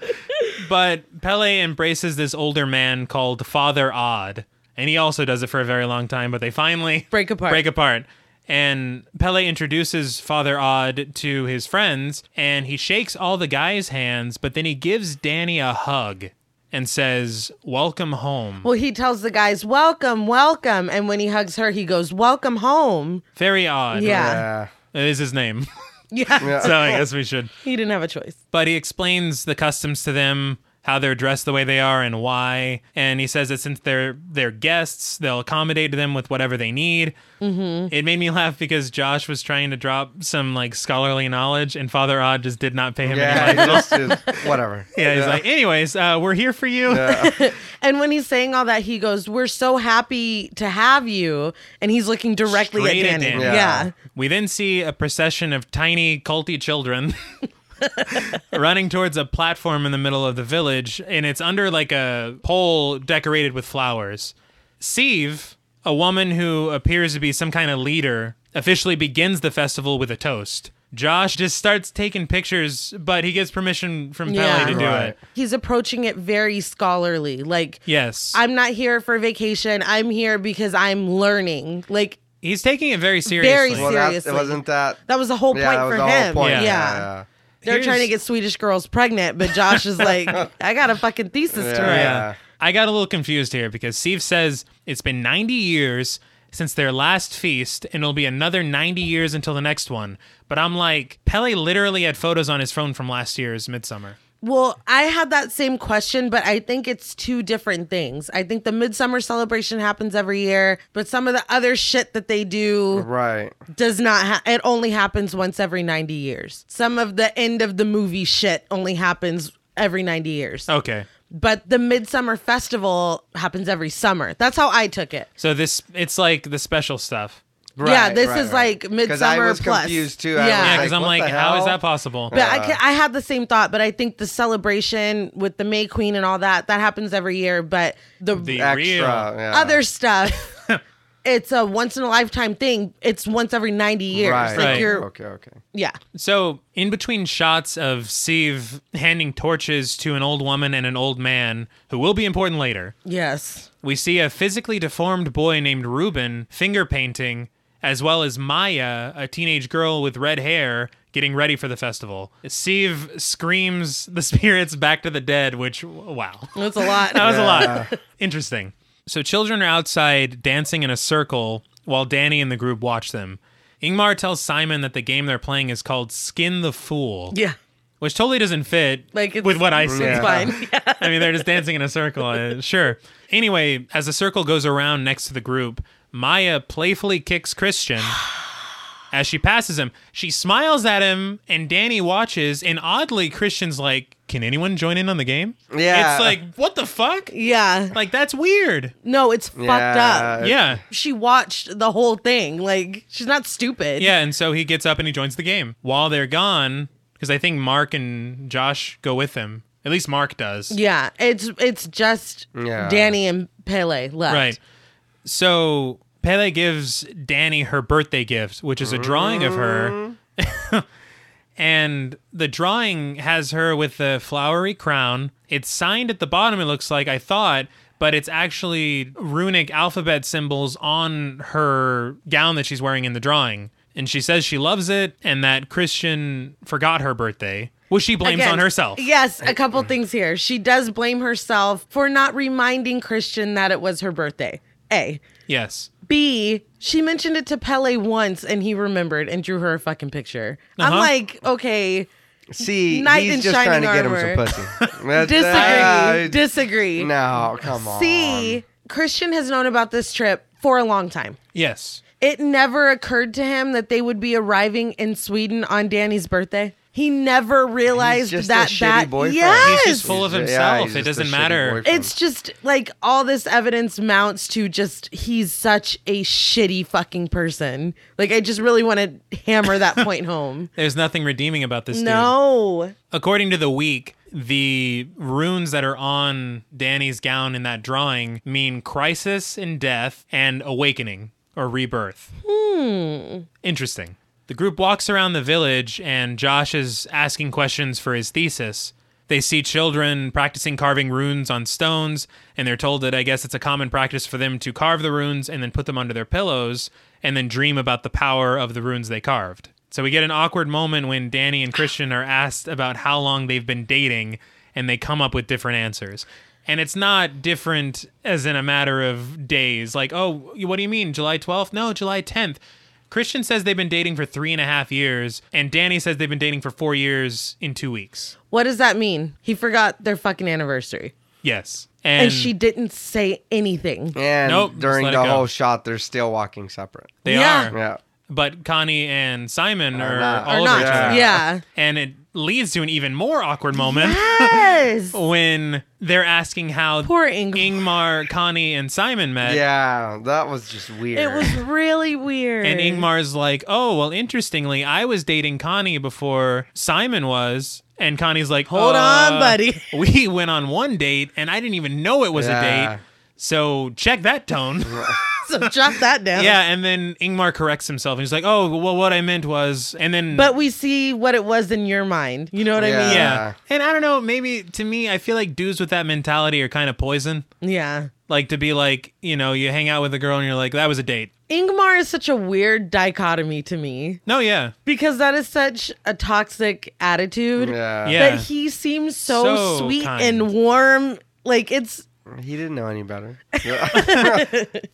[SPEAKER 1] But Pele embraces this older man called Father Odd, and he also does it for a very long time. But they finally
[SPEAKER 2] Break apart.
[SPEAKER 1] break apart. And Pele introduces Father Odd to his friends, and he shakes all the guys' hands, but then he gives Danny a hug and says, Welcome home.
[SPEAKER 2] well, he tells the guys, "Welcome, welcome," and when he hugs her, he goes, "Welcome home."
[SPEAKER 1] Very odd.
[SPEAKER 2] Yeah.
[SPEAKER 3] Yeah.
[SPEAKER 1] It is his name.
[SPEAKER 2] Yeah.
[SPEAKER 1] so I guess we should.
[SPEAKER 2] He didn't have a choice.
[SPEAKER 1] But he explains the customs to them, how they're dressed the way they are and why. And he says that since they're they're guests, they'll accommodate them with whatever they need. Mm-hmm. It made me laugh because Josh was trying to drop some like scholarly knowledge, and Father Odd just did not pay him any
[SPEAKER 3] Yeah.
[SPEAKER 1] mind.
[SPEAKER 3] it just is- whatever.
[SPEAKER 1] Yeah, he's like, anyways, uh, we're here for you.
[SPEAKER 2] And when he's saying all that, he goes, "We're so happy to have you." And he's looking directly
[SPEAKER 1] Straight
[SPEAKER 2] at
[SPEAKER 1] at
[SPEAKER 2] Danny.
[SPEAKER 1] Danny.
[SPEAKER 2] Yeah.
[SPEAKER 3] Yeah.
[SPEAKER 1] We then see a procession of tiny, culty children running towards a platform in the middle of the village, and it's under like a pole decorated with flowers. Sieve, a woman who appears to be some kind of leader, officially begins the festival with a toast. Josh just starts taking pictures, but he gets permission from Pele
[SPEAKER 2] Yeah.
[SPEAKER 1] to do
[SPEAKER 3] Right.
[SPEAKER 1] it.
[SPEAKER 2] He's approaching it very scholarly. Like
[SPEAKER 1] Yes.
[SPEAKER 2] I'm not here for vacation. I'm here because I'm learning. Like
[SPEAKER 1] He's taking it very seriously.
[SPEAKER 2] seriously.
[SPEAKER 3] Well, that,
[SPEAKER 2] Seriously.
[SPEAKER 3] it wasn't that.
[SPEAKER 2] that was the whole
[SPEAKER 3] Yeah,
[SPEAKER 2] point
[SPEAKER 3] that was
[SPEAKER 2] for
[SPEAKER 3] the
[SPEAKER 2] him.
[SPEAKER 3] whole point.
[SPEAKER 1] Yeah.
[SPEAKER 2] yeah.
[SPEAKER 3] yeah.
[SPEAKER 2] They're
[SPEAKER 1] Here's-
[SPEAKER 2] trying to get Swedish girls pregnant, but Josh is like, I got a fucking thesis to write.
[SPEAKER 1] Yeah.
[SPEAKER 3] Oh, Yeah.
[SPEAKER 1] I got a little confused here because Steve says it's been 90 years since their last feast and it'll be another 90 years until the next one. But I'm like, Pele literally had photos on his phone from last year's Midsummer.
[SPEAKER 2] Well, I had that same question, but I think it's two different things. I think the midsummer celebration happens every year, but some of the other shit that they do
[SPEAKER 3] Right.
[SPEAKER 2] does not. Ha- it only happens once every ninety years. Some of the end of the movie shit only happens every ninety years.
[SPEAKER 3] Oh.
[SPEAKER 1] Okay.
[SPEAKER 2] But the midsummer festival happens every summer. That's how I took it.
[SPEAKER 1] So this, it's like the special stuff.
[SPEAKER 2] yeah,
[SPEAKER 3] Right,
[SPEAKER 2] this
[SPEAKER 3] right,
[SPEAKER 2] is
[SPEAKER 3] right.
[SPEAKER 2] like
[SPEAKER 3] 'Cause I
[SPEAKER 2] Midsummer
[SPEAKER 3] was
[SPEAKER 2] plus.
[SPEAKER 3] confused, too. I
[SPEAKER 2] Yeah,
[SPEAKER 1] Yeah,
[SPEAKER 3] was
[SPEAKER 1] because I'm
[SPEAKER 3] what
[SPEAKER 1] like,
[SPEAKER 3] the
[SPEAKER 1] how is
[SPEAKER 3] hell?
[SPEAKER 1] that possible?
[SPEAKER 2] but I, ca- I had the same thought. But I think the celebration with the May Queen and all that that happens every year. But the,
[SPEAKER 1] The uh,
[SPEAKER 3] Extra.
[SPEAKER 1] real.
[SPEAKER 3] yeah.
[SPEAKER 2] other stuff, it's a once in a lifetime thing. It's once every ninety years.
[SPEAKER 3] Right.
[SPEAKER 2] Like
[SPEAKER 1] Right.
[SPEAKER 2] you're,
[SPEAKER 3] Okay, okay.
[SPEAKER 2] yeah.
[SPEAKER 1] So, in between shots of Steve handing torches to an old woman and an old man, who will be important later,
[SPEAKER 2] Yes.
[SPEAKER 1] we see a physically deformed boy named Ruben finger painting, as well as Maya, a teenage girl with red hair, getting ready for the festival. Steve screams the spirits back to the dead, which, wow.
[SPEAKER 2] That's a lot.
[SPEAKER 1] That was a lot. Interesting. So children are outside dancing in a circle while Danny and the group watch them. Ingmar tells Simon that the game they're playing is called Skin the Fool,
[SPEAKER 2] yeah.
[SPEAKER 1] which totally doesn't fit
[SPEAKER 2] Like, it's-
[SPEAKER 1] with what I see.
[SPEAKER 2] It's
[SPEAKER 3] Yeah.
[SPEAKER 2] fine. Yeah.
[SPEAKER 1] I mean, they're just dancing in a circle. uh, sure. Anyway, as the circle goes around next to the group, Maya playfully kicks Christian as she passes him. She smiles at him, and Danny watches. And oddly, Christian's like, "Can anyone join in on the game?"
[SPEAKER 3] Yeah.
[SPEAKER 1] It's like, what the fuck?
[SPEAKER 2] Yeah.
[SPEAKER 1] Like that's weird.
[SPEAKER 2] No, it's fucked
[SPEAKER 3] Yeah.
[SPEAKER 2] up.
[SPEAKER 1] Yeah.
[SPEAKER 2] She watched the whole thing. Like she's not stupid.
[SPEAKER 1] Yeah, and so he gets up and he joins the game. While they're gone, because I think Mark and Josh go with him. At least Mark does.
[SPEAKER 2] Yeah. It's it's just
[SPEAKER 3] Yeah.
[SPEAKER 2] Danny and Pele left.
[SPEAKER 1] Right. So Pele gives Danny her birthday gift, which is a drawing of her. and the drawing has her with a flowery crown. It's signed at the bottom, it looks like, I thought, but it's actually runic alphabet symbols on her gown that she's wearing in the drawing. And she says she loves it and that Christian forgot her birthday, which she blames
[SPEAKER 2] Again,
[SPEAKER 1] on herself.
[SPEAKER 2] Yes, a couple things here. She does blame herself for not reminding Christian that it was her birthday. A.
[SPEAKER 1] Yes.
[SPEAKER 2] B, she mentioned it to Pele once and he remembered and drew her a fucking picture. I'm
[SPEAKER 1] Uh-huh.
[SPEAKER 2] like, okay,
[SPEAKER 3] See,
[SPEAKER 2] Knight in
[SPEAKER 3] he's just
[SPEAKER 2] shining
[SPEAKER 3] trying to get him
[SPEAKER 2] armor.
[SPEAKER 3] some pussy. That's-
[SPEAKER 2] disagree.
[SPEAKER 3] uh,
[SPEAKER 2] disagree.
[SPEAKER 3] no, come on.
[SPEAKER 2] C, Christian has known about this trip for a long time.
[SPEAKER 1] Yes.
[SPEAKER 2] It never occurred to him that they would be arriving in Sweden on Danny's birthday. He never realized
[SPEAKER 3] just a
[SPEAKER 2] that
[SPEAKER 3] shitty
[SPEAKER 2] that
[SPEAKER 3] boyfriend.
[SPEAKER 2] yes.
[SPEAKER 1] He's just full of
[SPEAKER 3] Yeah, he's
[SPEAKER 1] himself.
[SPEAKER 3] just
[SPEAKER 1] it
[SPEAKER 3] a
[SPEAKER 1] doesn't
[SPEAKER 3] shitty
[SPEAKER 1] matter.
[SPEAKER 3] boyfriend.
[SPEAKER 2] It's just like all this evidence mounts to just he's such a shitty fucking person. Like I just really want to hammer that point home.
[SPEAKER 1] There's nothing redeeming about this dude.
[SPEAKER 2] No.
[SPEAKER 1] According to the week, the runes that are on Danny's gown in that drawing mean crisis and death and awakening or rebirth. Hmm. Interesting. The group walks around the village and Josh is asking questions for his thesis. They see children practicing carving runes on stones, and they're told that I guess it's a common practice for them to carve the runes and then put them under their pillows and then dream about the power of the runes they carved. So we get an awkward moment when Danny and Christian are asked about how long they've been dating, and they come up with different answers. And it's not different as in a matter of days. Like, oh, what do you mean? July 12th? No, July 10th. Christian says they've been dating for three and a half years, and Danny says they've been dating for four years in two weeks.
[SPEAKER 2] What does that mean? He forgot their fucking anniversary.
[SPEAKER 1] Yes.
[SPEAKER 2] And, she didn't say anything.
[SPEAKER 3] And
[SPEAKER 1] Nope, just
[SPEAKER 3] during
[SPEAKER 1] let
[SPEAKER 3] the
[SPEAKER 1] it go.
[SPEAKER 3] whole shot, they're still walking separate.
[SPEAKER 1] They
[SPEAKER 2] Yeah.
[SPEAKER 1] are.
[SPEAKER 3] Yeah.
[SPEAKER 1] But Connie and Simon are,
[SPEAKER 3] not.
[SPEAKER 1] all
[SPEAKER 2] Or
[SPEAKER 1] over
[SPEAKER 2] not.
[SPEAKER 1] each other.
[SPEAKER 2] Yeah.
[SPEAKER 1] And it leads to an even more awkward moment
[SPEAKER 2] Yes.
[SPEAKER 1] when they're asking how
[SPEAKER 2] Poor Ingmar.
[SPEAKER 1] Ingmar, Connie, and Simon met.
[SPEAKER 3] Yeah, that was just weird.
[SPEAKER 2] It was really weird.
[SPEAKER 1] And Ingmar's like, oh, well, interestingly, I was dating Connie before Simon was. And Connie's like,
[SPEAKER 2] Hold
[SPEAKER 1] uh,
[SPEAKER 2] on, buddy.
[SPEAKER 1] We went on one date and I didn't even know it was a
[SPEAKER 3] Yeah.
[SPEAKER 1] date. So check that tone.
[SPEAKER 2] so jot that down.
[SPEAKER 1] yeah. And then Ingmar corrects himself. He's like, oh, well, what I meant was. And then.
[SPEAKER 2] But we see what it was in your mind. You know what
[SPEAKER 3] Yeah.
[SPEAKER 2] I
[SPEAKER 1] yeah. And I don't know. Maybe to me, I feel like dudes with that mentality are kind of poison.
[SPEAKER 2] mean? Yeah.
[SPEAKER 1] Like to be like, you know, you hang out with a girl and you're like, that was a date.
[SPEAKER 2] Ingmar is such a weird dichotomy to me
[SPEAKER 1] No, yeah.
[SPEAKER 2] because that is such a toxic attitude.
[SPEAKER 3] yeah.
[SPEAKER 1] Yeah.
[SPEAKER 2] But he seems so,
[SPEAKER 1] So
[SPEAKER 2] sweet
[SPEAKER 1] kind.
[SPEAKER 2] and warm. Like it's
[SPEAKER 3] He didn't know any better.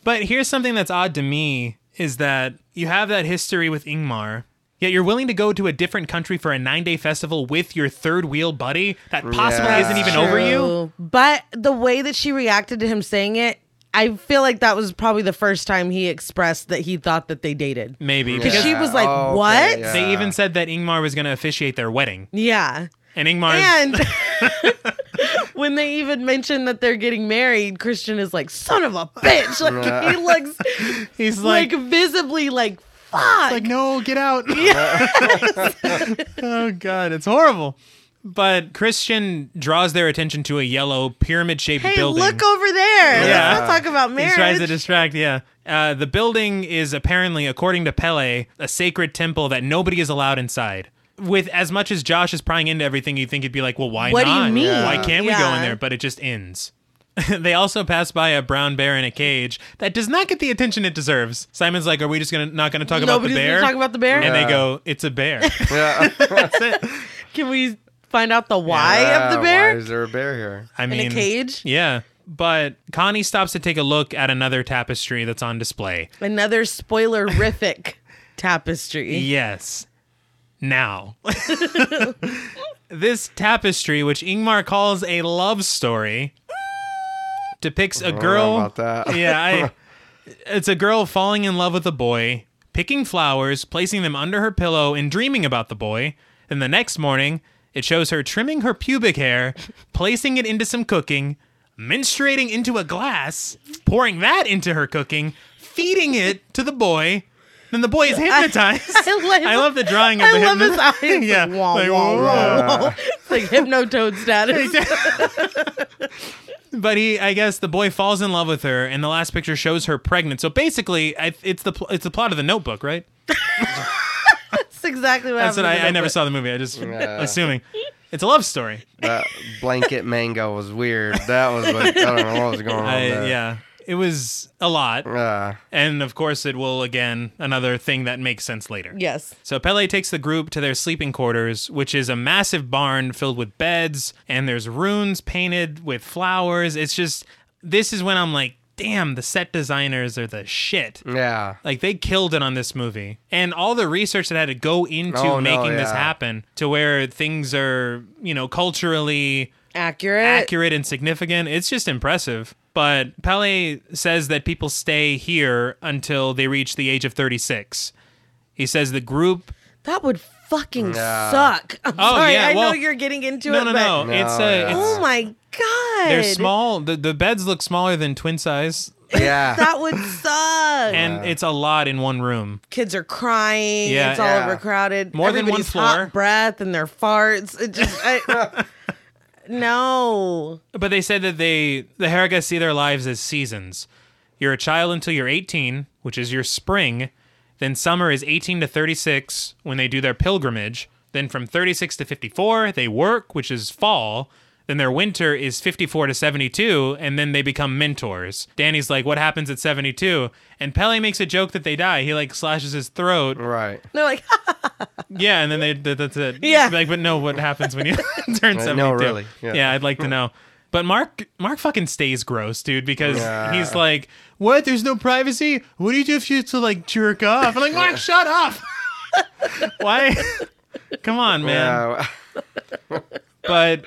[SPEAKER 1] But here's something that's odd to me is that you have that history with Ingmar, yet you're willing to go to a different country for a nine day festival with your third wheel buddy that possibly
[SPEAKER 3] Yeah.
[SPEAKER 1] isn't even
[SPEAKER 3] That's
[SPEAKER 1] over you.
[SPEAKER 2] True. But the way that she reacted to him saying it, I feel like that was probably the first time he expressed that he thought that they dated.
[SPEAKER 1] Maybe.
[SPEAKER 2] Because
[SPEAKER 1] Because
[SPEAKER 2] she
[SPEAKER 3] Yeah.
[SPEAKER 2] was like,
[SPEAKER 3] Oh, okay,
[SPEAKER 2] "What?"
[SPEAKER 3] yeah.
[SPEAKER 1] they even said that Ingmar was going to officiate their wedding.
[SPEAKER 2] Yeah.
[SPEAKER 1] And Ingmar's.
[SPEAKER 2] And when they even mention that they're getting married, Christian is like, son of a bitch. Like he looks
[SPEAKER 1] He's
[SPEAKER 2] like,
[SPEAKER 1] like,
[SPEAKER 2] visibly like fuck.
[SPEAKER 1] like no, get out. oh god, it's horrible. But Christian draws their attention to a yellow pyramid-shaped
[SPEAKER 2] hey,
[SPEAKER 1] building.
[SPEAKER 2] look over there.
[SPEAKER 1] Yeah.
[SPEAKER 2] Let's not talk about
[SPEAKER 1] He
[SPEAKER 2] marriage.
[SPEAKER 1] tries to distract, yeah. Uh, the building is apparently, according to Pele, a sacred temple that nobody is allowed inside. With as much as Josh is prying into everything, you'd think he'd be like, well, why
[SPEAKER 2] What do you
[SPEAKER 1] not?
[SPEAKER 2] mean?
[SPEAKER 1] Why can't we go
[SPEAKER 2] Yeah.
[SPEAKER 1] in there? But it just ends. they also pass by a brown bear in a cage that does not get the attention it deserves. Simon's like, are we just gonna not going to talk about
[SPEAKER 2] Nobody's
[SPEAKER 1] the bear?
[SPEAKER 2] gonna talk about the bear.
[SPEAKER 1] and
[SPEAKER 3] Yeah.
[SPEAKER 1] they go, it's a bear.
[SPEAKER 3] Yeah.
[SPEAKER 1] That's it.
[SPEAKER 2] Can we find out the why of
[SPEAKER 3] Uh,
[SPEAKER 2] the bear?
[SPEAKER 3] Why is there a bear here?
[SPEAKER 1] I mean,
[SPEAKER 2] in a cage?
[SPEAKER 1] Yeah. But Connie stops to take a look at another tapestry that's on display.
[SPEAKER 2] Another spoilerific tapestry.
[SPEAKER 1] Yes. Now. this tapestry, which Ingmar calls a love story, depicts a
[SPEAKER 3] I don't know
[SPEAKER 1] girl.
[SPEAKER 3] about that.
[SPEAKER 1] Yeah, I, it's a girl falling in love with a boy, picking flowers, placing them under her pillow, and dreaming about the boy. Then the next morning, it shows her trimming her pubic hair, placing it into some cooking, menstruating into a glass, pouring that into her cooking, feeding it to the boy. Then the boy is hypnotized.
[SPEAKER 2] I love-
[SPEAKER 1] I love the drawing of
[SPEAKER 2] I
[SPEAKER 1] the
[SPEAKER 2] love
[SPEAKER 1] hypno-
[SPEAKER 2] his eyes.
[SPEAKER 1] yeah. Uh.
[SPEAKER 2] Wah,
[SPEAKER 1] like,
[SPEAKER 2] wah,
[SPEAKER 1] whoa.
[SPEAKER 2] wah, wah. It's like hypnotoad status.
[SPEAKER 1] But he, I guess, the boy falls in love with her, and the last picture shows her pregnant. So basically, I, it's the pl- it's the plot of the Notebook, right?
[SPEAKER 2] That's exactly what
[SPEAKER 1] That's what
[SPEAKER 2] happened. to
[SPEAKER 1] I, I
[SPEAKER 2] the
[SPEAKER 1] never
[SPEAKER 2] book.
[SPEAKER 1] saw the movie. I just
[SPEAKER 3] Yeah.
[SPEAKER 1] assuming it's a love story.
[SPEAKER 3] That blanket mango was weird. That was like I don't know what was going on.
[SPEAKER 1] I,
[SPEAKER 3] there.
[SPEAKER 1] yeah, it was a lot,
[SPEAKER 3] Uh,
[SPEAKER 1] and of course, it will again another thing that makes sense later.
[SPEAKER 2] Yes.
[SPEAKER 1] So Pele takes the group to their sleeping quarters, which is a massive barn filled with beds, and there's runes painted with flowers. It's just this is when I'm like, damn, the set designers are the shit.
[SPEAKER 3] yeah.
[SPEAKER 1] Like they killed it on this movie, and all the research that had to go into
[SPEAKER 3] Oh, no,
[SPEAKER 1] making this
[SPEAKER 3] yeah.
[SPEAKER 1] happen to where things are, you know, culturally
[SPEAKER 2] Accurate.
[SPEAKER 1] accurate and significant. It's just impressive. But Pele says that people stay here until they reach the age of 36. He says the group.
[SPEAKER 2] That would fucking
[SPEAKER 3] Yeah.
[SPEAKER 2] suck. I'm
[SPEAKER 1] Oh,
[SPEAKER 2] sorry.
[SPEAKER 1] yeah,
[SPEAKER 2] I
[SPEAKER 1] well-
[SPEAKER 2] know you're getting into
[SPEAKER 1] No,
[SPEAKER 2] it,
[SPEAKER 1] no,
[SPEAKER 2] but
[SPEAKER 1] no.
[SPEAKER 3] No,
[SPEAKER 1] it's uh,
[SPEAKER 3] yeah.
[SPEAKER 1] it's,
[SPEAKER 2] oh my god,
[SPEAKER 1] they're small. The the beds look smaller than twin size,
[SPEAKER 3] Yeah.
[SPEAKER 2] That would suck.
[SPEAKER 1] and it's a lot in one room.
[SPEAKER 2] Kids are crying.
[SPEAKER 1] Yeah.
[SPEAKER 2] it's all
[SPEAKER 3] Yeah.
[SPEAKER 2] overcrowded.
[SPEAKER 1] More than one
[SPEAKER 2] Everybody's
[SPEAKER 1] floor.
[SPEAKER 2] Hot breath and their farts. It just. I, no.
[SPEAKER 1] But they said that they the Haraga see their lives as seasons. You're a child until you're 18, which is your spring. Then summer is 18 to 36 when they do their pilgrimage. Then from 36 to 54 they work, which is fall. Then their winter is 54 to 72, and then they become mentors. Danny's like, "What happens at 72?" And Pele makes a joke that they die. He like slashes his throat.
[SPEAKER 3] Right.
[SPEAKER 2] They're like,
[SPEAKER 1] Yeah, and then they that, that's it.
[SPEAKER 2] Yeah.
[SPEAKER 1] Like, but no, what happens when you turn
[SPEAKER 3] Uh,
[SPEAKER 1] seventy-two?
[SPEAKER 3] no, really.
[SPEAKER 1] Yeah.
[SPEAKER 3] Yeah.
[SPEAKER 1] I'd like to know. But Mark, Mark fucking stays gross, dude, because
[SPEAKER 3] Yeah.
[SPEAKER 1] he's like, "What? There's no privacy. What do you do if you have to like jerk off?" I'm like, "Mark, shut up." Why? Come on, man.
[SPEAKER 3] Yeah.
[SPEAKER 1] But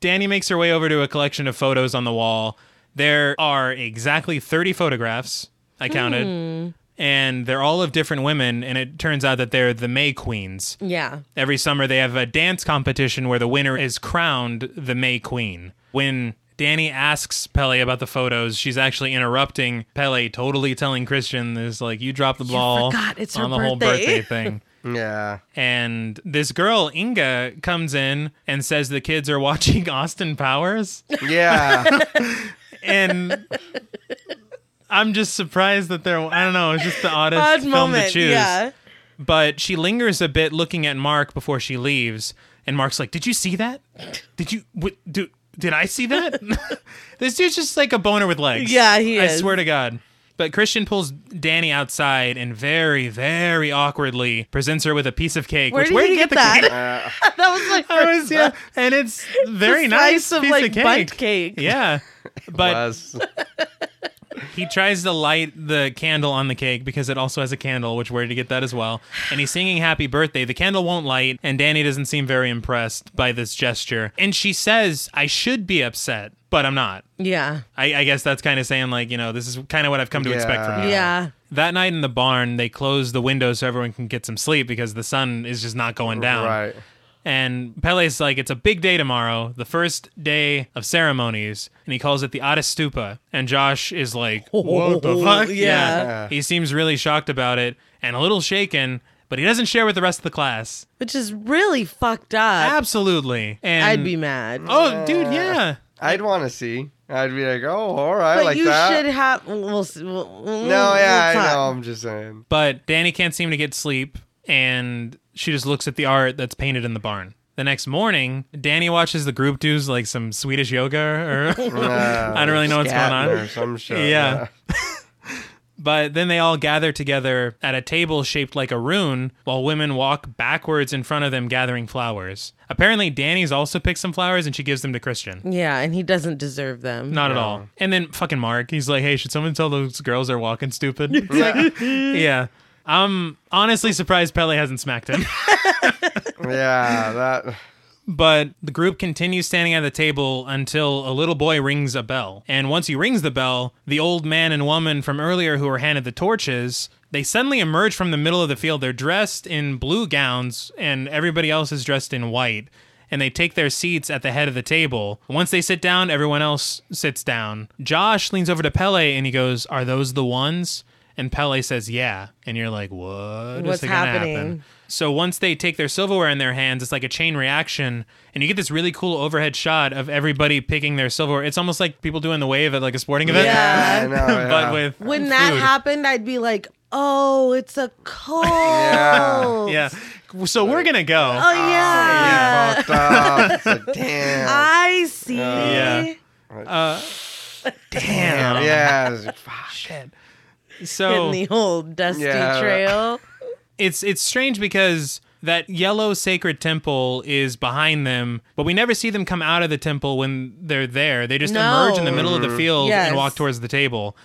[SPEAKER 1] Danny makes her way over to a collection of photos on the wall. There are exactly 30 photographs, I counted. And they're all of different women, and it turns out that they're the May Queens.
[SPEAKER 2] yeah.
[SPEAKER 1] Every summer they have a dance competition where the winner is crowned the May Queen. When Danny asks Pele about the photos, she's actually interrupting Pele, totally telling Christian this like you dropped the ball
[SPEAKER 2] forgot it's her
[SPEAKER 1] on the whole
[SPEAKER 2] birthday."
[SPEAKER 1] birthday thing.
[SPEAKER 3] Yeah.
[SPEAKER 1] And this girl, Inga, comes in and says the kids are watching Austin Powers.
[SPEAKER 3] Yeah.
[SPEAKER 1] And I'm just surprised that they're, I don't know, it's just the oddest
[SPEAKER 2] Odd
[SPEAKER 1] film
[SPEAKER 2] moment.
[SPEAKER 1] to choose.
[SPEAKER 2] Yeah.
[SPEAKER 1] But she lingers a bit looking at Mark before she leaves. And Mark's like, Did you see that? Did you, what, do, did I see that? this dude's just like a boner with legs.
[SPEAKER 2] Yeah, he
[SPEAKER 1] I
[SPEAKER 2] is.
[SPEAKER 1] swear to God. But Christian pulls Danny outside and very, very awkwardly presents her with a piece of cake.
[SPEAKER 2] Where
[SPEAKER 1] which,
[SPEAKER 2] did
[SPEAKER 1] where
[SPEAKER 2] you
[SPEAKER 1] do you
[SPEAKER 2] get
[SPEAKER 1] get, the cake?
[SPEAKER 2] that?
[SPEAKER 3] Uh,
[SPEAKER 2] that was like
[SPEAKER 1] I was, yeah, and it's very
[SPEAKER 2] a
[SPEAKER 1] nice
[SPEAKER 2] slice of
[SPEAKER 1] piece
[SPEAKER 2] like
[SPEAKER 1] of cake.
[SPEAKER 2] bundt cake.
[SPEAKER 1] Yeah, but
[SPEAKER 3] was.
[SPEAKER 1] he tries to light the candle on the cake because it also has a candle, which where to get that as well. And he's singing "Happy Birthday." The candle won't light, and Danny doesn't seem very impressed by this gesture. And she says, "I should be upset, but I'm not."
[SPEAKER 2] Yeah.
[SPEAKER 1] I, I guess that's kind of saying like you know this is kind of what I've come to expect from you.
[SPEAKER 3] Yeah.
[SPEAKER 2] Yeah.
[SPEAKER 1] That night in the barn, they close the window so everyone can get some sleep because the sun is just not going down.
[SPEAKER 3] Right.
[SPEAKER 1] And Pele's like, it's a big day tomorrow, the first day of ceremonies, and he calls it the Addis Stupa. And Josh is like, what the fuck?
[SPEAKER 2] yeah.
[SPEAKER 1] He seems really shocked about it and a little shaken, but he doesn't share with the rest of the class.
[SPEAKER 2] which is really fucked up.
[SPEAKER 1] Absolutely. And
[SPEAKER 2] I'd be mad.
[SPEAKER 1] Oh, dude, yeah.
[SPEAKER 3] I'd want to see. I'd be like, oh, all right,
[SPEAKER 2] but
[SPEAKER 3] like
[SPEAKER 2] you
[SPEAKER 3] that.
[SPEAKER 2] should have. We'll, see- we'll, we'll,
[SPEAKER 3] no, yeah,
[SPEAKER 2] we'll
[SPEAKER 3] I
[SPEAKER 2] talk.
[SPEAKER 3] know. I'm just saying.
[SPEAKER 1] But Danny can't seem to get sleep, and she just looks at the art that's painted in the barn. The next morning, Danny watches the group do like some Swedish yoga, or
[SPEAKER 3] Uh,
[SPEAKER 1] I don't really know what's going on.
[SPEAKER 3] Scatner Or some shit.
[SPEAKER 1] Yeah. but then they all gather together at a table shaped like a rune, while women walk backwards in front of them, gathering flowers. Apparently, Danny's also picked some flowers, and she gives them to Christian.
[SPEAKER 2] Yeah, and he doesn't deserve them.
[SPEAKER 1] Not at all. And then fucking Mark, he's like, "Hey, should someone tell those girls they're walking stupid?" It's like, yeah. I'm honestly surprised Pele hasn't smacked him.
[SPEAKER 3] Yeah, yeah that.
[SPEAKER 1] But the group continues standing at the table until a little boy rings a bell. And once he rings the bell, the old man and woman from earlier who were handed the torches, they suddenly emerge from the middle of the field. They're dressed in blue gowns and everybody else is dressed in white. And they take their seats at the head of the table. Once they sit down, everyone else sits down. Josh leans over to Pele and he goes, Are those the ones? And Pele says, Yeah. And you're like, "What is
[SPEAKER 2] What's
[SPEAKER 1] gonna happen?"
[SPEAKER 2] happening?
[SPEAKER 1] So once they take their silverware in their hands, it's like a chain reaction, and you get this really cool overhead shot of everybody picking their silverware. It's almost like people doing the wave at like a sporting event,
[SPEAKER 2] Yeah.
[SPEAKER 3] I know. Yeah.
[SPEAKER 1] but with
[SPEAKER 2] When that
[SPEAKER 1] food.
[SPEAKER 2] happened, I'd be like, "Oh, it's a cold."
[SPEAKER 3] Yeah.
[SPEAKER 1] yeah. So we're gonna go.
[SPEAKER 2] Oh yeah.
[SPEAKER 3] Fucked up. It's like, damn.
[SPEAKER 2] I see.
[SPEAKER 1] Yeah.
[SPEAKER 2] Ah.
[SPEAKER 1] Damn.
[SPEAKER 3] yeah. it's like, fuck.
[SPEAKER 1] Shit.
[SPEAKER 2] In
[SPEAKER 1] So
[SPEAKER 2] the old dusty
[SPEAKER 3] Yeah.
[SPEAKER 2] trail.
[SPEAKER 1] it's it's strange because that yellow sacred temple is behind them, but we never see them come out of the temple when they're there. They just
[SPEAKER 2] No.
[SPEAKER 1] emerge in the middle of the field
[SPEAKER 2] Yes.
[SPEAKER 1] and walk towards the table.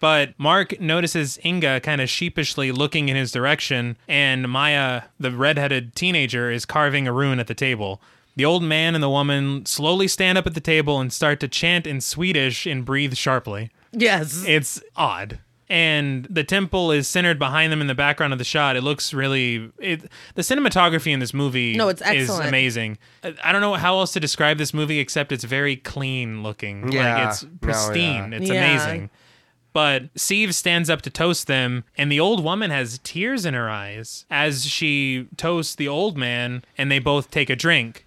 [SPEAKER 1] But Mark notices Inga kind of sheepishly looking in his direction, and Maya, the redheaded teenager, is carving a rune at the table. The old man and the woman slowly stand up at the table and start to chant in Swedish and breathe sharply.
[SPEAKER 2] Yes.
[SPEAKER 1] It's odd. And the temple is centered behind them in the background of the shot. It looks really. It, the cinematography in this movie
[SPEAKER 2] No, it's
[SPEAKER 1] is
[SPEAKER 2] excellent.
[SPEAKER 1] amazing. I I don't know how else to describe this movie except it's very clean looking.
[SPEAKER 3] Yeah.
[SPEAKER 1] Like it's
[SPEAKER 3] No, yeah.
[SPEAKER 1] pristine. It's
[SPEAKER 2] Yeah.
[SPEAKER 1] amazing. But Steve stands up to toast them, and the old woman has tears in her eyes as she toasts the old man, and they both take a drink.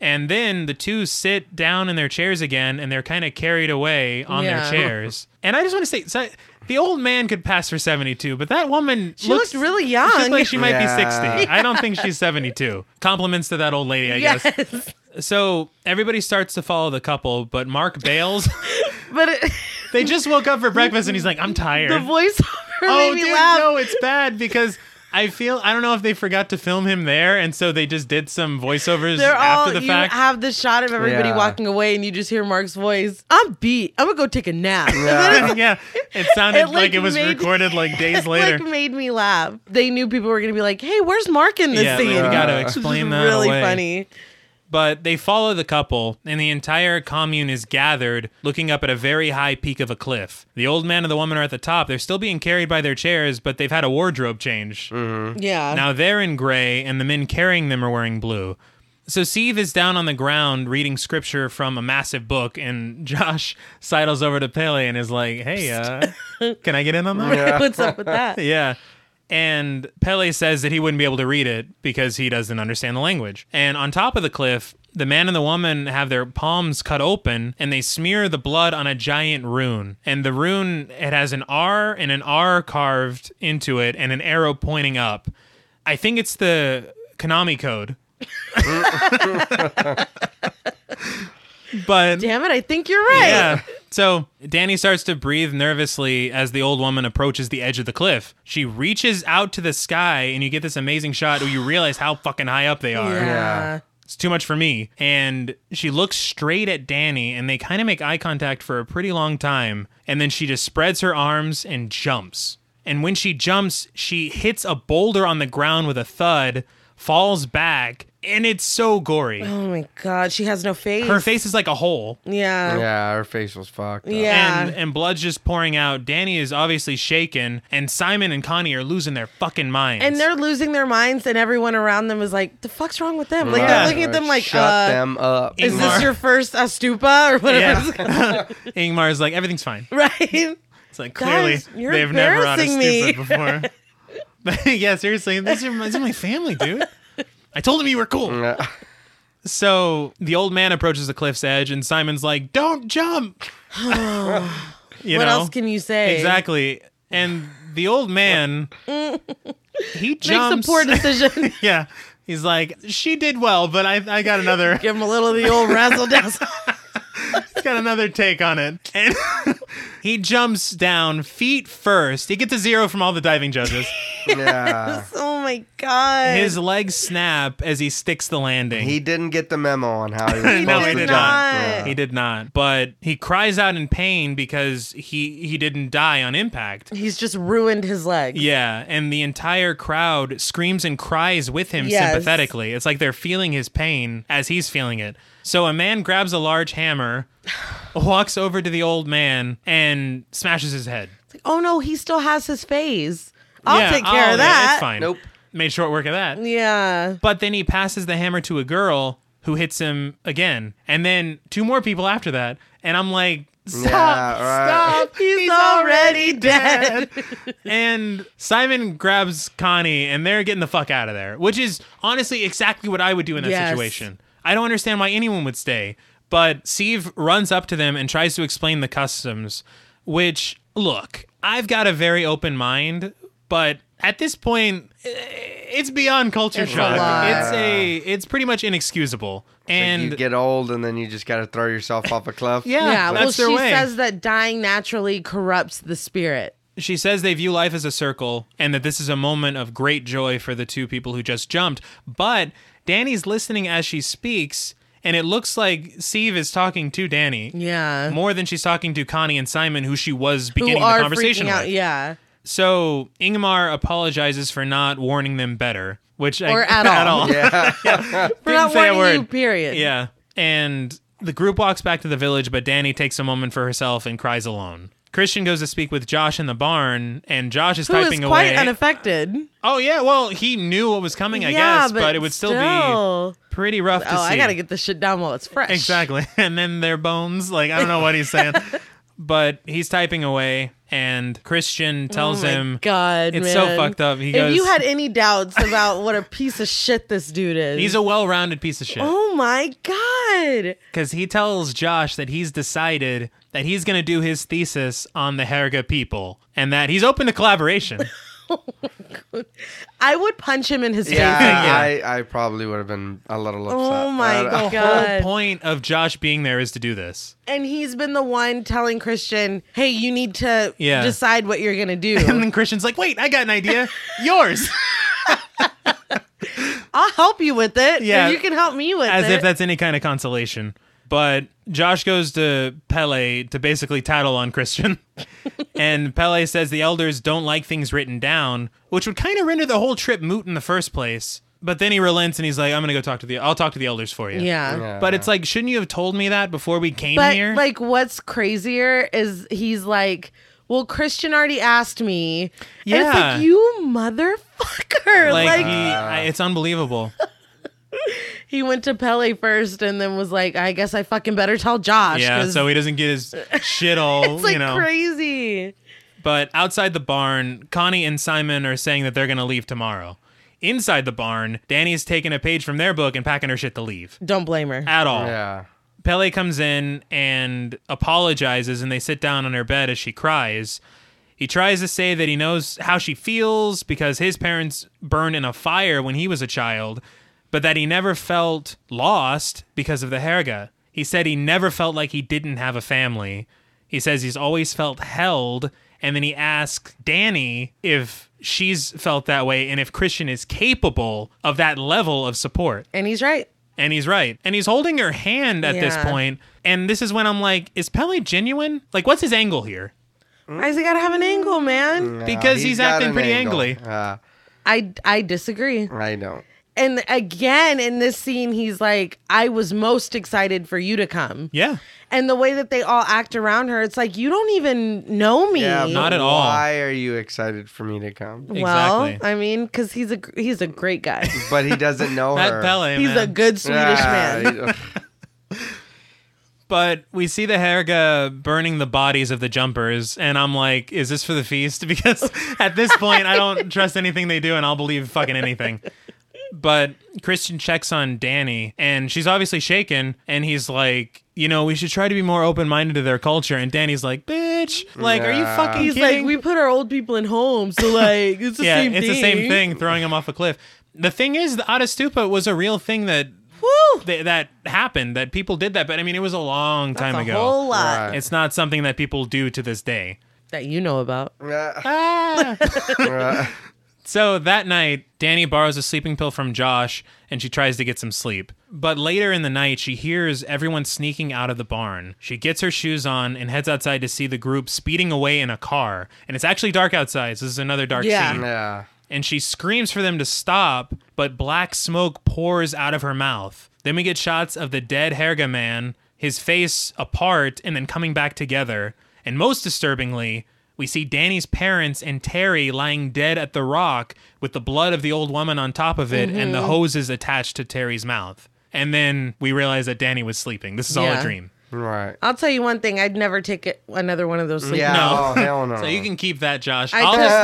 [SPEAKER 1] And then the two sit down in their chairs again, and they're kind of carried away on
[SPEAKER 2] Yeah.
[SPEAKER 1] their chairs. And I just want to say, so the old man could pass for seventy-two, but that woman
[SPEAKER 2] She
[SPEAKER 1] looks
[SPEAKER 2] looked really
[SPEAKER 1] She
[SPEAKER 2] young.
[SPEAKER 1] looked like she might
[SPEAKER 3] Yeah.
[SPEAKER 1] be sixty. I don't think she's seventy-two. Compliments to that old lady, I
[SPEAKER 2] yes.
[SPEAKER 1] guess. So everybody starts to follow the couple, but Mark bails.
[SPEAKER 2] But it,
[SPEAKER 1] they just woke up for breakfast, and he's like, "I'm tired."
[SPEAKER 2] the voiceover
[SPEAKER 1] oh,
[SPEAKER 2] made me
[SPEAKER 1] dude,
[SPEAKER 2] laugh.
[SPEAKER 1] no, it's bad because. I feel I don't know if they forgot to film him there, and so they just did some voiceovers
[SPEAKER 2] They're
[SPEAKER 1] after
[SPEAKER 2] all
[SPEAKER 1] the
[SPEAKER 2] you
[SPEAKER 1] fact.
[SPEAKER 2] have the shot of everybody
[SPEAKER 3] Yeah.
[SPEAKER 2] walking away, and you just hear Mark's voice. I'm beat. I'm gonna go take a nap.
[SPEAKER 3] Yeah.
[SPEAKER 1] yeah, it sounded
[SPEAKER 2] It,
[SPEAKER 1] like,
[SPEAKER 2] like,
[SPEAKER 1] it was
[SPEAKER 2] made-
[SPEAKER 1] recorded like days later.
[SPEAKER 2] like made me laugh. They knew people were gonna be like, "Hey, where's Mark in this
[SPEAKER 1] yeah,
[SPEAKER 2] scene?"
[SPEAKER 1] we gotta
[SPEAKER 3] Yeah.
[SPEAKER 1] explain that
[SPEAKER 2] really
[SPEAKER 1] away.
[SPEAKER 2] funny.
[SPEAKER 1] But they follow the couple, and the entire commune is gathered, looking up at a very high peak of a cliff. The old man and the woman are at the top. They're still being carried by their chairs, but they've had a wardrobe change.
[SPEAKER 2] Mm. Yeah.
[SPEAKER 1] Mm-hmm. Now they're in gray, and the men carrying them are wearing blue. So Steve is down on the ground reading scripture from a massive book, and Josh sidles over to Pele and is like, "Hey, uh, can I get in on that?"
[SPEAKER 2] What's up with that?
[SPEAKER 1] yeah. And Pele says that he wouldn't be able to read it because he doesn't understand the language. And on top of the cliff, the man and the woman have their palms cut open and they smear the blood on a giant rune. And the rune, it has an R and an R carved into it and an arrow pointing up. I think it's the Konami code. but
[SPEAKER 2] Damn it! I think you're right.
[SPEAKER 1] yeah. So Danny starts to breathe nervously as the old woman approaches the edge of the cliff. She reaches out to the sky, and you get this amazing shot where you realize how fucking high up they are.
[SPEAKER 2] Yeah.
[SPEAKER 1] It's too much for me. And she looks straight at Danny, and they kind of make eye contact for a pretty long time. And then she just spreads her arms and jumps. And when she jumps, she hits a boulder on the ground with a thud, falls back, and it's so gory.
[SPEAKER 2] Oh my god, she has no face.
[SPEAKER 1] Her face is like a hole.
[SPEAKER 2] Yeah.
[SPEAKER 3] Yeah, her face was fucked. up.
[SPEAKER 2] Yeah.
[SPEAKER 1] And, and blood's just pouring out. Danny is obviously shaken, and Simon and Connie are losing their fucking minds.
[SPEAKER 2] And they're losing their minds, and everyone around them is like, "The fuck's wrong with them?" Like
[SPEAKER 3] Right.
[SPEAKER 2] they're looking at them like,
[SPEAKER 3] shut
[SPEAKER 2] uh,
[SPEAKER 3] them up.
[SPEAKER 1] Is
[SPEAKER 2] "Is
[SPEAKER 1] Ingmar.
[SPEAKER 2] this your first astupa or whatever?" it's called?
[SPEAKER 1] yeah. Ingmar's like, everything's fine.
[SPEAKER 2] Right?
[SPEAKER 1] It's like clearly
[SPEAKER 2] Guys, you're
[SPEAKER 1] they've never had a
[SPEAKER 2] embarrassing
[SPEAKER 1] stupid
[SPEAKER 2] me.
[SPEAKER 1] before. But yeah, seriously, this is, this is my family, dude. I told him you were cool.
[SPEAKER 3] Yeah.
[SPEAKER 1] So the old man approaches the cliff's edge, and Simon's like, "Don't jump." you
[SPEAKER 2] What
[SPEAKER 1] know
[SPEAKER 2] else can you say?
[SPEAKER 1] exactly. And the old man, he
[SPEAKER 2] Makes a
[SPEAKER 1] jumps.
[SPEAKER 2] poor decision.
[SPEAKER 1] yeah, he's like, "She did well, but I, I got another,
[SPEAKER 2] Give him a little of the old razzle dazzle.
[SPEAKER 1] got another take on it." And he jumps down feet first. He gets a zero from all the diving judges.
[SPEAKER 3] yeah.
[SPEAKER 2] oh my god.
[SPEAKER 1] His legs snap as he sticks the landing.
[SPEAKER 3] He didn't get the memo on how he was
[SPEAKER 1] He
[SPEAKER 3] supposed
[SPEAKER 1] did
[SPEAKER 3] to
[SPEAKER 1] not.
[SPEAKER 3] jump. Yeah.
[SPEAKER 1] He did not, but he cries out in pain because he he didn't die on impact.
[SPEAKER 2] He's just ruined his leg.
[SPEAKER 1] Yeah, and the entire crowd screams and cries with him
[SPEAKER 2] Yes.
[SPEAKER 1] sympathetically. It's like they're feeling his pain as he's feeling it. So a man grabs a large hammer, walks over to the old man, and smashes his head.
[SPEAKER 2] Oh no, he still has his phase. I'll
[SPEAKER 1] Yeah,
[SPEAKER 2] take care
[SPEAKER 1] oh,
[SPEAKER 2] of
[SPEAKER 1] yeah,
[SPEAKER 2] that.
[SPEAKER 1] It's fine.
[SPEAKER 3] Nope.
[SPEAKER 1] Made short work of that.
[SPEAKER 2] Yeah.
[SPEAKER 1] But then he passes the hammer to a girl who hits him again, and then two more people after that. And I'm like, stop,
[SPEAKER 3] right.
[SPEAKER 1] stop.
[SPEAKER 2] He's, already dead.
[SPEAKER 1] and Simon grabs Connie, and they're getting the fuck out of there, which is honestly exactly what I would do in that
[SPEAKER 2] Yes.
[SPEAKER 1] situation. I don't understand why anyone would stay. But Steve runs up to them and tries to explain the customs, which, look, I've got a very open mind, but at this point, eh, it's beyond culture
[SPEAKER 2] It's a
[SPEAKER 1] shock.
[SPEAKER 2] lot.
[SPEAKER 1] It's a, it's pretty much inexcusable.
[SPEAKER 3] you
[SPEAKER 1] And
[SPEAKER 3] get old and then you just got to throw yourself off a cliff.
[SPEAKER 1] yeah,
[SPEAKER 2] Yeah, well,
[SPEAKER 1] that's
[SPEAKER 2] she
[SPEAKER 1] their way.
[SPEAKER 2] says that dying naturally corrupts the spirit.
[SPEAKER 1] She says they view life as a circle and that this is a moment of great joy for the two people who just jumped. But Danny's listening as she speaks, and it looks like Steve is talking to Danny
[SPEAKER 2] Yeah.
[SPEAKER 1] more than she's talking to Connie and Simon, who she was beginning
[SPEAKER 2] Who are
[SPEAKER 1] the conversation
[SPEAKER 2] freaking out?
[SPEAKER 1] with.
[SPEAKER 2] Yeah.
[SPEAKER 1] So Ingmar apologizes for not warning them better, which I,
[SPEAKER 2] Or at all.
[SPEAKER 3] Yeah.
[SPEAKER 2] We're
[SPEAKER 1] Didn't
[SPEAKER 2] not
[SPEAKER 1] say a
[SPEAKER 2] warning you,
[SPEAKER 1] word.
[SPEAKER 2] period.
[SPEAKER 1] Yeah. And the group walks back to the village, but Danny takes a moment for herself and cries alone. Christian goes to speak with Josh in the barn, and Josh is
[SPEAKER 2] Who is
[SPEAKER 1] typing
[SPEAKER 2] quite
[SPEAKER 1] away.
[SPEAKER 2] unaffected.
[SPEAKER 1] oh yeah, well he knew what was coming, I
[SPEAKER 2] yeah,
[SPEAKER 1] guess, but,
[SPEAKER 2] but,
[SPEAKER 1] it would still,
[SPEAKER 2] still.
[SPEAKER 1] be pretty rough to
[SPEAKER 2] Oh,
[SPEAKER 1] see.
[SPEAKER 2] I gotta get this shit down while it's fresh.
[SPEAKER 1] exactly. And then their bones, like I don't know what he's saying, but he's typing away, and Christian tells
[SPEAKER 2] Oh my
[SPEAKER 1] him,
[SPEAKER 2] God,
[SPEAKER 1] it's so
[SPEAKER 2] man.
[SPEAKER 1] fucked up. He
[SPEAKER 2] if
[SPEAKER 1] goes-
[SPEAKER 2] you had any doubts about what a piece of shit this dude is,
[SPEAKER 1] "He's a well-rounded piece of shit."
[SPEAKER 2] oh my god,
[SPEAKER 1] because he tells Josh that he's decided that he's going to do his thesis on the Herga people and that he's open to collaboration.
[SPEAKER 2] I would punch him in his face.
[SPEAKER 1] Yeah.
[SPEAKER 3] Yeah, I, I probably would have been a little upset.
[SPEAKER 2] Oh my
[SPEAKER 3] I-
[SPEAKER 1] the
[SPEAKER 2] God.
[SPEAKER 1] Uh, whole point of Josh being there is to do this.
[SPEAKER 2] And he's been the one telling Christian, "Hey, you need to
[SPEAKER 1] Yeah.
[SPEAKER 2] decide what you're gonna do.
[SPEAKER 1] And then Christian's like, wait, I got an idea. Yours.
[SPEAKER 2] I'll help you with it.
[SPEAKER 1] Yeah.
[SPEAKER 2] Yeah, you can help me with
[SPEAKER 1] As
[SPEAKER 2] it."
[SPEAKER 1] if that's any kind of consolation. But Josh goes to Pele to basically tattle on Christian. and Pele says the elders don't like things written down, which would kind of render the whole trip moot in the first place. But then he relents and he's like, I'm going to go talk to the, I'll talk to the elders for you.
[SPEAKER 2] yeah.
[SPEAKER 3] Yeah.
[SPEAKER 1] But it's like, shouldn't you have told me that before we came
[SPEAKER 2] But
[SPEAKER 1] here?
[SPEAKER 2] like, what's crazier is he's like, "Well, Christian already asked me." And it's
[SPEAKER 1] Yeah.
[SPEAKER 2] like you motherfucker.
[SPEAKER 1] Like,
[SPEAKER 2] Like,
[SPEAKER 1] he, I, it's unbelievable.
[SPEAKER 2] he went to Pele first, and then was like, "I guess I fucking better tell Josh."
[SPEAKER 1] yeah,
[SPEAKER 2] 'cause
[SPEAKER 1] so he doesn't get his shit all,
[SPEAKER 2] it's like
[SPEAKER 1] you know.
[SPEAKER 2] crazy.
[SPEAKER 1] But outside the barn, Connie and Simon are saying that they're going to leave tomorrow. Inside the barn, Danny's taking a page from their book and packing her shit to leave.
[SPEAKER 2] Don't blame her.
[SPEAKER 1] At all.
[SPEAKER 3] Yeah.
[SPEAKER 1] Pele comes in and apologizes, and they sit down on her bed as she cries. He tries to say that he knows how she feels because his parents burned in a fire when he was a child, but that he never felt lost because of the Herga. He said he never felt like he didn't have a family. He says he's always felt held, and then he asks Danny if she's felt that way and if Christian is capable of that level of support.
[SPEAKER 2] And he's right.
[SPEAKER 1] And he's right. And he's holding her hand at this
[SPEAKER 2] Yeah.
[SPEAKER 1] point. And this is when I'm like, is Pele genuine? Like, what's his angle here? Mm.
[SPEAKER 2] Isaac gotta have an angle, man.
[SPEAKER 3] Yeah,
[SPEAKER 1] Because he's
[SPEAKER 3] Uh, got
[SPEAKER 1] acting
[SPEAKER 3] an
[SPEAKER 1] pretty
[SPEAKER 3] angle.
[SPEAKER 1] angly.
[SPEAKER 3] Yeah,
[SPEAKER 2] I I disagree.
[SPEAKER 3] I don't.
[SPEAKER 2] and again in this scene, he's like, I was most excited for you to come.
[SPEAKER 1] Yeah.
[SPEAKER 2] And the way that they all act around her, it's like, you don't even know me.
[SPEAKER 3] Yeah,
[SPEAKER 1] Not
[SPEAKER 3] but
[SPEAKER 1] at all.
[SPEAKER 3] Why are you excited for me to come?
[SPEAKER 2] well,
[SPEAKER 1] Exactly.
[SPEAKER 2] I mean, because he's a he's a great guy.
[SPEAKER 3] But he doesn't know her.
[SPEAKER 1] Matt Pele,
[SPEAKER 2] he's
[SPEAKER 1] man.
[SPEAKER 2] a good Swedish
[SPEAKER 3] Ah,
[SPEAKER 2] man.
[SPEAKER 3] he-
[SPEAKER 1] But we see the Herga burning the bodies of the jumpers, and I'm like, is this for the feast? Because at this point, I don't trust anything they do, and I'll believe fucking anything. But Christian checks on Danny, and she's obviously shaken, and he's like, you know, we should try to be more open minded to their culture. And Danny's like, bitch, like, are you
[SPEAKER 3] Nah.
[SPEAKER 1] fucking
[SPEAKER 2] He's
[SPEAKER 1] kidding?
[SPEAKER 2] like, we put our old people in homes, so like it's the
[SPEAKER 1] yeah,
[SPEAKER 2] same
[SPEAKER 1] it's
[SPEAKER 2] thing.
[SPEAKER 1] the same thing, throwing him off a cliff. The thing is, the Atastupa was a real thing that.
[SPEAKER 2] Woo!
[SPEAKER 1] That, that happened that people did that but i mean it was a long time
[SPEAKER 2] That's a
[SPEAKER 1] ago
[SPEAKER 2] whole lot
[SPEAKER 3] Right.
[SPEAKER 1] it's not something that people do to this day.
[SPEAKER 2] that you know about.
[SPEAKER 3] Ah, ah.
[SPEAKER 1] so that night, Danny borrows a sleeping pill from Josh and she tries to get some sleep. But later in the night, she hears everyone sneaking out of the barn. She gets her shoes on and heads outside to see the group speeding away in a car. And it's actually dark outside, so this is another dark
[SPEAKER 2] Yeah.
[SPEAKER 1] scene.
[SPEAKER 3] yeah.
[SPEAKER 1] and she screams for them to stop, but black smoke pours out of her mouth. Then we get shots of the dead Herga man, his face apart and then coming back together. And most disturbingly, we see Danny's parents and Terry lying dead at the rock with the blood of the old woman on top of it and the
[SPEAKER 2] Mm-hmm.
[SPEAKER 1] hoses attached to Terry's mouth. And then we realize that Danny was sleeping. This is all
[SPEAKER 2] Yeah.
[SPEAKER 1] a dream.
[SPEAKER 3] Right.
[SPEAKER 2] I'll tell you one thing: I'd never take it, another one of those. Sleep
[SPEAKER 3] Yeah.
[SPEAKER 1] No.
[SPEAKER 3] Oh, hell no.
[SPEAKER 1] So you can keep that, Josh.
[SPEAKER 2] I
[SPEAKER 1] I will
[SPEAKER 2] thought-
[SPEAKER 1] just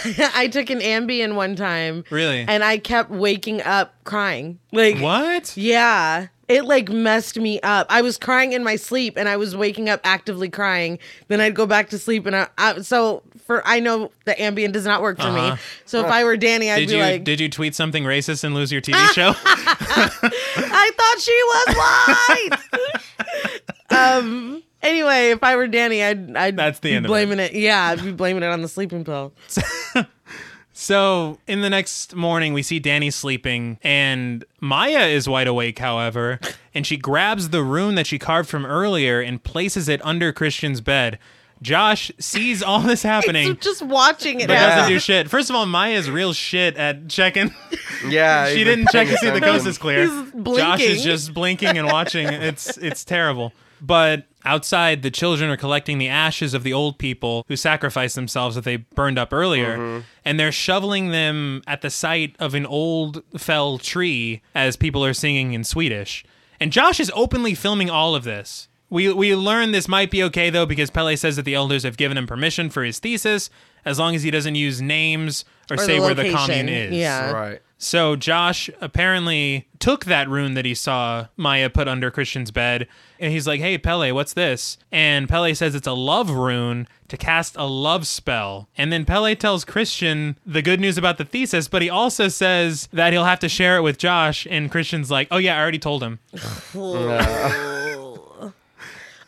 [SPEAKER 1] stay awake.
[SPEAKER 3] Yeah.
[SPEAKER 2] I took an Ambien one time.
[SPEAKER 1] Really?
[SPEAKER 2] And I kept waking up crying. Like
[SPEAKER 1] What?
[SPEAKER 2] Yeah. It like messed me up. I was crying in my sleep and I was waking up actively crying. Then I'd go back to sleep and I, I so for I know the Ambien does not work for
[SPEAKER 1] Uh-huh.
[SPEAKER 2] me. So if I were Danny, I'd
[SPEAKER 1] Did
[SPEAKER 2] be
[SPEAKER 1] you
[SPEAKER 2] like, Ah!
[SPEAKER 1] did you tweet something racist and lose your TV show?
[SPEAKER 2] I thought she was white. um. Anyway, if I were Danny, I'd I'd
[SPEAKER 1] That's the
[SPEAKER 2] be
[SPEAKER 1] end of it.
[SPEAKER 2] blaming it. Yeah, I'd be blaming it on the sleeping pill.
[SPEAKER 1] So in the next morning, we see Danny sleeping, and Maya is wide awake, however, and she grabs the rune that she carved from earlier and places it under Christian's bed. Josh sees all this
[SPEAKER 2] So
[SPEAKER 1] happening,
[SPEAKER 2] just watching it.
[SPEAKER 1] but
[SPEAKER 2] happen.
[SPEAKER 1] doesn't do shit. First of all, Maya's real shit at checking.
[SPEAKER 3] Yeah.
[SPEAKER 1] she
[SPEAKER 3] he
[SPEAKER 1] didn't
[SPEAKER 3] was
[SPEAKER 1] check to
[SPEAKER 3] paying
[SPEAKER 1] see the
[SPEAKER 3] attention.
[SPEAKER 1] coast is clear.
[SPEAKER 2] He's
[SPEAKER 1] Josh
[SPEAKER 2] blinking.
[SPEAKER 1] is just blinking and watching. It's it's terrible. But outside, the children are collecting the ashes of the old people who sacrificed themselves that they burned up earlier, and they're shoveling them at the site of an old fell tree as people are singing in Swedish. And Josh is openly filming all of this. We we learn this might be okay though because Pele says that the elders have given him permission for his thesis as long as he doesn't use names or,
[SPEAKER 2] Or
[SPEAKER 1] say where the
[SPEAKER 2] location.
[SPEAKER 1] commune is.
[SPEAKER 2] Yeah.
[SPEAKER 3] Right.
[SPEAKER 1] So Josh apparently took that rune that he saw Maya put under Christian's bed, and he's like, "Hey Pele, what's this?" And Pele says it's a love rune to cast a love spell. And then Pele tells Christian the good news about the thesis, but he also says that he'll have to share it with Josh. And Christian's like, "Oh yeah, I already told him."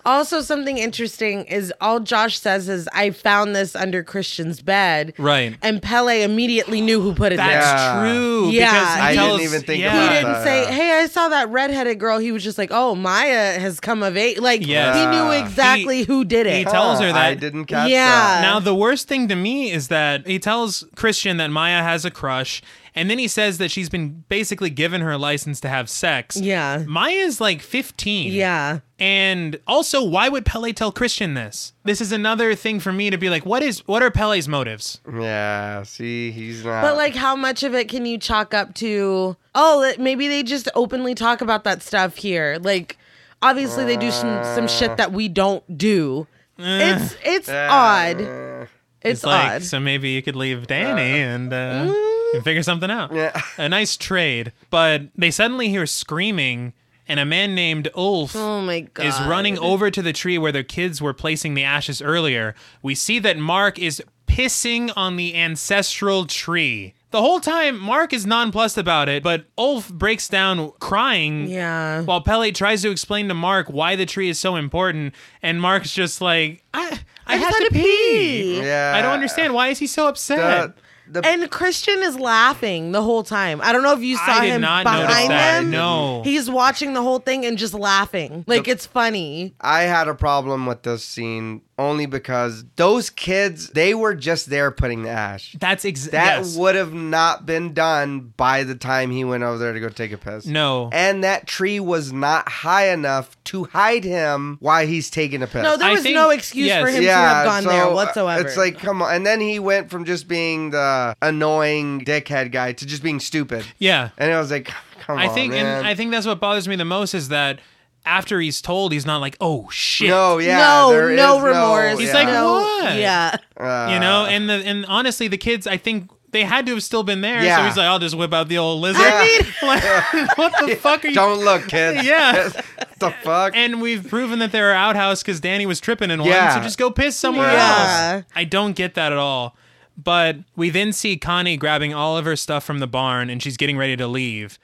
[SPEAKER 2] Also, something interesting is all Josh says is, I found this under Christian's bed.
[SPEAKER 1] Right.
[SPEAKER 2] And Pele immediately knew who put it
[SPEAKER 1] That's
[SPEAKER 2] there.
[SPEAKER 3] Yeah.
[SPEAKER 1] true.
[SPEAKER 2] Yeah.
[SPEAKER 1] because he
[SPEAKER 2] I
[SPEAKER 3] didn't
[SPEAKER 1] tells-
[SPEAKER 3] even think
[SPEAKER 1] yeah.
[SPEAKER 2] He
[SPEAKER 3] about
[SPEAKER 2] didn't
[SPEAKER 3] that,
[SPEAKER 2] say,
[SPEAKER 3] yeah.
[SPEAKER 2] Hey, I saw that redheaded girl. He was just like, Oh, Maya has come of age. Like,
[SPEAKER 1] Yes.
[SPEAKER 2] he knew exactly
[SPEAKER 1] He-
[SPEAKER 2] who did
[SPEAKER 1] he
[SPEAKER 2] it.
[SPEAKER 1] tell- Tells her
[SPEAKER 3] Oh,
[SPEAKER 1] that-
[SPEAKER 3] I didn't catch
[SPEAKER 2] Yeah.
[SPEAKER 3] that.
[SPEAKER 1] Now the worst thing to me is that he tells Christian that Maya has a crush, and then he says that she's been basically given her license to have sex.
[SPEAKER 2] Yeah.
[SPEAKER 1] Maya's like 15.
[SPEAKER 2] yeah.
[SPEAKER 1] And also, why would Pele tell Christian this? This is another thing for me to be like, what is what are Pele's motives?
[SPEAKER 3] Yeah. See, he's not.
[SPEAKER 2] But, like, how much of it can you chalk up to, Oh, that- maybe they just openly talk about that stuff here? Like, obviously, they do some, some shit that we don't do. It's it's odd.
[SPEAKER 3] Uh,
[SPEAKER 2] It's,
[SPEAKER 1] Eh. like,
[SPEAKER 2] odd.
[SPEAKER 1] so maybe you could leave Danny and, uh,
[SPEAKER 2] mm.
[SPEAKER 1] and figure something out.
[SPEAKER 3] Yeah.
[SPEAKER 1] A nice trade. But they suddenly hear screaming, and a man named Ulf
[SPEAKER 2] oh my god.
[SPEAKER 1] is running over to the tree where their kids were placing the ashes earlier. We see that Mark is pissing on the ancestral tree. The whole time, Mark is nonplussed about it, but Ulf breaks down crying.
[SPEAKER 2] Yeah.
[SPEAKER 1] While Pele tries to explain to Mark why the tree is so important, and Mark's just like, I, I, have to, pee.
[SPEAKER 3] Yeah.
[SPEAKER 1] I don't understand. Why is he so upset?
[SPEAKER 3] The, the,
[SPEAKER 2] And Christian is laughing the whole time. I don't know if you saw
[SPEAKER 1] I did
[SPEAKER 2] him
[SPEAKER 1] not
[SPEAKER 2] behind
[SPEAKER 1] notice that.
[SPEAKER 2] them.
[SPEAKER 1] No.
[SPEAKER 2] He's watching the whole thing and just laughing. Like it's funny.
[SPEAKER 3] I had a problem with this scene only because those kids they were just there putting the ash.
[SPEAKER 1] That's exactly
[SPEAKER 3] That would have not been done by the time he went over there to go take a piss.
[SPEAKER 1] no.
[SPEAKER 3] And that tree was not high enough to hide him while he's taking a piss. uh,
[SPEAKER 2] No, there
[SPEAKER 1] I
[SPEAKER 2] was
[SPEAKER 1] think-
[SPEAKER 2] no excuse
[SPEAKER 1] yes.
[SPEAKER 2] for him to have gone there whatsoever.
[SPEAKER 3] It's like, come on. And then he went from just being the annoying dickhead guy to just being stupid.
[SPEAKER 1] yeah.
[SPEAKER 3] And I was like, come
[SPEAKER 1] I
[SPEAKER 3] on,
[SPEAKER 1] think
[SPEAKER 3] man.
[SPEAKER 1] and I think that's what bothers me the most is that after he's told he's not like, "Oh shit."
[SPEAKER 3] no, yeah, there
[SPEAKER 2] no,
[SPEAKER 3] is
[SPEAKER 2] no remorse.
[SPEAKER 1] He's
[SPEAKER 3] yeah.
[SPEAKER 1] like,
[SPEAKER 2] no,
[SPEAKER 1] "What?"
[SPEAKER 2] Yeah.
[SPEAKER 3] Uh,
[SPEAKER 1] you know, and the and honestly the kids I think they had to have still been there, so
[SPEAKER 3] Yeah.
[SPEAKER 1] he's like, "I'll just whip out the old lizard."
[SPEAKER 3] I
[SPEAKER 1] Like, what the fuck are you
[SPEAKER 3] don't look, kid.
[SPEAKER 1] Yeah.
[SPEAKER 3] the fuck?
[SPEAKER 1] and we've proven that they're outhouse because Danny was tripping in one.
[SPEAKER 3] Yeah.
[SPEAKER 1] So just go piss somewhere
[SPEAKER 2] Yeah.
[SPEAKER 1] else. I don't get that at all. But we then see Connie grabbing all of her stuff from the barn and she's getting ready to leave.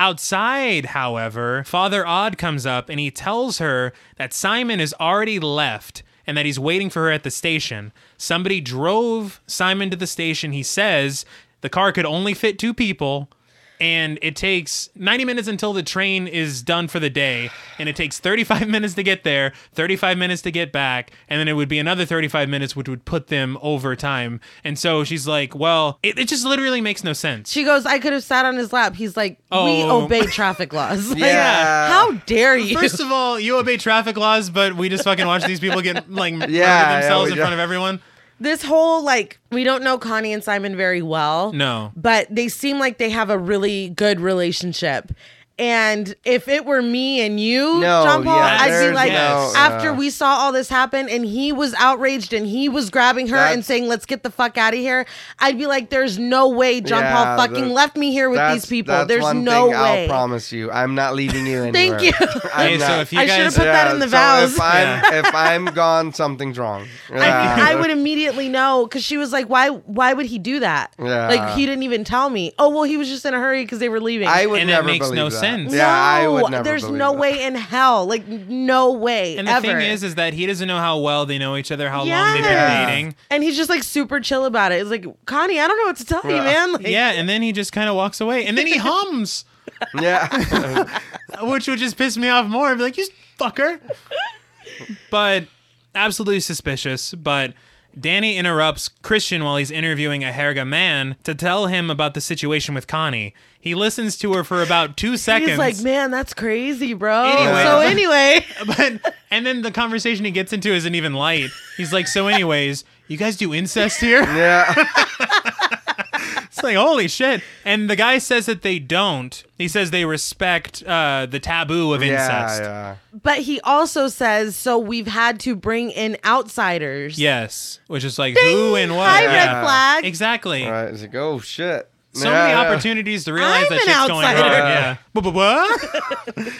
[SPEAKER 1] Outside, however, Father Odd comes up and he tells her that Simon has already left and that he's waiting for her at the station. Somebody drove Simon to the station. He says the car could only fit two people and it takes 90 minutes until the train is done for the day and it takes 35 minutes to get there 35 minutes to get back and then it would be another 35 minutes which would put them over time and so she's like well it, it just literally makes no sense
[SPEAKER 2] She goes, I could have sat on his lap. He's like, we
[SPEAKER 1] Oh.
[SPEAKER 2] obey traffic laws. Like,
[SPEAKER 3] Yeah.
[SPEAKER 2] How dare you?
[SPEAKER 1] First of all, you obey traffic laws, but we just fucking watch these people get like murder
[SPEAKER 3] yeah,
[SPEAKER 1] themselves
[SPEAKER 3] we
[SPEAKER 1] in
[SPEAKER 3] do.
[SPEAKER 1] front of everyone.
[SPEAKER 2] this whole like we don't know Connie and Simon very well.
[SPEAKER 1] No.
[SPEAKER 2] But they seem like they have a really good relationship. And if it were me and you,
[SPEAKER 3] No,
[SPEAKER 2] John Paul,
[SPEAKER 3] yeah,
[SPEAKER 2] I'd be
[SPEAKER 1] there's
[SPEAKER 2] like,
[SPEAKER 1] no,
[SPEAKER 2] after
[SPEAKER 3] uh,
[SPEAKER 2] we saw all this happen and he was outraged and he was grabbing her and
[SPEAKER 3] That's-
[SPEAKER 2] saying, let's get the fuck out of here, I'd be like, there's no way John
[SPEAKER 3] Yeah,
[SPEAKER 2] Paul fucking
[SPEAKER 3] that-
[SPEAKER 2] left me here with
[SPEAKER 3] That's-
[SPEAKER 2] these people.
[SPEAKER 3] That's
[SPEAKER 2] There's
[SPEAKER 3] one
[SPEAKER 2] no
[SPEAKER 3] thing
[SPEAKER 2] way.
[SPEAKER 3] I'll promise you. I'm not leaving you anywhere.
[SPEAKER 2] Thank you.
[SPEAKER 3] I'm
[SPEAKER 1] Hey, so
[SPEAKER 3] not.
[SPEAKER 1] if you
[SPEAKER 2] I should have
[SPEAKER 1] guys-
[SPEAKER 2] put that in the
[SPEAKER 3] so
[SPEAKER 2] vows.
[SPEAKER 3] If I'm, if I'm gone, something's wrong.
[SPEAKER 2] I,
[SPEAKER 3] Yeah.
[SPEAKER 2] I would immediately know because she was like, "Why? Why would he do that?
[SPEAKER 3] Yeah.
[SPEAKER 2] Like he didn't even tell me. Oh well, he was just in a hurry because they were leaving.
[SPEAKER 3] I would
[SPEAKER 1] And it
[SPEAKER 3] never
[SPEAKER 1] makes
[SPEAKER 3] believe
[SPEAKER 1] no
[SPEAKER 3] that.
[SPEAKER 1] sense.
[SPEAKER 3] Yeah, I would never.
[SPEAKER 2] There's
[SPEAKER 3] believe
[SPEAKER 2] no
[SPEAKER 3] that.
[SPEAKER 2] way in hell. Like n- no way.
[SPEAKER 1] And the
[SPEAKER 2] ever.
[SPEAKER 1] thing is, is that he doesn't know how well they know each other, how long they've
[SPEAKER 2] Yes.
[SPEAKER 1] been dating.
[SPEAKER 2] and he's just like super chill about it. It's like Connie, I don't know what to tell you,
[SPEAKER 3] Yeah.
[SPEAKER 2] man. Like,
[SPEAKER 1] Yeah, and then he just kind of walks away, and then he hums.
[SPEAKER 3] Yeah.
[SPEAKER 1] which would just piss me off more. I'd be like, you fucker. but absolutely suspicious. But Danny interrupts Christian while he's interviewing a Herga man to tell him about the situation with Connie. He listens to her for about two seconds.
[SPEAKER 2] He's like, man, that's crazy, bro.
[SPEAKER 1] Anyway.
[SPEAKER 2] So anyway,
[SPEAKER 1] but and then the conversation he gets into isn't even light. He's like, so anyways, you guys do incest here?
[SPEAKER 3] yeah.
[SPEAKER 1] It's like, holy shit. And the guy says that they don't. He says they respect uh, the taboo of incest.
[SPEAKER 3] Yeah,
[SPEAKER 2] but he also says, so we've had to bring in outsiders.
[SPEAKER 1] Yes. Which is like
[SPEAKER 2] Ding!
[SPEAKER 1] who and what.
[SPEAKER 2] High
[SPEAKER 1] Yeah.
[SPEAKER 2] red flag.
[SPEAKER 1] Exactly.
[SPEAKER 3] yeah. Right. It's like, oh shit.
[SPEAKER 1] so
[SPEAKER 3] Yeah,
[SPEAKER 1] many
[SPEAKER 3] yeah.
[SPEAKER 1] opportunities to realize
[SPEAKER 2] I'm
[SPEAKER 1] that
[SPEAKER 2] an
[SPEAKER 1] shit's going wrong.
[SPEAKER 2] outsider.
[SPEAKER 1] Yeah. Buh, buh, buh.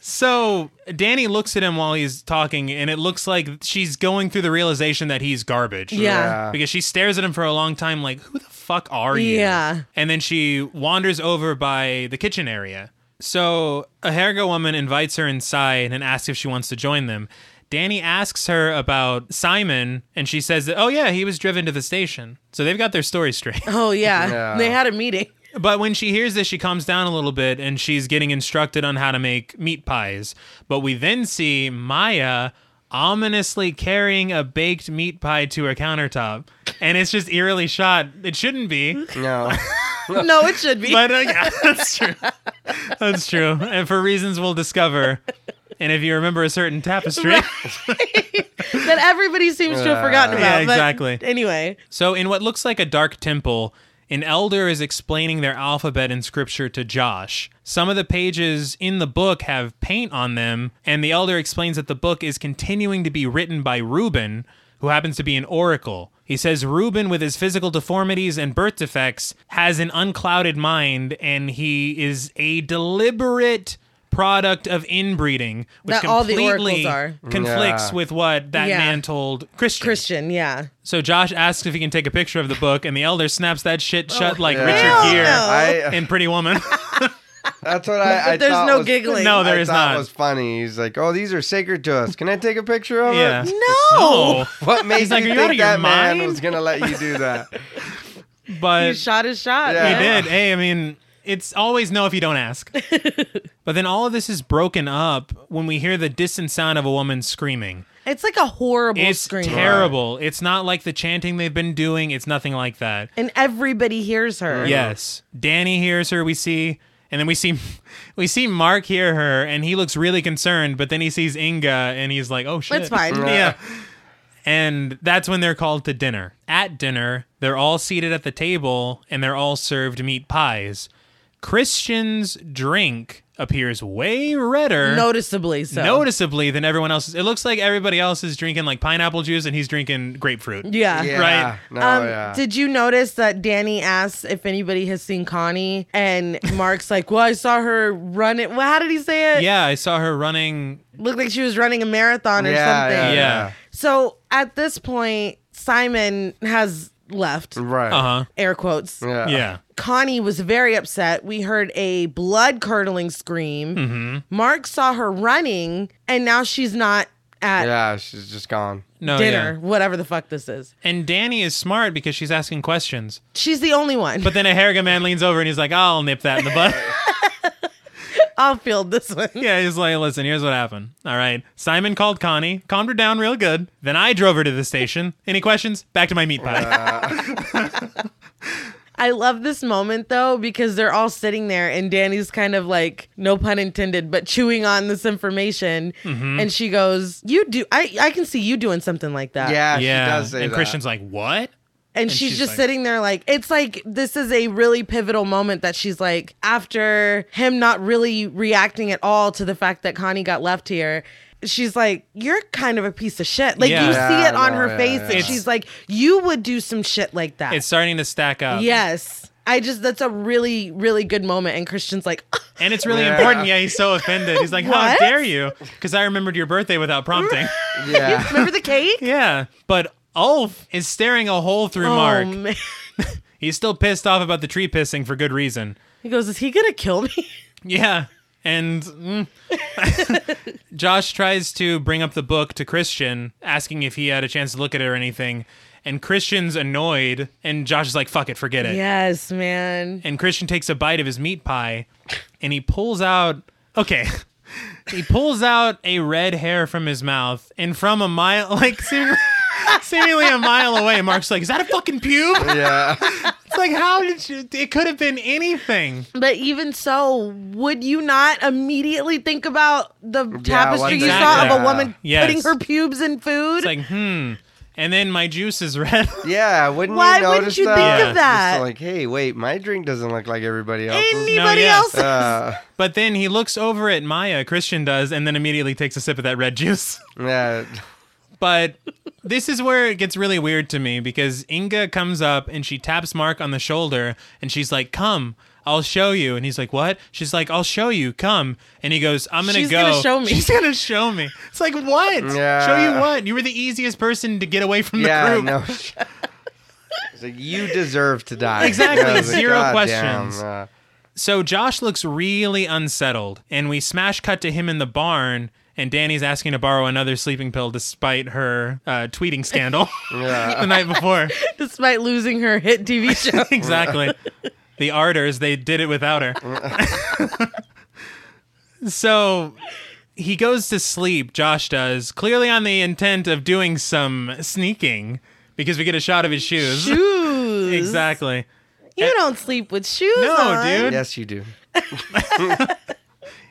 [SPEAKER 1] so Danny looks at him while he's talking, and it looks like she's going through the realization that he's garbage.
[SPEAKER 2] Yeah.
[SPEAKER 1] Because she stares at him for a long time, like, who the fuck are you?
[SPEAKER 2] Yeah.
[SPEAKER 1] And then she wanders over by the kitchen area. So a Herga woman invites her inside and asks if she wants to join them. Danny asks her about Simon, and she says that, oh, yeah, he was driven to the station. So they've got their story straight.
[SPEAKER 2] Oh yeah.
[SPEAKER 3] Yeah.
[SPEAKER 2] They had a meeting.
[SPEAKER 1] But when she hears this, she calms down a little bit and she's getting instructed on how to make meat pies. But we then see Maya ominously carrying a baked meat pie to her countertop. And it's just eerily shot. It shouldn't be,
[SPEAKER 3] No.
[SPEAKER 2] no, it should be.
[SPEAKER 1] but uh, yeah, that's true. That's true. And for reasons we'll discover. And if you remember a certain tapestry.
[SPEAKER 2] that everybody seems to have forgotten
[SPEAKER 1] Uh, Yeah,
[SPEAKER 2] about. but
[SPEAKER 1] exactly.
[SPEAKER 2] anyway,
[SPEAKER 1] So, in what looks like a dark temple, an elder is explaining their alphabet in scripture to Josh. Some of the pages in the book have paint on them, and the elder explains that the book is continuing to be written by Reuben, who happens to be an oracle. He says Reuben, with his physical deformities and birth defects, has an unclouded mind, and he is a deliberate product of inbreeding, which
[SPEAKER 2] That all the
[SPEAKER 1] completely
[SPEAKER 2] oracles are.
[SPEAKER 1] conflicts
[SPEAKER 3] Yeah.
[SPEAKER 1] with what that
[SPEAKER 2] Yeah.
[SPEAKER 1] man told
[SPEAKER 2] Christian, yeah.
[SPEAKER 1] so Josh asks if he can take a picture of the book, and the elder snaps that shit shut like
[SPEAKER 3] Yeah.
[SPEAKER 1] Richard Gere
[SPEAKER 2] Oh, no.
[SPEAKER 3] I,
[SPEAKER 1] in Pretty Woman.
[SPEAKER 3] that's what I. I
[SPEAKER 2] There's
[SPEAKER 3] thought
[SPEAKER 2] no
[SPEAKER 3] was,
[SPEAKER 2] giggling.
[SPEAKER 1] No, there
[SPEAKER 3] I
[SPEAKER 1] is
[SPEAKER 3] thought
[SPEAKER 1] not.
[SPEAKER 3] Was funny. He's like, oh, these are sacred to us. Can I take a picture of
[SPEAKER 1] yeah.
[SPEAKER 3] it?
[SPEAKER 2] No.
[SPEAKER 3] What made
[SPEAKER 1] like,
[SPEAKER 3] you
[SPEAKER 1] "Are you out of
[SPEAKER 3] think
[SPEAKER 1] your
[SPEAKER 3] that man
[SPEAKER 1] mind?"
[SPEAKER 3] was gonna let you do that?
[SPEAKER 1] But
[SPEAKER 2] He shot his shot.
[SPEAKER 3] Yeah.
[SPEAKER 1] he
[SPEAKER 2] man.
[SPEAKER 1] did. Hey, I mean, it's always no if you don't ask. but then all of this is broken up when we hear the distant sound of a woman screaming.
[SPEAKER 2] It's like a horrible
[SPEAKER 1] It's
[SPEAKER 2] scream.
[SPEAKER 1] terrible. It's not like the chanting they've been doing. It's nothing like that.
[SPEAKER 2] and everybody hears her.
[SPEAKER 1] Yes. Danny hears her, we see, and then we see we see Mark hear her and he looks really concerned, but then he sees Inga and he's like, "Oh shit."
[SPEAKER 2] It's fine.
[SPEAKER 1] yeah. And that's when they're called to dinner. At dinner, they're all seated at the table and they're all served meat pies. Christian's drink appears way redder
[SPEAKER 2] Noticeably so.
[SPEAKER 1] noticeably than everyone else's. It looks like everybody else is drinking like pineapple juice and he's drinking grapefruit.
[SPEAKER 2] yeah.
[SPEAKER 3] Yeah.
[SPEAKER 1] Right.
[SPEAKER 3] No,
[SPEAKER 2] Um,
[SPEAKER 3] yeah.
[SPEAKER 2] Did you notice that Danny asks if anybody has seen Connie, and Mark's like, "Well, I saw her run it. Well, how did he say it?
[SPEAKER 1] Yeah, I saw her running.
[SPEAKER 2] looked like she was running a marathon or
[SPEAKER 3] Yeah,
[SPEAKER 1] Yeah.
[SPEAKER 2] something."
[SPEAKER 3] Yeah.
[SPEAKER 2] So at this point, Simon has left.
[SPEAKER 3] right.
[SPEAKER 1] Uh huh.
[SPEAKER 2] Air quotes.
[SPEAKER 3] Yeah.
[SPEAKER 1] Yeah.
[SPEAKER 2] Connie was very upset. We heard a blood curdling scream. Mark saw her running, and now she's not at
[SPEAKER 3] Yeah, she's just gone.
[SPEAKER 1] No.
[SPEAKER 2] dinner,
[SPEAKER 1] Oh, Yeah.
[SPEAKER 2] whatever the fuck this is.
[SPEAKER 1] And Danny is smart because she's asking questions.
[SPEAKER 2] She's the only one.
[SPEAKER 1] But then a Harrigan man leans over and he's like, "I'll nip that in the butt."
[SPEAKER 2] I'll field this one.
[SPEAKER 1] yeah. He's like, "Listen, here's what happened. All right. Simon called Connie, calmed her down real good. Then I drove her to the station. Any questions? Back to my meat pie.
[SPEAKER 2] I love this moment though because they're all sitting there and Danny's kind of like no pun intended but chewing on this information and she goes you do I I can see you doing something like that.
[SPEAKER 3] Yeah,
[SPEAKER 1] yeah.
[SPEAKER 3] Uh, she does say
[SPEAKER 1] and
[SPEAKER 3] that.
[SPEAKER 1] Christian's like, "What?
[SPEAKER 2] And, she's,
[SPEAKER 1] she's
[SPEAKER 2] just
[SPEAKER 1] like-
[SPEAKER 2] sitting there like it's like this is a really pivotal moment that she's like after him not really reacting at all to the fact that Connie got left here She's like, you're kind of a piece of shit. Like
[SPEAKER 1] Yeah.
[SPEAKER 2] you see
[SPEAKER 3] Yeah,
[SPEAKER 2] it on
[SPEAKER 3] no,
[SPEAKER 2] her
[SPEAKER 3] yeah,
[SPEAKER 2] face,
[SPEAKER 3] yeah.
[SPEAKER 2] and
[SPEAKER 3] It's-
[SPEAKER 2] she's like, you would do some shit like that.
[SPEAKER 1] It's starting to stack up."
[SPEAKER 2] Yes. I just that's a really really good moment and Christian's like
[SPEAKER 1] And it's really
[SPEAKER 3] Yeah.
[SPEAKER 1] important. Yeah, he's so offended. He's like, "How
[SPEAKER 2] What?
[SPEAKER 1] dare you?" Because I remembered your birthday without prompting.
[SPEAKER 3] Yeah.
[SPEAKER 2] remember the cake?
[SPEAKER 1] yeah, but Ulf is staring a hole through Mark.
[SPEAKER 2] Oh, man.
[SPEAKER 1] He's still pissed off about the tree pissing for good reason.
[SPEAKER 2] He goes, "Is he going to kill me?"
[SPEAKER 1] Yeah, and mm. Josh tries to bring up the book to Christian, asking if he had a chance to look at it or anything. And Christian's annoyed, and Josh is like, "Fuck it, forget it."
[SPEAKER 2] Yes, man.
[SPEAKER 1] and Christian takes a bite of his meat pie and he pulls out okay he pulls out a red hair from his mouth and from a mile like seemingly, seemingly a mile away Mark's like is that a fucking pube
[SPEAKER 3] yeah.
[SPEAKER 1] it's like how did you it could have been anything
[SPEAKER 2] But even so, would you not immediately think about the
[SPEAKER 3] what
[SPEAKER 2] tapestry you
[SPEAKER 1] the-
[SPEAKER 2] saw of
[SPEAKER 1] Yeah.
[SPEAKER 2] a woman
[SPEAKER 1] Yes.
[SPEAKER 2] putting her pubes in food?
[SPEAKER 1] it's like hmm and then my juice is red
[SPEAKER 3] Yeah, wouldn't
[SPEAKER 2] Why
[SPEAKER 3] you
[SPEAKER 2] wouldn't
[SPEAKER 3] notice
[SPEAKER 2] you think
[SPEAKER 3] that?
[SPEAKER 1] of
[SPEAKER 3] Just
[SPEAKER 2] that?
[SPEAKER 3] like, hey, wait, my drink doesn't look like everybody else's.
[SPEAKER 2] Anybody
[SPEAKER 1] yeah.
[SPEAKER 2] else?
[SPEAKER 3] Uh,
[SPEAKER 1] but then he looks over at Maya Christian does and then immediately takes a sip of that red juice
[SPEAKER 3] yeah,
[SPEAKER 1] But this is where it gets really weird to me because Inga comes up and she taps Mark on the shoulder and she's like, "Come, I'll show you." And he's like, "What?" She's like, "I'll show you. Come." And he goes, "I'm gonna
[SPEAKER 2] She's
[SPEAKER 1] go."
[SPEAKER 2] gonna show me.
[SPEAKER 1] She's gonna show me. It's like, what?
[SPEAKER 3] Yeah.
[SPEAKER 1] Show you what? You were the easiest person to get away from the
[SPEAKER 3] yeah,
[SPEAKER 1] group.
[SPEAKER 3] no. It's like you deserve to die.
[SPEAKER 1] Exactly,
[SPEAKER 3] Yeah, I was like,
[SPEAKER 1] zero
[SPEAKER 3] "God
[SPEAKER 1] questions."
[SPEAKER 3] damn, uh,
[SPEAKER 1] So Josh looks really unsettled, and we smash cut to him in the barn. And Danny's asking to borrow another sleeping pill despite her uh, tweeting scandal the night before.
[SPEAKER 2] Despite losing her hit TV show.
[SPEAKER 1] exactly. the Arders, they did it without her. so he goes to sleep, Josh does, clearly on the intent of doing some sneaking because we get a shot of his shoes.
[SPEAKER 2] shoes.
[SPEAKER 1] Exactly.
[SPEAKER 2] You don't sleep with shoes
[SPEAKER 1] No,
[SPEAKER 2] on.
[SPEAKER 1] dude.
[SPEAKER 3] yes, you do.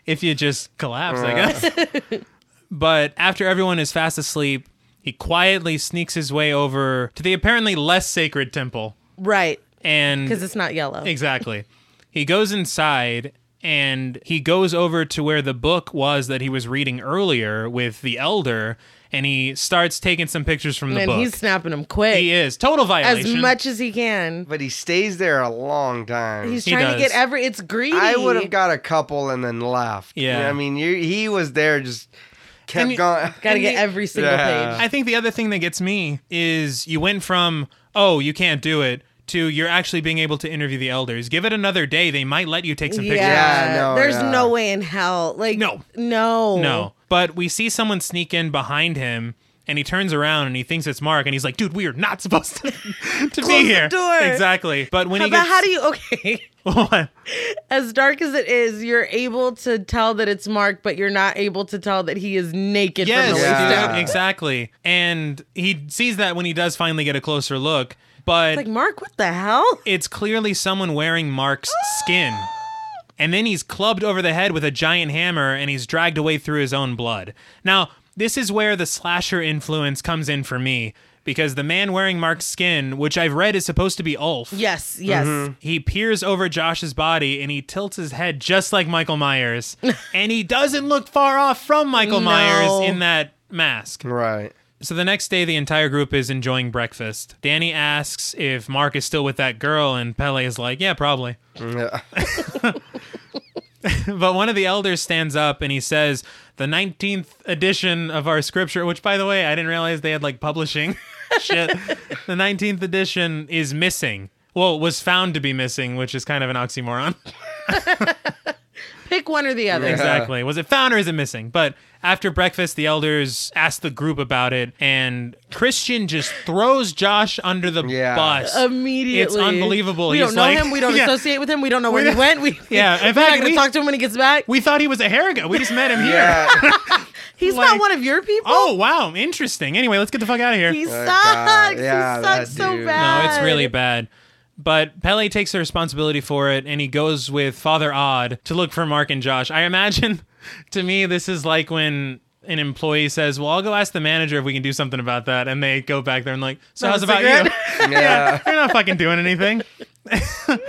[SPEAKER 1] if you just collapse, I guess. but after everyone is fast asleep, he quietly sneaks his way over to the apparently less sacred temple.
[SPEAKER 2] Right.
[SPEAKER 1] And
[SPEAKER 2] Cuz it's not yellow.
[SPEAKER 1] Exactly. He goes inside and he goes over to where the book was that he was reading earlier with the elder and he starts taking some pictures from the
[SPEAKER 2] and
[SPEAKER 1] book.
[SPEAKER 2] he's snapping them quick
[SPEAKER 1] he is total
[SPEAKER 2] as
[SPEAKER 1] violation.
[SPEAKER 2] much as he can.
[SPEAKER 3] But he stays there a long time.
[SPEAKER 2] He's
[SPEAKER 1] He
[SPEAKER 2] trying to
[SPEAKER 1] does.
[SPEAKER 2] get every it's greedy.
[SPEAKER 3] I would have got a couple and then left. You know
[SPEAKER 1] Yeah.
[SPEAKER 3] what I mean, you, he was there, just kept
[SPEAKER 1] And-
[SPEAKER 3] going.
[SPEAKER 2] Got to
[SPEAKER 1] And
[SPEAKER 2] get
[SPEAKER 1] he-
[SPEAKER 2] every single
[SPEAKER 3] Yeah.
[SPEAKER 2] page.
[SPEAKER 1] I think the other thing that gets me is you went from oh you can't do it to you're actually being able to interview the elders. Give it another day; they might let you take some pictures.
[SPEAKER 2] Yeah,
[SPEAKER 3] Yeah, no,
[SPEAKER 2] there's
[SPEAKER 3] yeah.
[SPEAKER 2] no way in hell. Like
[SPEAKER 1] No.
[SPEAKER 2] no,
[SPEAKER 1] No. But we see someone sneak in behind him and he turns around and he thinks it's Mark, and he's like, "Dude, we are not supposed to, to be
[SPEAKER 2] the
[SPEAKER 1] here."
[SPEAKER 2] door.
[SPEAKER 1] Exactly. But when
[SPEAKER 2] How,
[SPEAKER 1] he
[SPEAKER 2] but
[SPEAKER 1] gets
[SPEAKER 2] how do you okay?
[SPEAKER 1] What?
[SPEAKER 2] As dark as it is, you're able to tell that it's Mark, but you're not able to tell that he is naked from
[SPEAKER 1] Yes,
[SPEAKER 2] the
[SPEAKER 3] Yeah.
[SPEAKER 2] waist down.
[SPEAKER 1] dude, exactly. And he sees that when he does finally get a closer look, but
[SPEAKER 2] Like Mark, what the hell?
[SPEAKER 1] it's clearly someone wearing Mark's skin. And then he's clubbed over the head with a giant hammer and he's dragged away through his own blood. Now, this is where the slasher influence comes in for me because the man wearing Mark's skin, which I've read is supposed to be Ulf,
[SPEAKER 2] Yes, yes.
[SPEAKER 1] he peers over Josh's body and he tilts his head just like Michael Myers. and he doesn't look far off from Michael
[SPEAKER 2] No.
[SPEAKER 1] Myers in that mask.
[SPEAKER 3] Right.
[SPEAKER 1] So the next day, the entire group is enjoying breakfast. Danny asks if Mark is still with that girl, and Pele is like, Yeah, probably.
[SPEAKER 3] Yeah.
[SPEAKER 1] But one of the elders stands up and he says, The 19th edition of our scripture, which, by the way, I didn't realize they had like publishing shit. The 19th edition is missing. Well, was found to be missing, which is kind of an oxymoron.
[SPEAKER 2] Pick one or the other.
[SPEAKER 3] Yeah.
[SPEAKER 1] Exactly. Was it found or is it missing? But after breakfast, the elders asked the group about it, and Christian just throws Josh under the
[SPEAKER 3] Yeah.
[SPEAKER 1] bus.
[SPEAKER 2] Immediately,
[SPEAKER 1] It's unbelievable.
[SPEAKER 2] We
[SPEAKER 1] He's
[SPEAKER 2] don't know
[SPEAKER 1] like-
[SPEAKER 2] him. We don't
[SPEAKER 1] Yeah.
[SPEAKER 2] associate with him. We don't know where he went. We
[SPEAKER 1] Yeah, in
[SPEAKER 2] we're
[SPEAKER 1] fact,
[SPEAKER 2] not gonna
[SPEAKER 1] we-
[SPEAKER 2] talk to him when he gets back.
[SPEAKER 1] We thought he was a hair guy. We just met him here.
[SPEAKER 3] Yeah.
[SPEAKER 2] He's
[SPEAKER 1] like-
[SPEAKER 2] not one of your people.
[SPEAKER 1] Oh wow, interesting. Anyway, let's get the fuck out of here.
[SPEAKER 2] he
[SPEAKER 3] God.
[SPEAKER 2] sucks.
[SPEAKER 3] Yeah,
[SPEAKER 2] he
[SPEAKER 3] that
[SPEAKER 2] sucks so
[SPEAKER 3] dude.
[SPEAKER 1] no,
[SPEAKER 2] bad.
[SPEAKER 1] it's really bad. But Pele takes the responsibility for it, and he goes with Father Odd to look for Mark and Josh. I imagine, to me, this is like when an employee says, "Well, I'll go ask the manager if we can do something about that," and they go back there and like, "So how's
[SPEAKER 2] Have a
[SPEAKER 1] about you?"
[SPEAKER 2] cigarette?
[SPEAKER 3] yeah.
[SPEAKER 1] You're not fucking doing anything.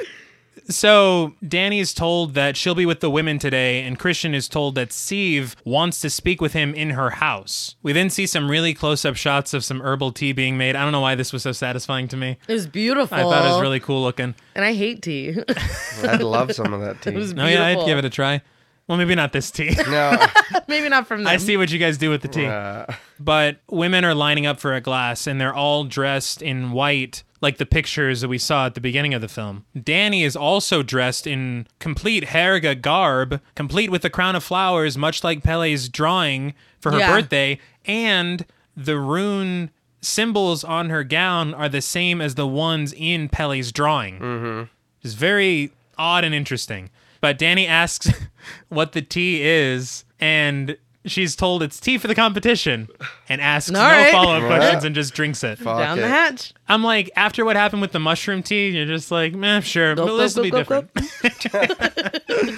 [SPEAKER 1] so Danny's told that she'll be with the women today, and Christian is told that Steve wants to speak with him in her house. We then see some really close up shots of some herbal tea being made. I don't know why this was so satisfying to me.
[SPEAKER 2] It was beautiful.
[SPEAKER 1] I thought it was really cool looking.
[SPEAKER 2] and I hate tea. it
[SPEAKER 3] I'd love some of that tea.
[SPEAKER 2] was beautiful.
[SPEAKER 1] No, yeah, I'd give it a try. Well, maybe not this tea.
[SPEAKER 3] No.
[SPEAKER 2] Maybe not from them.
[SPEAKER 1] I see what you guys do with the tea.
[SPEAKER 3] Uh,
[SPEAKER 1] but women are lining up for a glass and they're all dressed in white like the pictures that we saw at the beginning of the film. Danny is also dressed in complete Herga garb, complete with a crown of flowers, much like Pele's drawing for her
[SPEAKER 2] Yeah.
[SPEAKER 1] birthday, and the rune symbols on her gown are the same as the ones in Pele's drawing. Mm-hmm. It's very odd and interesting. But Danny asks what the tea is, and she's told it's tea for the competition, and asks no
[SPEAKER 2] All right.
[SPEAKER 1] follow up
[SPEAKER 3] Right.
[SPEAKER 1] questions and just drinks it.
[SPEAKER 3] fuck
[SPEAKER 2] Down
[SPEAKER 3] it.
[SPEAKER 2] the hatch.
[SPEAKER 1] I'm like, after what happened with the mushroom tea, you're just like, meh, sure,
[SPEAKER 2] Gulp,
[SPEAKER 1] but this will
[SPEAKER 2] gulp,
[SPEAKER 1] be
[SPEAKER 2] gulp,
[SPEAKER 1] different.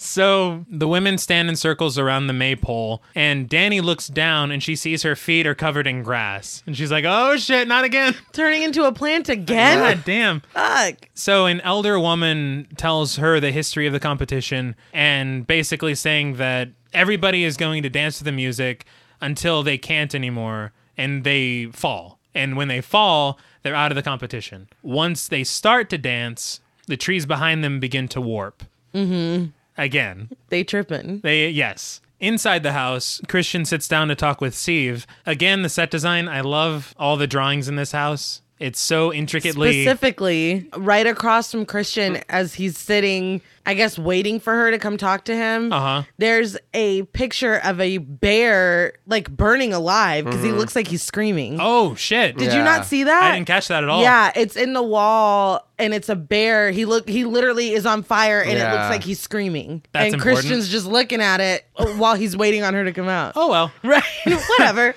[SPEAKER 1] So the women stand in circles around the maypole, and Danny looks down and she sees her feet are covered in grass. And she's like, oh shit, not again.
[SPEAKER 2] Turning into a plant again.
[SPEAKER 1] God damn.
[SPEAKER 2] Fuck.
[SPEAKER 1] So an elder woman tells her the history of the competition and basically saying that everybody is going to dance to the music until they can't anymore and they fall. And when they fall, they're out of the competition. Once they start to dance, the trees behind them begin to warp. Mm-hmm. Again.
[SPEAKER 2] They tripping.
[SPEAKER 1] They yes. Inside the house, Christian sits down to talk with Steve. Again, the set design, I love all the drawings in this house. It's so intricately
[SPEAKER 2] Specifically, right across from Christian as he's sitting, I guess, waiting for her to come talk to him.
[SPEAKER 1] Uh-huh.
[SPEAKER 2] There's a picture of a bear like burning alive because he looks like he's screaming.
[SPEAKER 1] Oh shit.
[SPEAKER 2] Did
[SPEAKER 3] Mm-hmm. Yeah.
[SPEAKER 2] you not see that?
[SPEAKER 1] I didn't catch that at all.
[SPEAKER 2] Yeah, it's in the wall and it's a bear. He look he literally is on fire and it
[SPEAKER 3] Yeah.
[SPEAKER 2] looks like he's screaming.
[SPEAKER 1] That's
[SPEAKER 2] and
[SPEAKER 1] important.
[SPEAKER 2] Christian's just looking at it while he's waiting on her to come out.
[SPEAKER 1] Oh well.
[SPEAKER 2] Right. Whatever.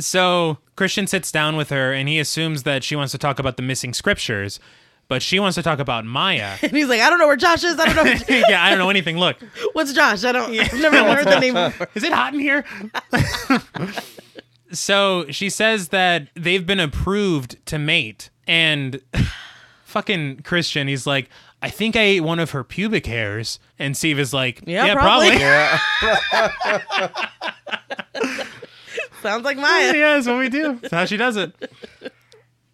[SPEAKER 1] So Christian sits down with her and he assumes that she wants to talk about the missing scriptures, but she wants to talk about Maya.
[SPEAKER 2] and he's like, I don't know where Josh is. I don't know
[SPEAKER 1] yeah, I don't know anything. Look,
[SPEAKER 2] what's Josh. I don't I've never heard the name before.
[SPEAKER 1] is it hot in here? so she says that they've been approved to mate, and fucking Christian, he's like, I think I ate one of her pubic hairs, and Steve is like,
[SPEAKER 2] Yeah,
[SPEAKER 1] yeah
[SPEAKER 2] probably."
[SPEAKER 1] probably.
[SPEAKER 3] Yeah.
[SPEAKER 2] Sounds like Maya.
[SPEAKER 1] yeah, that's what we do. That's how she does it.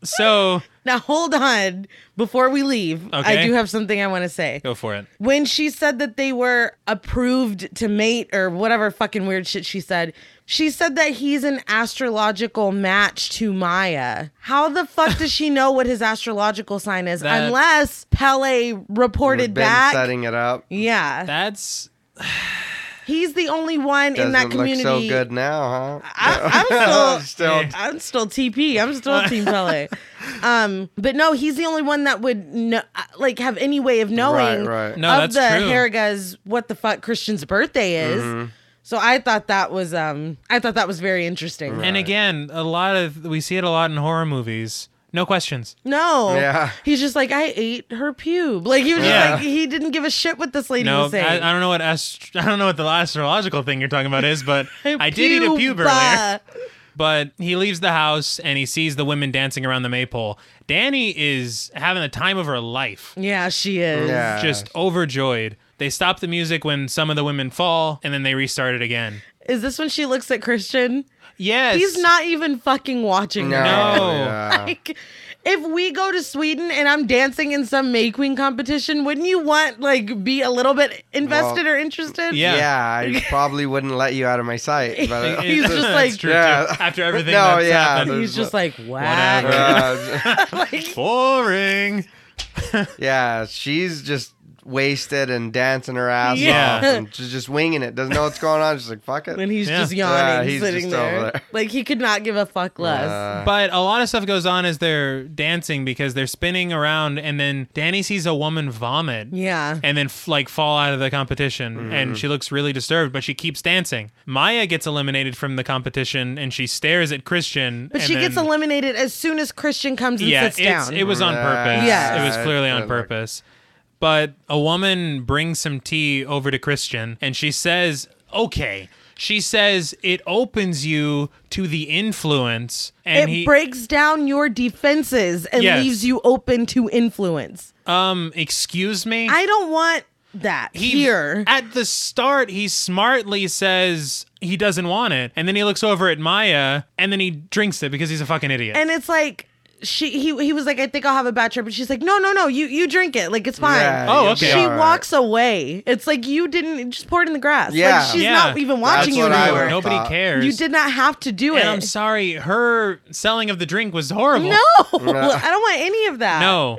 [SPEAKER 1] So
[SPEAKER 2] Now hold on. Before we leave,
[SPEAKER 1] Okay.
[SPEAKER 2] I do have something I want to say.
[SPEAKER 1] go for it.
[SPEAKER 2] When she said that they were approved to mate or whatever fucking weird shit she said, she said that he's an astrological match to Maya. How the fuck does she know what his astrological sign is?
[SPEAKER 1] That-
[SPEAKER 2] Unless Pele
[SPEAKER 3] We've
[SPEAKER 2] reported
[SPEAKER 3] been
[SPEAKER 2] back.
[SPEAKER 3] setting it up.
[SPEAKER 2] yeah.
[SPEAKER 1] That's
[SPEAKER 2] He's the only one in
[SPEAKER 3] Doesn't
[SPEAKER 2] that community.
[SPEAKER 3] look so good now, huh?
[SPEAKER 2] I, I'm still,
[SPEAKER 3] Still-
[SPEAKER 2] I'm still TP. I'm still Team Pele. Um, but no, he's the only one that would kn- like have any way of knowing
[SPEAKER 3] Right, right.
[SPEAKER 1] No,
[SPEAKER 2] of
[SPEAKER 1] that's
[SPEAKER 2] the
[SPEAKER 1] true.
[SPEAKER 2] Harriga's what the fuck Christian's birthday is.
[SPEAKER 3] Mm-hmm.
[SPEAKER 2] So I thought that was um, I thought that was very interesting.
[SPEAKER 1] And again, a lot of we see it a lot in horror movies. No questions.
[SPEAKER 2] No,
[SPEAKER 3] Yeah.
[SPEAKER 2] he's just like I ate her pube. Like he was
[SPEAKER 1] Yeah.
[SPEAKER 2] just like he didn't give a shit what this lady
[SPEAKER 1] No,
[SPEAKER 2] was saying.
[SPEAKER 1] I, I don't know what ast- I don't know what the astrological thing you're talking about is, but I did eat a pube earlier.
[SPEAKER 2] Puba.
[SPEAKER 1] But he leaves the house and he sees the women dancing around the maypole. Danny is having the time of her life,
[SPEAKER 2] Yeah, she is.
[SPEAKER 3] Yeah.
[SPEAKER 1] just overjoyed. They stop the music when some of the women fall, and then they restart it again.
[SPEAKER 2] Is this when she looks at Christian?
[SPEAKER 1] Yes,
[SPEAKER 2] He's not even fucking watching.
[SPEAKER 3] No.
[SPEAKER 2] her.
[SPEAKER 1] No.
[SPEAKER 3] yeah.
[SPEAKER 2] Like, if we go to Sweden and I'm dancing in some May Queen competition, wouldn't you want like be a little bit invested
[SPEAKER 3] Well,
[SPEAKER 2] or interested?
[SPEAKER 1] Yeah.
[SPEAKER 3] Yeah, I probably wouldn't let you out of my sight. But uh,
[SPEAKER 2] He's
[SPEAKER 1] It's-
[SPEAKER 2] just
[SPEAKER 1] that's
[SPEAKER 2] like-
[SPEAKER 1] true, too.
[SPEAKER 3] Yeah.
[SPEAKER 1] after everything
[SPEAKER 3] No,
[SPEAKER 1] that's
[SPEAKER 3] yeah,
[SPEAKER 1] happened.
[SPEAKER 2] He's just like, wow.
[SPEAKER 1] Whatever.
[SPEAKER 3] uh,
[SPEAKER 2] like,
[SPEAKER 1] boring.
[SPEAKER 3] yeah, she's just wasted and dancing her ass
[SPEAKER 1] Yeah.
[SPEAKER 3] off and she's just winging it. Doesn't know what's going on. She's like, fuck it.
[SPEAKER 2] and he's
[SPEAKER 1] Yeah.
[SPEAKER 2] just yawning,
[SPEAKER 3] Yeah, he's
[SPEAKER 2] sitting
[SPEAKER 3] just
[SPEAKER 2] there.
[SPEAKER 3] over there.
[SPEAKER 2] Like he could not give a fuck less.
[SPEAKER 3] Uh,
[SPEAKER 1] But a lot of stuff goes on as they're dancing because they're spinning around, and then Danny sees a woman vomit.
[SPEAKER 2] yeah.
[SPEAKER 1] And then f- like fall out of the competition, and she looks really disturbed, but she keeps dancing. Maya gets eliminated from the competition, and she stares at Christian.
[SPEAKER 2] But she gets eliminated as soon as Christian comes and
[SPEAKER 1] yeah,
[SPEAKER 2] sits
[SPEAKER 1] it's-
[SPEAKER 2] down.
[SPEAKER 1] it was on
[SPEAKER 3] Yeah.
[SPEAKER 1] purpose.
[SPEAKER 2] Yes.
[SPEAKER 1] it was clearly on
[SPEAKER 3] Yeah.
[SPEAKER 1] purpose. But a woman brings some tea over to Christian, and she says, "Okay." She says it opens you to the influence,
[SPEAKER 2] it
[SPEAKER 1] and he
[SPEAKER 2] breaks down your defenses and
[SPEAKER 1] Yes.
[SPEAKER 2] leaves you open to influence.
[SPEAKER 1] Um, excuse me.
[SPEAKER 2] I don't want that
[SPEAKER 1] He-
[SPEAKER 2] here.
[SPEAKER 1] at the start, he smartly says he doesn't want it, and then he looks over at Maya, and then he drinks it because he's a fucking idiot.
[SPEAKER 2] and it's like she he he was like, I think I'll have a bad trip, and she's like, No, no, no, you you drink it, like it's fine.
[SPEAKER 3] yeah,
[SPEAKER 1] Oh,
[SPEAKER 3] you'll
[SPEAKER 1] okay.
[SPEAKER 3] be
[SPEAKER 2] She
[SPEAKER 3] all right.
[SPEAKER 2] walks away. It's like you didn't just pour it in the grass.
[SPEAKER 3] Yeah.
[SPEAKER 2] like she's
[SPEAKER 1] Yeah.
[SPEAKER 2] not even watching
[SPEAKER 3] That's
[SPEAKER 2] you
[SPEAKER 3] what I
[SPEAKER 2] anymore.
[SPEAKER 3] would-
[SPEAKER 1] Nobody
[SPEAKER 3] thought.
[SPEAKER 1] cares.
[SPEAKER 2] You did not have to do
[SPEAKER 1] And
[SPEAKER 2] it.
[SPEAKER 1] I'm sorry, her selling of the drink was horrible.
[SPEAKER 2] no, I don't want any of that.
[SPEAKER 1] No.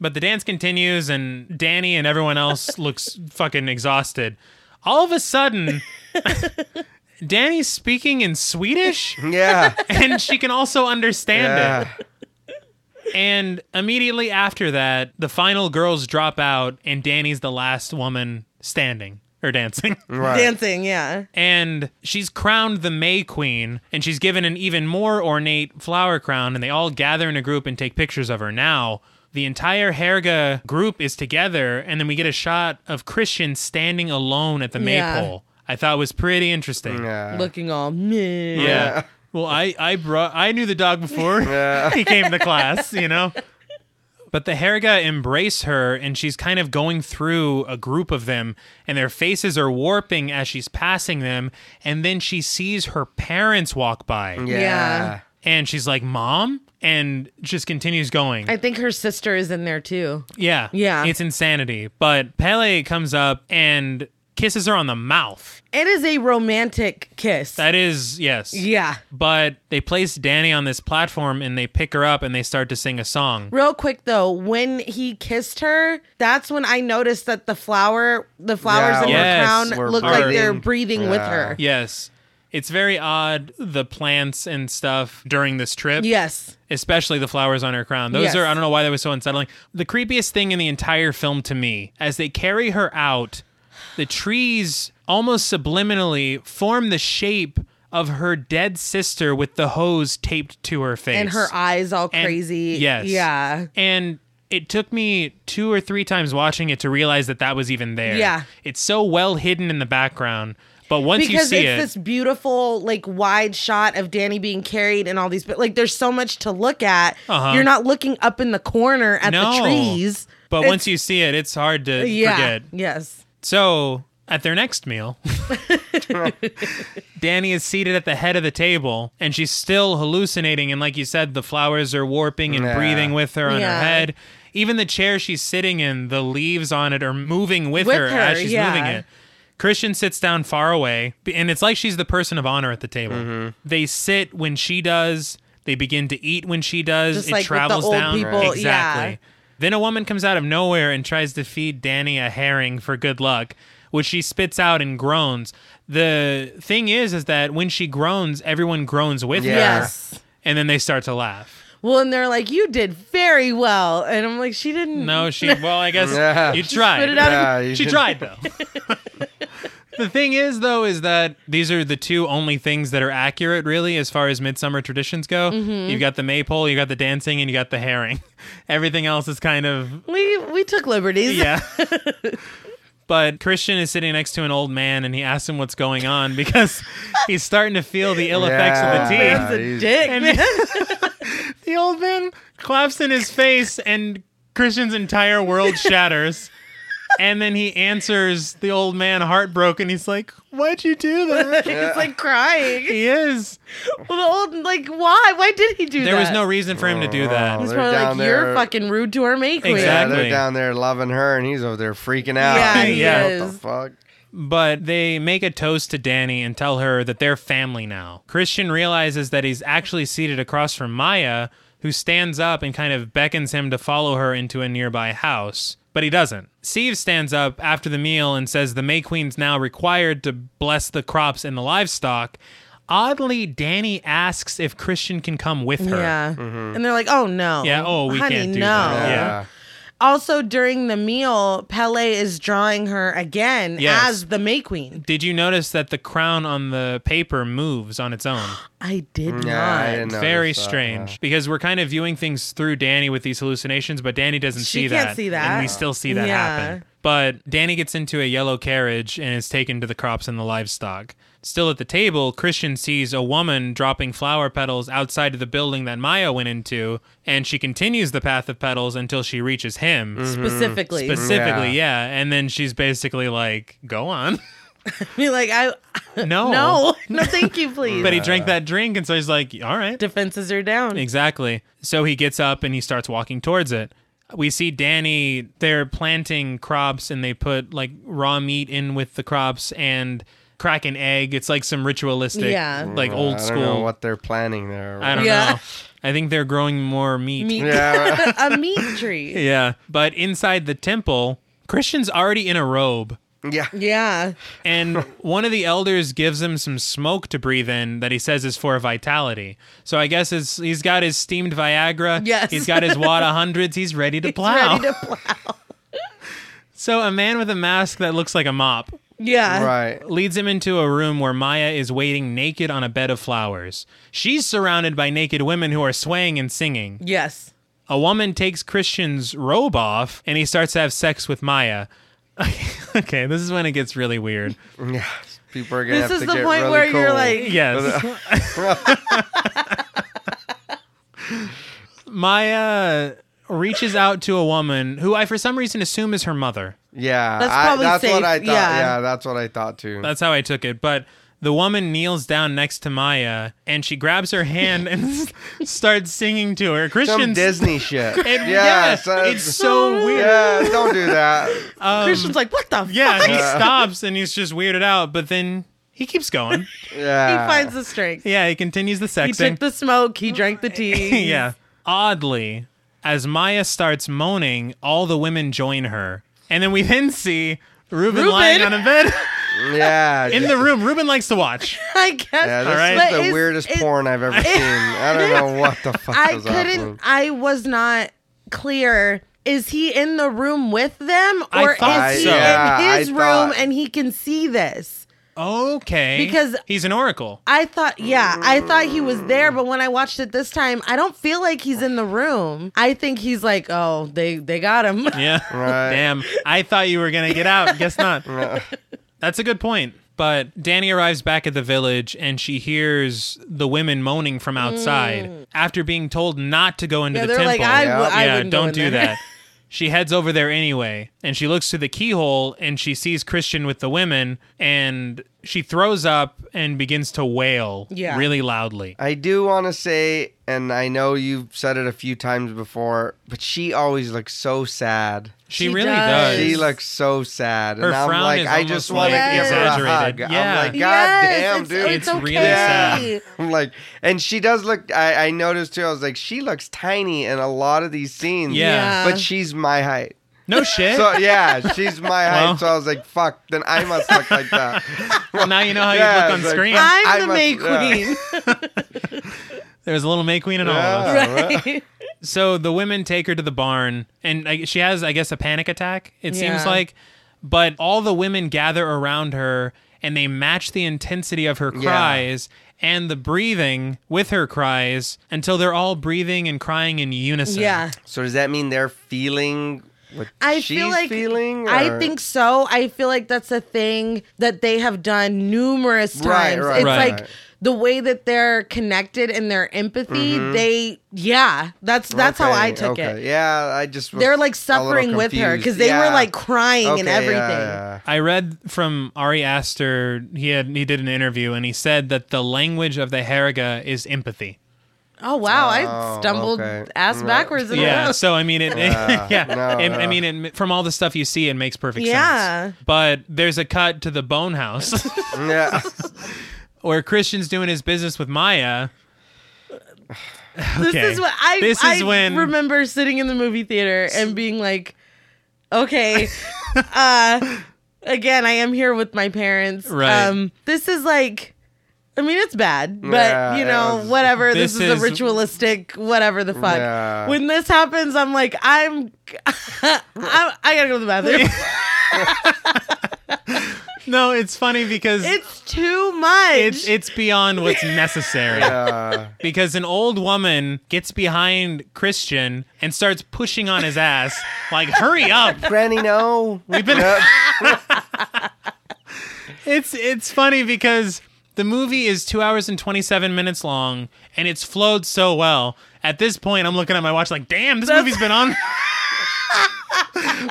[SPEAKER 1] But the dance continues, and Danny and everyone else looks fucking exhausted. All of a sudden, Danny's speaking in Swedish,
[SPEAKER 3] Yeah.
[SPEAKER 1] and she can also understand it.
[SPEAKER 3] yeah.
[SPEAKER 1] And immediately after that, the final girls drop out, and Danny's the last woman standing or dancing.
[SPEAKER 3] Right.
[SPEAKER 2] dancing. Yeah,
[SPEAKER 1] and she's crowned the May Queen, and she's given an even more ornate flower crown, and they all gather in a group and take pictures of her. Now, the entire Herga group is together, and then we get a shot of Christian standing alone at the
[SPEAKER 2] Yeah.
[SPEAKER 1] maypole. I thought was pretty interesting.
[SPEAKER 3] Yeah.
[SPEAKER 2] looking all meh.
[SPEAKER 1] Yeah. Well, I I brought I knew the dog before he came to class, you know. But the Herga embrace her, and she's kind of going through a group of them, and their faces are warping as she's passing them. And then she sees her parents walk by,
[SPEAKER 3] Yeah.
[SPEAKER 2] Yeah.
[SPEAKER 1] and she's like, "Mom," and just continues going.
[SPEAKER 2] I think her sister is in there too.
[SPEAKER 1] yeah,
[SPEAKER 2] Yeah.
[SPEAKER 1] it's insanity. But Pele comes up and kisses her on the mouth.
[SPEAKER 2] It is a romantic kiss.
[SPEAKER 1] That is yes,
[SPEAKER 2] yeah.
[SPEAKER 1] But they place Danny on this platform and they pick her up and they start to sing a song.
[SPEAKER 2] Real quick though, when he kissed her, that's when I noticed that the flower, the flowers
[SPEAKER 3] Yeah,
[SPEAKER 2] in
[SPEAKER 1] Yes,
[SPEAKER 2] her crown
[SPEAKER 3] we're
[SPEAKER 2] look like they're
[SPEAKER 3] breathing.
[SPEAKER 2] breathing with
[SPEAKER 3] Yeah.
[SPEAKER 2] her.
[SPEAKER 1] Yes. It's very odd the plants and stuff during this trip.
[SPEAKER 2] Yes.
[SPEAKER 1] Especially the flowers on her crown. Those
[SPEAKER 2] Yes.
[SPEAKER 1] are I don't know why that was so unsettling. The creepiest thing in the entire film to me, as they carry her out, the trees almost subliminally form the shape of her dead sister with the hose taped to her face.
[SPEAKER 2] And her eyes all
[SPEAKER 1] And-
[SPEAKER 2] crazy.
[SPEAKER 1] Yes.
[SPEAKER 2] Yeah.
[SPEAKER 1] And it took me two or three times watching it to realize that that was even there.
[SPEAKER 2] Yeah.
[SPEAKER 1] It's so well hidden in the background. But once you
[SPEAKER 2] Because
[SPEAKER 1] see
[SPEAKER 2] it's
[SPEAKER 1] it,
[SPEAKER 2] this beautiful, like wide shot of Danny being carried and all these, but like there's so much to look at.
[SPEAKER 1] Uh-huh.
[SPEAKER 2] You're not looking up in the corner at
[SPEAKER 1] No.
[SPEAKER 2] the trees.
[SPEAKER 1] But
[SPEAKER 2] It's-
[SPEAKER 1] once you see it, it's hard to
[SPEAKER 2] yeah,
[SPEAKER 1] forget.
[SPEAKER 2] yes,
[SPEAKER 1] So at their next meal, Danny is seated at the head of the table and she's still hallucinating. And like you said, the flowers are warping and
[SPEAKER 3] Yeah.
[SPEAKER 1] breathing with her on
[SPEAKER 2] Yeah.
[SPEAKER 1] her head. Even the chair she's sitting in, the leaves on it are moving with,
[SPEAKER 2] With her,
[SPEAKER 1] as she's
[SPEAKER 2] yeah.
[SPEAKER 1] moving it. Christian sits down far away, b- and it's like she's the person of honor at the table. They sit when she does. They begin to eat when she does.
[SPEAKER 2] Just
[SPEAKER 1] it
[SPEAKER 2] like with the
[SPEAKER 1] travels
[SPEAKER 2] old
[SPEAKER 1] down
[SPEAKER 2] people, yeah.
[SPEAKER 1] exactly. Then a woman comes out of nowhere and tries to feed Danny a herring for good luck. which she spits out and groans. The thing is, is that when she groans, everyone groans with
[SPEAKER 3] Yeah.
[SPEAKER 2] Yes.
[SPEAKER 1] her, and then they start to laugh.
[SPEAKER 2] Well, and they're like, you did very well. And I'm like, she didn't.
[SPEAKER 1] No, she. Well, I guess
[SPEAKER 3] Yeah.
[SPEAKER 1] you tried.
[SPEAKER 2] spit it out.
[SPEAKER 3] Yeah, you
[SPEAKER 1] she
[SPEAKER 3] should-
[SPEAKER 1] tried though. the thing is though is that these are the two only things that are accurate really as far as midsummer traditions go.
[SPEAKER 2] Mm-hmm.
[SPEAKER 1] You've got the maypole, you got the dancing, and you got the herring. Everything else is kind of
[SPEAKER 2] We, we took liberties.
[SPEAKER 1] yeah. But Christian is sitting next to an old man and he asks him what's going on because he's starting to feel the ill effects of the tea.
[SPEAKER 3] Yeah.
[SPEAKER 2] Man's a
[SPEAKER 3] he's-
[SPEAKER 2] dick.
[SPEAKER 1] And-
[SPEAKER 2] man.
[SPEAKER 1] The old man claps in his face, and Christian's entire world shatters. And then he answers the old man heartbroken. He's like, Why'd you do that?
[SPEAKER 2] He's like crying.
[SPEAKER 1] He is.
[SPEAKER 2] Well, the old, like, why? Why did he do that?
[SPEAKER 1] There was no reason for him to do
[SPEAKER 2] He's
[SPEAKER 1] that.
[SPEAKER 3] They're
[SPEAKER 2] probably like,
[SPEAKER 3] down
[SPEAKER 2] you're
[SPEAKER 3] there-
[SPEAKER 2] fucking rude to our May Queen.
[SPEAKER 3] Yeah,
[SPEAKER 1] Exactly.
[SPEAKER 3] they're down there loving her, and he's over there freaking out.
[SPEAKER 2] Yeah, he
[SPEAKER 1] Yeah.
[SPEAKER 3] What
[SPEAKER 2] is.
[SPEAKER 3] the fuck?
[SPEAKER 1] But they make a toast to Danny and tell her that they're family now. Christian realizes that he's actually seated across from Maya, who stands up and kind of beckons him to follow her into a nearby house. But he doesn't. Steve stands up after the meal and says the May Queen's now required to bless the crops and the livestock. Oddly, Danny asks if Christian can come with her.
[SPEAKER 2] Yeah.
[SPEAKER 3] Mm-hmm.
[SPEAKER 2] And they're like, oh no.
[SPEAKER 1] Yeah, oh, we
[SPEAKER 2] Honey,
[SPEAKER 1] can't do
[SPEAKER 2] no.
[SPEAKER 1] that. Yeah.
[SPEAKER 2] Oh Also, during the meal, Pele is drawing her again
[SPEAKER 1] Yes.
[SPEAKER 2] as the May Queen.
[SPEAKER 1] Did you notice that the crown on the paper moves on its own?
[SPEAKER 2] I did
[SPEAKER 3] Mm, Yeah, I
[SPEAKER 2] not.
[SPEAKER 3] didn't uh, notice
[SPEAKER 1] very
[SPEAKER 3] that,
[SPEAKER 1] strange because we're kind of viewing things through Danny with these hallucinations, but Danny doesn't
[SPEAKER 2] She
[SPEAKER 1] see
[SPEAKER 2] can't
[SPEAKER 1] that.
[SPEAKER 2] see that.
[SPEAKER 1] and we still see that
[SPEAKER 2] Yeah.
[SPEAKER 1] happen. But Danny gets into a yellow carriage and is taken to the crops and the livestock. Still at the table, Christian sees a woman dropping flower petals outside of the building that Maya went into, and she continues the path of petals until she reaches him.
[SPEAKER 2] Mm-hmm.
[SPEAKER 3] mm-hmm.
[SPEAKER 2] Specifically.
[SPEAKER 1] Specifically, yeah. And then she's basically like, go on.
[SPEAKER 2] Be like, I
[SPEAKER 1] no.
[SPEAKER 2] no, no, thank you, please.
[SPEAKER 1] Oh. But he drank that drink, and so he's like, all right.
[SPEAKER 2] defenses are down.
[SPEAKER 1] Exactly. So he gets up and he starts walking towards it. We see Danny, they're planting crops and they put like raw meat in with the crops and crack an egg. It's like some ritualistic,
[SPEAKER 2] Yeah.
[SPEAKER 1] like old
[SPEAKER 3] Mm, I don't know
[SPEAKER 1] school.
[SPEAKER 3] what they're planning there.
[SPEAKER 1] I don't
[SPEAKER 2] Yeah.
[SPEAKER 1] know. I think they're growing more meat.
[SPEAKER 2] Meat,
[SPEAKER 3] yeah,
[SPEAKER 2] a meat tree.
[SPEAKER 1] Yeah. But inside the temple, Christian's already in a robe.
[SPEAKER 3] yeah.
[SPEAKER 2] Yeah.
[SPEAKER 1] And one of the elders gives him some smoke to breathe in that he says is for vitality. So I guess it's, he's got his steamed Viagra.
[SPEAKER 2] Yes.
[SPEAKER 1] He's got his wad of hundreds. He's ready to plow.
[SPEAKER 2] Ready to plow.
[SPEAKER 1] So a man with a mask that looks like a mop
[SPEAKER 2] Yeah.
[SPEAKER 3] Right.
[SPEAKER 1] leads him into a room where Maya is waiting naked on a bed of flowers. She's surrounded by naked women who are swaying and singing.
[SPEAKER 2] Yes.
[SPEAKER 1] A woman takes Christian's robe off and he starts to have sex with Maya. okay, this is when it gets really weird.
[SPEAKER 3] Yeah. People are gonna
[SPEAKER 2] This is
[SPEAKER 3] have to
[SPEAKER 2] the
[SPEAKER 3] get
[SPEAKER 2] point
[SPEAKER 3] really
[SPEAKER 2] where you're
[SPEAKER 3] cold.
[SPEAKER 2] like,
[SPEAKER 1] Yes. Maya reaches out to a woman who I for some reason assume is her mother.
[SPEAKER 3] yeah,
[SPEAKER 2] That's
[SPEAKER 3] I-
[SPEAKER 2] probably
[SPEAKER 3] that's
[SPEAKER 2] safe,
[SPEAKER 3] what I thought.
[SPEAKER 2] yeah.
[SPEAKER 3] Yeah. that's what I thought too.
[SPEAKER 1] That's how I took it. But the woman kneels down next to Maya and she grabs her hand and starts singing to her.
[SPEAKER 3] Some
[SPEAKER 1] Christian
[SPEAKER 3] Disney shit.
[SPEAKER 1] It, yeah,
[SPEAKER 3] so-
[SPEAKER 1] it's so weird.
[SPEAKER 3] Yeah, don't do that.
[SPEAKER 2] Christian's like, what the
[SPEAKER 1] Um, Yeah,
[SPEAKER 2] fuck?
[SPEAKER 1] he stops and he's just weirded out, but then he keeps going.
[SPEAKER 2] He
[SPEAKER 3] Yeah,
[SPEAKER 2] finds the strength.
[SPEAKER 1] Yeah, he continues the
[SPEAKER 2] He
[SPEAKER 1] sexing.
[SPEAKER 2] took the smoke. He drank the tea.
[SPEAKER 1] yeah. Oddly, as Maya starts moaning, all the women join her. And then we then see Ruben,
[SPEAKER 2] Reuben?
[SPEAKER 1] lying on a bed
[SPEAKER 3] yeah.
[SPEAKER 1] in the room. Ruben likes to watch.
[SPEAKER 2] I guess.
[SPEAKER 3] yeah, this
[SPEAKER 1] right.
[SPEAKER 2] But
[SPEAKER 3] is the
[SPEAKER 2] it's-
[SPEAKER 3] weirdest
[SPEAKER 2] it-
[SPEAKER 3] porn I've ever seen. I don't know what the fuck
[SPEAKER 2] I
[SPEAKER 3] was
[SPEAKER 2] couldn't. I was not clear. Is he in the room with them,
[SPEAKER 1] I
[SPEAKER 2] or
[SPEAKER 1] thought
[SPEAKER 2] is he
[SPEAKER 1] so.
[SPEAKER 3] Yeah,
[SPEAKER 2] in his
[SPEAKER 3] I
[SPEAKER 2] room
[SPEAKER 3] thought-
[SPEAKER 2] and he can see this?
[SPEAKER 1] Okay.
[SPEAKER 2] Because-
[SPEAKER 1] he's an oracle.
[SPEAKER 2] I thought, yeah, I thought he was there, but when I watched it this time, I don't feel like he's in the room. I think he's like, oh, they they got him.
[SPEAKER 1] Yeah.
[SPEAKER 3] Right.
[SPEAKER 1] Damn. I thought you were going to get out. Guess not.
[SPEAKER 3] Yeah.
[SPEAKER 1] That's a good point. But Danny arrives back at the village and she hears the women moaning from outside after being told not to go into
[SPEAKER 2] Mm. Yeah,
[SPEAKER 1] the
[SPEAKER 2] they're
[SPEAKER 1] temple.
[SPEAKER 2] like, I, w-
[SPEAKER 3] Yeah.
[SPEAKER 2] I
[SPEAKER 1] yeah,
[SPEAKER 2] wouldn't go
[SPEAKER 1] don't
[SPEAKER 2] in
[SPEAKER 1] do
[SPEAKER 2] there.
[SPEAKER 1] that. She heads over there anyway and she looks through the keyhole and she sees Christian with the women and she throws up and begins to wail
[SPEAKER 2] Yeah.
[SPEAKER 1] really loudly.
[SPEAKER 3] I do want to say, and I know you've said it a few times before, but she always looks so sad.
[SPEAKER 1] She,
[SPEAKER 2] She
[SPEAKER 1] really
[SPEAKER 2] does.
[SPEAKER 1] does.
[SPEAKER 3] She looks so sad,
[SPEAKER 1] Her
[SPEAKER 3] and I'm
[SPEAKER 1] frown
[SPEAKER 3] like,
[SPEAKER 1] is
[SPEAKER 3] I
[SPEAKER 1] almost,
[SPEAKER 3] just want
[SPEAKER 2] like,
[SPEAKER 3] to give her a hug.
[SPEAKER 1] exaggerated. Yeah.
[SPEAKER 3] I'm like, God
[SPEAKER 2] Yes,
[SPEAKER 3] damn,
[SPEAKER 2] it's,
[SPEAKER 3] dude.
[SPEAKER 2] it's
[SPEAKER 1] It's really
[SPEAKER 2] okay.
[SPEAKER 3] I'm like, and she does look. I, I noticed too. I was like, she looks tiny in a lot of these scenes.
[SPEAKER 1] Yeah.
[SPEAKER 2] Yeah.
[SPEAKER 3] but she's my height.
[SPEAKER 1] No shit.
[SPEAKER 3] So yeah, she's my height.
[SPEAKER 1] Well.
[SPEAKER 3] So I was like, fuck. Then I must look like that.
[SPEAKER 1] well, now you know how
[SPEAKER 3] Yeah,
[SPEAKER 1] you look on
[SPEAKER 3] it's like-
[SPEAKER 1] screen.
[SPEAKER 2] I'm
[SPEAKER 3] I
[SPEAKER 2] the
[SPEAKER 3] must-
[SPEAKER 2] May
[SPEAKER 3] yeah.
[SPEAKER 2] Queen.
[SPEAKER 1] There was a little May Queen in all of us.
[SPEAKER 2] Right.
[SPEAKER 1] So the women take her to the barn, and I, she has, I guess, a panic attack. It
[SPEAKER 2] Yeah.
[SPEAKER 1] seems like, but all the women gather around her, and they match the intensity of her cries and the breathing with her cries until they're all breathing and crying in unison.
[SPEAKER 2] Yeah.
[SPEAKER 3] So does that mean they're feeling what
[SPEAKER 2] I
[SPEAKER 3] she's
[SPEAKER 2] feel like
[SPEAKER 3] feeling?
[SPEAKER 2] I
[SPEAKER 3] or-
[SPEAKER 2] think so. I feel like that's a thing that they have done numerous times.
[SPEAKER 3] Right, right,
[SPEAKER 2] it's
[SPEAKER 1] Right.
[SPEAKER 2] like the way that they're connected and their empathy, they yeah, that's that's how
[SPEAKER 3] Mm-hmm. Okay,
[SPEAKER 2] I took
[SPEAKER 3] okay.
[SPEAKER 2] it.
[SPEAKER 3] Yeah, I just was
[SPEAKER 2] They're like
[SPEAKER 3] a little
[SPEAKER 2] suffering with her because
[SPEAKER 3] confused.
[SPEAKER 2] they were
[SPEAKER 3] Yeah.
[SPEAKER 2] like crying
[SPEAKER 3] Okay,
[SPEAKER 2] and
[SPEAKER 3] yeah,
[SPEAKER 2] everything.
[SPEAKER 3] yeah.
[SPEAKER 1] I read from Ari Aster. He had he did an interview, and he said that the language of the Harriga is empathy.
[SPEAKER 2] Oh wow,
[SPEAKER 3] Oh,
[SPEAKER 2] I stumbled
[SPEAKER 3] okay.
[SPEAKER 2] ass
[SPEAKER 3] Right.
[SPEAKER 2] backwards. in a
[SPEAKER 1] yeah
[SPEAKER 2] row.
[SPEAKER 1] so i mean it, it-
[SPEAKER 3] Yeah,
[SPEAKER 1] yeah
[SPEAKER 3] no,
[SPEAKER 1] It- i
[SPEAKER 3] no.
[SPEAKER 1] mean it, from all the stuff you see it makes perfect
[SPEAKER 2] Yeah.
[SPEAKER 1] sense but there's a cut to the bone house
[SPEAKER 3] Yeah.
[SPEAKER 1] where christian's doing his business with maya
[SPEAKER 2] This is what I
[SPEAKER 1] This is
[SPEAKER 2] I
[SPEAKER 1] when-
[SPEAKER 2] remember sitting in the movie theater and being like, okay, uh, again, I am here with my parents. Um,
[SPEAKER 1] Right.
[SPEAKER 2] this is like, I mean, it's bad, but
[SPEAKER 3] Yeah,
[SPEAKER 2] you
[SPEAKER 3] it
[SPEAKER 2] know,
[SPEAKER 3] was-
[SPEAKER 2] whatever. This,
[SPEAKER 1] This
[SPEAKER 2] is,
[SPEAKER 1] is-
[SPEAKER 2] a ritualistic, whatever the fuck.
[SPEAKER 3] Yeah.
[SPEAKER 2] When this happens, I'm like, I'm, I, I gotta go to the bathroom.
[SPEAKER 1] no it's funny because it's
[SPEAKER 2] it's too much.
[SPEAKER 1] it's, beyond what's necessary
[SPEAKER 3] yeah.
[SPEAKER 1] because an old woman gets behind christian and starts pushing on his ass like hurry up
[SPEAKER 3] Granny, no.
[SPEAKER 1] we've been It's it's funny because the movie is two hours and twenty seven minutes long, and it's flowed so well. At this point, I'm looking at my watch like, damn, this movie's been on.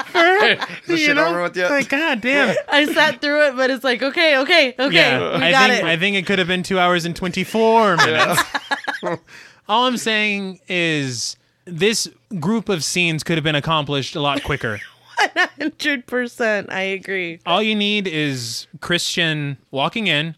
[SPEAKER 1] For, you
[SPEAKER 3] shit
[SPEAKER 1] know?
[SPEAKER 3] over with yet?
[SPEAKER 1] Like, God damn.
[SPEAKER 2] I sat through it, but it's like, okay, okay, okay, we
[SPEAKER 1] I
[SPEAKER 2] got
[SPEAKER 1] think
[SPEAKER 2] it.
[SPEAKER 1] I think it could have been two hours and twenty four minutes. All I'm saying is this group of scenes could have been accomplished a lot quicker.
[SPEAKER 2] Hundred percent, I agree.
[SPEAKER 1] all you need is Christian walking in,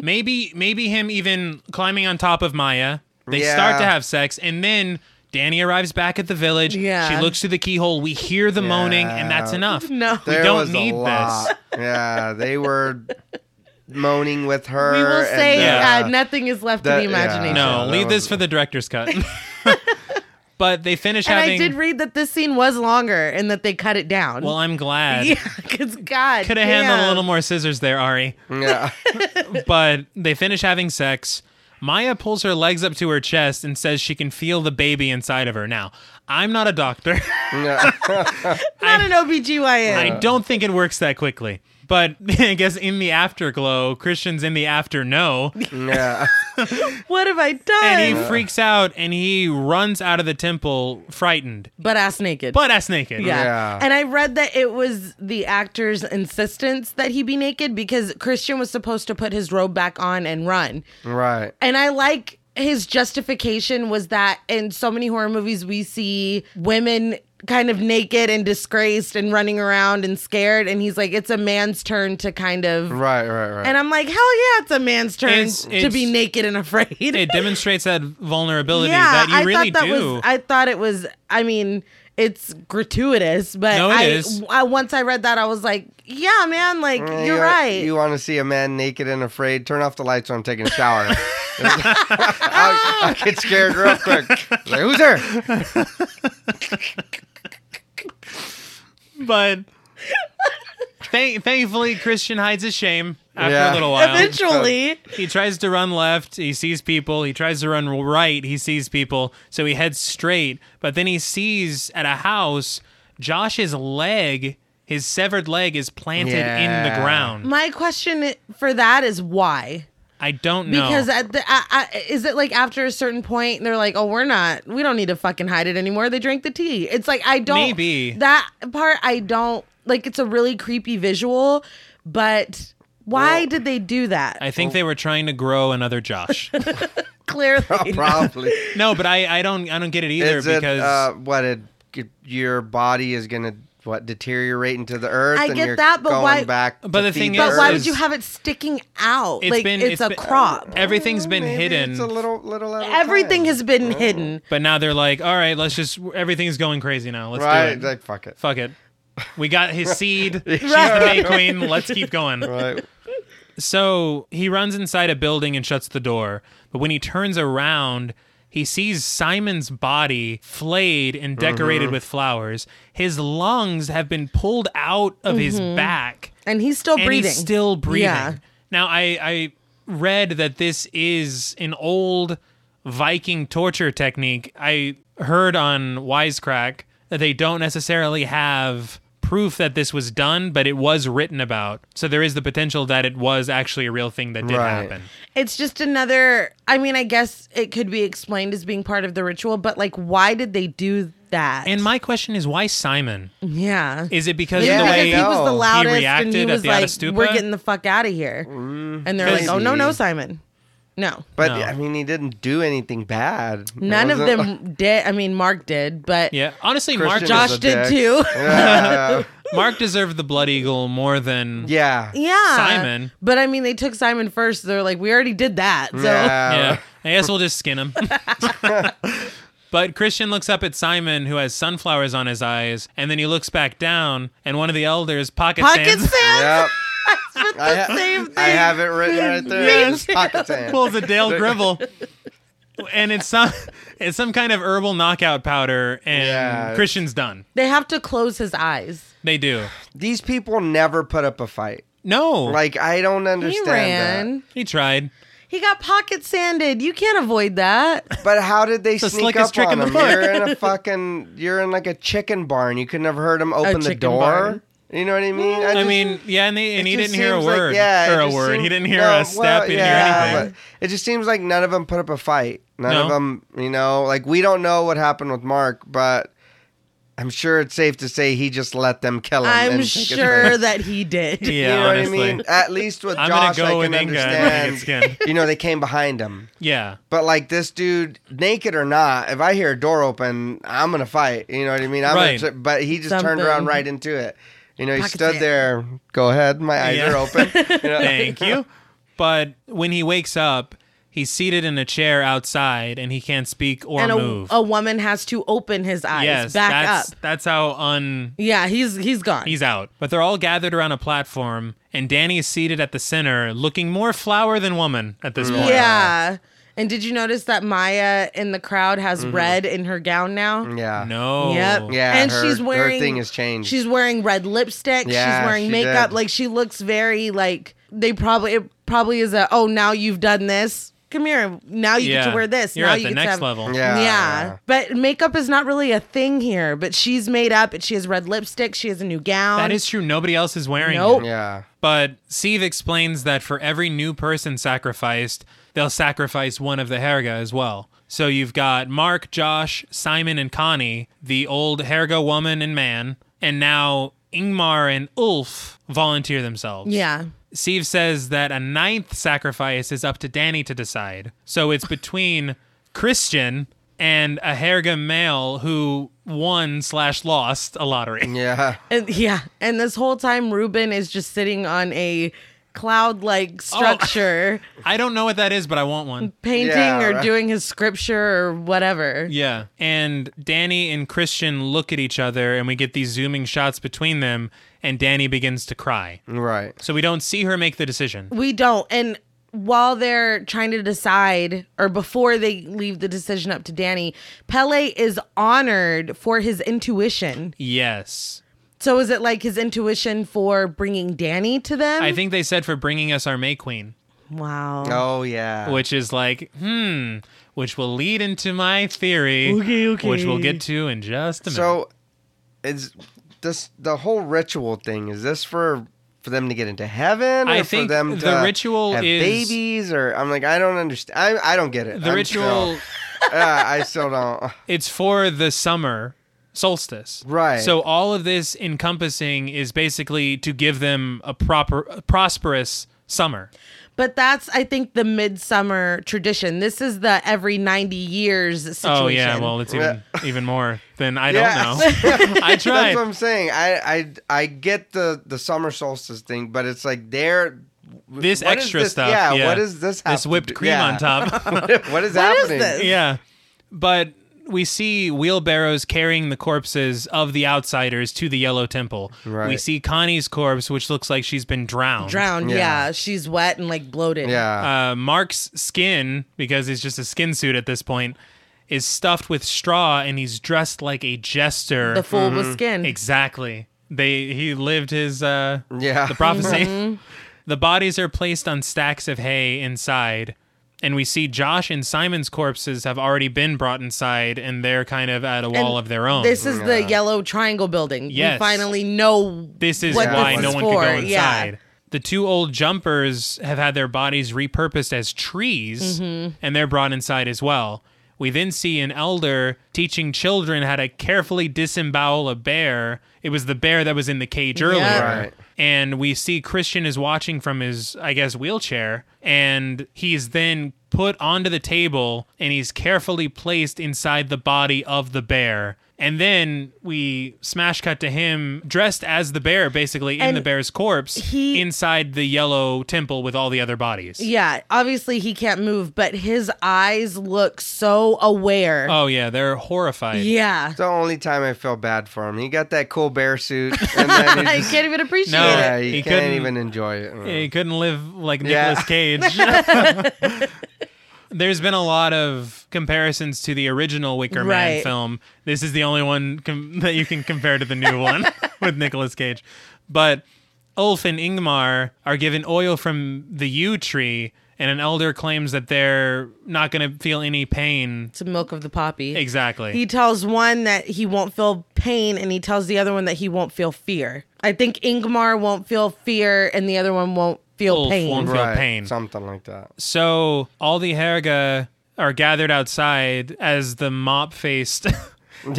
[SPEAKER 1] maybe maybe him even climbing on top of Maya. They
[SPEAKER 3] Yeah.
[SPEAKER 1] start to have sex, and then Danny arrives back at the village.
[SPEAKER 2] Yeah.
[SPEAKER 1] She looks through the keyhole. We hear the moaning, and that's
[SPEAKER 3] Yeah.
[SPEAKER 1] enough.
[SPEAKER 2] No.
[SPEAKER 1] we
[SPEAKER 3] There
[SPEAKER 1] don't
[SPEAKER 3] was a
[SPEAKER 1] need this.
[SPEAKER 3] lot. Yeah, they were moaning with her.
[SPEAKER 2] We will
[SPEAKER 3] and,
[SPEAKER 2] say
[SPEAKER 1] Yeah.
[SPEAKER 2] uh, nothing is left
[SPEAKER 3] That-
[SPEAKER 2] to the imagination.
[SPEAKER 1] No,
[SPEAKER 3] Yeah, that
[SPEAKER 1] leave this
[SPEAKER 3] was-
[SPEAKER 1] for the director's cut. but they finish
[SPEAKER 2] And
[SPEAKER 1] having.
[SPEAKER 2] I did read that this scene was longer and that they cut it down.
[SPEAKER 1] well, I'm glad.
[SPEAKER 2] yeah, because God
[SPEAKER 1] Could have handled a little more scissors there, Ari.
[SPEAKER 3] Yeah.
[SPEAKER 1] but they finish having sex. Maya pulls her legs up to her chest and says she can feel the baby inside of her. Now, I'm not a doctor.
[SPEAKER 3] yeah.
[SPEAKER 2] Not an OBGYN.
[SPEAKER 1] I don't think it works that quickly. But I guess in the afterglow, Christian's in the after no,
[SPEAKER 3] Yeah.
[SPEAKER 2] what have I done?
[SPEAKER 1] and he freaks out and he runs out of the temple frightened,
[SPEAKER 2] Butt ass naked.
[SPEAKER 1] but ass naked.
[SPEAKER 2] yeah.
[SPEAKER 3] Yeah.
[SPEAKER 2] And I read that it was the actor's insistence that he be naked because Christian was supposed to put his robe back on and run.
[SPEAKER 3] Right.
[SPEAKER 2] And I like his justification was that in so many horror movies we see women kind of naked and disgraced and running around and scared and he's like it's a man's turn to kind of
[SPEAKER 3] Right. Right. Right.
[SPEAKER 2] and I'm like hell yeah it's a man's turn
[SPEAKER 1] It's-
[SPEAKER 2] to
[SPEAKER 1] it's-
[SPEAKER 2] be naked and afraid.
[SPEAKER 1] It demonstrates that vulnerability
[SPEAKER 2] yeah,
[SPEAKER 1] that you
[SPEAKER 2] I
[SPEAKER 1] really
[SPEAKER 2] thought that
[SPEAKER 1] do.
[SPEAKER 2] was I thought it was I mean it's gratuitous but
[SPEAKER 1] No, it
[SPEAKER 2] I,
[SPEAKER 1] is.
[SPEAKER 2] I once I read that I was like yeah man like
[SPEAKER 3] Yeah,
[SPEAKER 2] Mm, you're
[SPEAKER 3] Eh, you-
[SPEAKER 2] right.
[SPEAKER 3] You want to see a man naked and afraid? Turn off the lights when I'm taking a shower. I'll, I'll get scared real quick. Like, Who's there?
[SPEAKER 1] but thank- thankfully, Christian hides his shame after
[SPEAKER 3] Yeah.
[SPEAKER 1] a little while.
[SPEAKER 2] Eventually
[SPEAKER 1] He tries to run left. He sees people. He tries to run right. He sees people. So he heads straight. But then he sees at a house, Josh's leg, his severed leg, is planted in the
[SPEAKER 3] Yeah.
[SPEAKER 1] ground.
[SPEAKER 2] my question for that is why
[SPEAKER 1] I don't know.
[SPEAKER 2] Because at the, I, I, is it like after a certain point they're like, oh, we're not, we don't need to fucking hide it anymore. They drank the tea. It's like I don't
[SPEAKER 1] Maybe.
[SPEAKER 2] that part. I don't like. It's a really creepy visual, but why did they do that?
[SPEAKER 1] I think they were trying to grow another Josh.
[SPEAKER 2] Clearly,
[SPEAKER 3] Probably.
[SPEAKER 1] no, but I, I don't I don't get it either
[SPEAKER 3] Is
[SPEAKER 1] because
[SPEAKER 3] it uh, what it, your body is gonna what deteriorate into the earth?
[SPEAKER 2] I
[SPEAKER 3] and
[SPEAKER 2] get
[SPEAKER 3] you're
[SPEAKER 2] that, but
[SPEAKER 3] going
[SPEAKER 2] why-
[SPEAKER 3] Back
[SPEAKER 1] But
[SPEAKER 3] to
[SPEAKER 1] the thing
[SPEAKER 3] feed
[SPEAKER 1] is-
[SPEAKER 2] but why
[SPEAKER 1] There
[SPEAKER 2] would
[SPEAKER 1] is-
[SPEAKER 2] you have it sticking out?
[SPEAKER 1] It's
[SPEAKER 2] like
[SPEAKER 1] been-
[SPEAKER 2] it's,
[SPEAKER 1] it's
[SPEAKER 2] a
[SPEAKER 1] been-
[SPEAKER 2] crop.
[SPEAKER 1] everything's been
[SPEAKER 3] Maybe
[SPEAKER 1] hidden.
[SPEAKER 3] It's a little, little. at a
[SPEAKER 2] Everything
[SPEAKER 3] time.
[SPEAKER 2] has been hidden.
[SPEAKER 1] but now they're like, all right, let's just everything's going crazy now. Let's do
[SPEAKER 3] right.
[SPEAKER 1] it.
[SPEAKER 3] Like fuck it.
[SPEAKER 1] Fuck it. We got his seed. She's the
[SPEAKER 2] Right.
[SPEAKER 1] May Queen. Let's keep going.
[SPEAKER 3] Right.
[SPEAKER 1] So he runs inside a building and shuts the door. But when he turns around, he sees Simon's body flayed and decorated with flowers. His lungs have been pulled out of his back.
[SPEAKER 2] And he's still
[SPEAKER 1] and
[SPEAKER 2] breathing.
[SPEAKER 1] He's still breathing.
[SPEAKER 2] Yeah.
[SPEAKER 1] Now I I read that this is an old Viking torture technique. I heard on Wisecrack that they don't necessarily have proof that this was done, but it was written about. So there is the potential that it was actually a real thing that did
[SPEAKER 3] Right.
[SPEAKER 1] happen.
[SPEAKER 2] It's just another. I mean, I guess it could be explained as being part of the ritual, but like, why did they do that?
[SPEAKER 1] And my question is why Simon?
[SPEAKER 2] yeah,
[SPEAKER 1] Is it because of
[SPEAKER 3] Yeah,
[SPEAKER 1] the
[SPEAKER 2] because
[SPEAKER 1] way
[SPEAKER 2] he was the
[SPEAKER 3] He
[SPEAKER 2] loudest, and he
[SPEAKER 1] reacted at
[SPEAKER 2] was
[SPEAKER 1] the Ada
[SPEAKER 2] like,
[SPEAKER 1] Stupa?
[SPEAKER 2] "We're getting the fuck out of here,"
[SPEAKER 3] Mm.
[SPEAKER 2] and they're like, "Oh no, no,
[SPEAKER 3] Maybe.
[SPEAKER 2] Simon, no."
[SPEAKER 3] But
[SPEAKER 1] No.
[SPEAKER 3] I mean, he didn't do anything bad. It
[SPEAKER 2] None of
[SPEAKER 3] wasn't
[SPEAKER 2] them
[SPEAKER 3] like-
[SPEAKER 2] did. I mean, Mark did, but
[SPEAKER 1] Yeah. Honestly, Mark
[SPEAKER 3] Christian
[SPEAKER 2] Josh
[SPEAKER 3] was a
[SPEAKER 2] did
[SPEAKER 3] dick.
[SPEAKER 2] too.
[SPEAKER 3] Yeah.
[SPEAKER 1] Mark deserved the blood eagle more than
[SPEAKER 3] yeah.
[SPEAKER 2] yeah,
[SPEAKER 1] Simon.
[SPEAKER 2] But I mean, they took Simon first. They're like, "We already did that." So
[SPEAKER 1] Yeah. I guess we'll just skin him. but Christian looks up at Simon, who has sunflowers on his eyes, and then he looks back down, and one of the elders pocket,
[SPEAKER 2] pocket
[SPEAKER 1] sands,
[SPEAKER 2] sand
[SPEAKER 3] Yep.
[SPEAKER 2] with the
[SPEAKER 3] I, ha-
[SPEAKER 2] same thing.
[SPEAKER 3] I have it written right there. It's pocket sand.
[SPEAKER 1] pulls a Dale Gribble. And it's some it's some kind of herbal knockout powder, and
[SPEAKER 3] Yeah, it's-
[SPEAKER 1] Christian's done.
[SPEAKER 2] They have to close his eyes.
[SPEAKER 1] They do.
[SPEAKER 3] These people never put up a fight.
[SPEAKER 1] No.
[SPEAKER 3] Like I don't
[SPEAKER 2] He
[SPEAKER 3] understand
[SPEAKER 2] ran.
[SPEAKER 3] that.
[SPEAKER 1] he tried.
[SPEAKER 2] He got pocket sanded. You can't avoid that.
[SPEAKER 3] But how did they
[SPEAKER 1] the
[SPEAKER 3] sneak
[SPEAKER 1] slickest
[SPEAKER 3] up
[SPEAKER 1] trick
[SPEAKER 3] on
[SPEAKER 1] in the
[SPEAKER 3] him?
[SPEAKER 1] book.
[SPEAKER 3] You're in a fucking, you're in like a chicken barn. You could never heard him open the
[SPEAKER 2] chicken
[SPEAKER 3] door.
[SPEAKER 2] barn.
[SPEAKER 3] You know what I mean?
[SPEAKER 1] I
[SPEAKER 3] just-
[SPEAKER 1] mean, yeah, and, they, and
[SPEAKER 3] it
[SPEAKER 1] he
[SPEAKER 3] just
[SPEAKER 1] didn't hear a
[SPEAKER 3] seems like-
[SPEAKER 1] word.
[SPEAKER 3] yeah, it
[SPEAKER 1] or a
[SPEAKER 3] just
[SPEAKER 1] word.
[SPEAKER 3] seemed-
[SPEAKER 1] he didn't hear
[SPEAKER 3] no,
[SPEAKER 1] a step.
[SPEAKER 3] well,
[SPEAKER 1] he didn't
[SPEAKER 3] yeah,
[SPEAKER 1] hear anything.
[SPEAKER 3] but It just seems like none of them put up a fight. None of
[SPEAKER 1] No.
[SPEAKER 3] them, you know, like we don't know what happened with Mark, but I'm sure it's safe to say he just let them kill him. and
[SPEAKER 2] I'm
[SPEAKER 3] take his
[SPEAKER 2] sure
[SPEAKER 3] place.
[SPEAKER 2] that he did.
[SPEAKER 1] Yeah,
[SPEAKER 3] you know
[SPEAKER 1] honestly.
[SPEAKER 3] what I mean. At least with
[SPEAKER 1] I'm
[SPEAKER 3] Josh,
[SPEAKER 1] gonna go
[SPEAKER 3] I
[SPEAKER 1] with
[SPEAKER 3] can
[SPEAKER 1] Inga and
[SPEAKER 3] understand.
[SPEAKER 1] we can skin.
[SPEAKER 3] you know, they came behind him.
[SPEAKER 1] Yeah.
[SPEAKER 3] But like this dude, naked or not, if I hear a door open, I'm gonna fight. You know what I mean? I'm
[SPEAKER 1] Right.
[SPEAKER 3] gonna, but he just turned
[SPEAKER 2] Something.
[SPEAKER 3] around right into it. You know, he
[SPEAKER 2] Pocket
[SPEAKER 3] stood
[SPEAKER 2] sand.
[SPEAKER 3] there. Go ahead, my eyes
[SPEAKER 1] Yeah.
[SPEAKER 3] are open. You know?
[SPEAKER 1] Thank you. But when he wakes up, he's seated in a chair outside and he can't speak or
[SPEAKER 2] And a,
[SPEAKER 1] move.
[SPEAKER 2] a woman has to open his eyes
[SPEAKER 1] yes,
[SPEAKER 2] back
[SPEAKER 1] that's
[SPEAKER 2] up.
[SPEAKER 1] that's how un
[SPEAKER 2] Yeah, he's he's gone.
[SPEAKER 1] he's out. But they're all gathered around a platform and Danny is seated at the center, looking more flower than woman at
[SPEAKER 2] Mm.
[SPEAKER 1] this
[SPEAKER 3] Oh,
[SPEAKER 1] point.
[SPEAKER 2] yeah. And did you notice that Maya in the crowd has red in her gown now?
[SPEAKER 3] Mm-hmm. Yeah.
[SPEAKER 1] No.
[SPEAKER 2] Yep.
[SPEAKER 3] Yeah,
[SPEAKER 2] And
[SPEAKER 3] her-
[SPEAKER 2] she's
[SPEAKER 3] her
[SPEAKER 2] wearing
[SPEAKER 3] thing has changed.
[SPEAKER 2] She's wearing red lipstick.
[SPEAKER 3] Yeah,
[SPEAKER 2] she's wearing
[SPEAKER 3] she
[SPEAKER 2] makeup.
[SPEAKER 3] did.
[SPEAKER 2] Like she looks very like they probably it probably is a oh now you've done this. Come here. Now you get
[SPEAKER 1] Yeah.
[SPEAKER 2] to wear this.
[SPEAKER 1] You're
[SPEAKER 2] now
[SPEAKER 1] at
[SPEAKER 2] you
[SPEAKER 1] the
[SPEAKER 2] get
[SPEAKER 1] next
[SPEAKER 2] to have,
[SPEAKER 1] level.
[SPEAKER 3] Yeah.
[SPEAKER 2] Yeah. But makeup is not really a thing here. But she's made up and she has red lipstick. She has a new gown.
[SPEAKER 1] That is true. Nobody else is wearing
[SPEAKER 2] Nope.
[SPEAKER 1] it.
[SPEAKER 3] Yeah.
[SPEAKER 1] But Steve explains that for every new person sacrificed, they'll sacrifice one of the Herga as well. So you've got Mark, Josh, Simon, and Connie, the old Herga woman and man, and now Ingmar and Ulf volunteer themselves.
[SPEAKER 2] Yeah.
[SPEAKER 1] Steve says that a ninth sacrifice is up to Danny to decide. So it's between Christian and a Herga male who won slash lost a lottery.
[SPEAKER 3] Yeah.
[SPEAKER 2] And yeah. And this whole time Ruben is just sitting on a cloud like
[SPEAKER 1] Oh.
[SPEAKER 2] structure
[SPEAKER 1] I don't know what that is, but I want one.
[SPEAKER 2] painting
[SPEAKER 3] Yeah,
[SPEAKER 2] or
[SPEAKER 3] right.
[SPEAKER 2] doing his scripture or whatever.
[SPEAKER 1] Yeah. And Danny and Christian look at each other, and we get these zooming shots between them, and Danny begins to cry.
[SPEAKER 3] Right.
[SPEAKER 1] So we don't see her make the decision.
[SPEAKER 2] We don't. And while they're trying to decide, or before they leave the decision up to Danny, Pele is honored for his intuition.
[SPEAKER 1] Yes.
[SPEAKER 2] So is it like his intuition for bringing Danny to them?
[SPEAKER 1] I think they said for bringing us our May Queen,
[SPEAKER 2] Wow.
[SPEAKER 3] Oh yeah.
[SPEAKER 1] which is like, hmm, which will lead into my theory,
[SPEAKER 2] Okay, okay.
[SPEAKER 1] which we'll get to in just a minute.
[SPEAKER 3] So, is this the whole ritual thing? Is this for for them to get into heaven? Or
[SPEAKER 1] I
[SPEAKER 3] for
[SPEAKER 1] think
[SPEAKER 3] them
[SPEAKER 1] the
[SPEAKER 3] to
[SPEAKER 1] ritual
[SPEAKER 3] have
[SPEAKER 1] is-
[SPEAKER 3] babies, or I'm like, I don't understand. I I don't get it.
[SPEAKER 1] The
[SPEAKER 3] I'm
[SPEAKER 1] ritual,
[SPEAKER 3] still- yeah, I still don't.
[SPEAKER 1] it's for the summer solstice.
[SPEAKER 3] Right.
[SPEAKER 1] So all of this encompassing is basically to give them a proper, a prosperous summer.
[SPEAKER 2] But that's, I think, the midsummer tradition. This is the every 90 years situation.
[SPEAKER 1] Oh yeah, well it's even even more than I don't
[SPEAKER 3] Yeah.
[SPEAKER 1] know. I
[SPEAKER 3] That's
[SPEAKER 1] tried.
[SPEAKER 3] what I'm saying. I I I get the the summer solstice thing, but it's like they're.
[SPEAKER 1] this
[SPEAKER 3] what is
[SPEAKER 1] extra
[SPEAKER 3] this-
[SPEAKER 1] stuff.
[SPEAKER 3] Yeah,
[SPEAKER 1] yeah.
[SPEAKER 3] What is this? Have
[SPEAKER 1] This
[SPEAKER 3] to
[SPEAKER 1] whipped
[SPEAKER 3] do-
[SPEAKER 1] cream
[SPEAKER 3] yeah.
[SPEAKER 1] on top.
[SPEAKER 3] what is happening?
[SPEAKER 2] this?
[SPEAKER 1] yeah. But we see wheelbarrows carrying the corpses of the outsiders to the Yellow Temple.
[SPEAKER 3] Right.
[SPEAKER 1] We see Connie's corpse, which looks like she's been drowned.
[SPEAKER 2] Drowned,
[SPEAKER 3] Yeah.
[SPEAKER 2] yeah. She's wet and like bloated.
[SPEAKER 3] Yeah.
[SPEAKER 1] Uh, Mark's skin, because he's just a skin suit at this point, is stuffed with straw, and he's dressed like a jester.
[SPEAKER 2] The fool
[SPEAKER 3] Mm-hmm.
[SPEAKER 2] with skin.
[SPEAKER 1] Exactly. They he lived his uh
[SPEAKER 3] Yeah.
[SPEAKER 1] the prophecy.
[SPEAKER 2] Mm-hmm.
[SPEAKER 1] the bodies are placed on stacks of hay inside, and we see Josh and Simon's corpses have already been brought inside, and they're kind of at a wall of their own.
[SPEAKER 2] This is the yellow triangle building.
[SPEAKER 1] Yes.
[SPEAKER 2] We finally know
[SPEAKER 1] This is
[SPEAKER 2] what
[SPEAKER 1] why
[SPEAKER 2] this
[SPEAKER 1] no
[SPEAKER 2] is
[SPEAKER 1] one
[SPEAKER 2] for.
[SPEAKER 1] could go
[SPEAKER 2] Yeah.
[SPEAKER 1] inside. The two old jumpers have had their bodies repurposed as trees,
[SPEAKER 2] Mm-hmm.
[SPEAKER 1] and they're brought inside as well. We then see an elder teaching children how to carefully disembowel a bear. It was the bear that was in the cage earlier.
[SPEAKER 3] Right.
[SPEAKER 1] And we see Christian is watching from his, I guess, wheelchair, and he's then put onto the table and he's carefully placed inside the body of the bear. And then we smash cut to him dressed as the bear, basically in
[SPEAKER 2] And
[SPEAKER 1] the bear's corpse,
[SPEAKER 2] he-
[SPEAKER 1] inside the yellow temple with all the other bodies.
[SPEAKER 2] Yeah, obviously he can't move, but his eyes look so aware.
[SPEAKER 1] Oh, yeah, they're horrified.
[SPEAKER 2] yeah.
[SPEAKER 3] It's the only time I feel bad for him. He got that cool bear suit, and then he
[SPEAKER 2] I
[SPEAKER 3] just-
[SPEAKER 2] can't even appreciate
[SPEAKER 1] No.
[SPEAKER 2] it.
[SPEAKER 3] yeah,
[SPEAKER 1] He
[SPEAKER 3] he,
[SPEAKER 1] couldn't-
[SPEAKER 3] can't even enjoy it.
[SPEAKER 1] He couldn't live like
[SPEAKER 3] Yeah.
[SPEAKER 1] Nicolas Cage. There's been a lot of comparisons to the original Wicker Man
[SPEAKER 2] Right.
[SPEAKER 1] film. This is the only one com- that you can compare to the new one with Nicolas Cage. But Ulf and Ingmar are given oil from the yew tree, and an elder claims that they're not going to feel any pain.
[SPEAKER 2] It's milk of the poppy.
[SPEAKER 1] Exactly.
[SPEAKER 2] He tells one that he won't feel pain, and he tells the other one that he won't feel fear. I think Ingmar won't feel fear, and the other one won't feel
[SPEAKER 1] Ulf
[SPEAKER 2] pain.
[SPEAKER 1] won't feel
[SPEAKER 3] Right,
[SPEAKER 1] pain.
[SPEAKER 3] something like that.
[SPEAKER 1] So all the Herga are gathered outside as the mop faced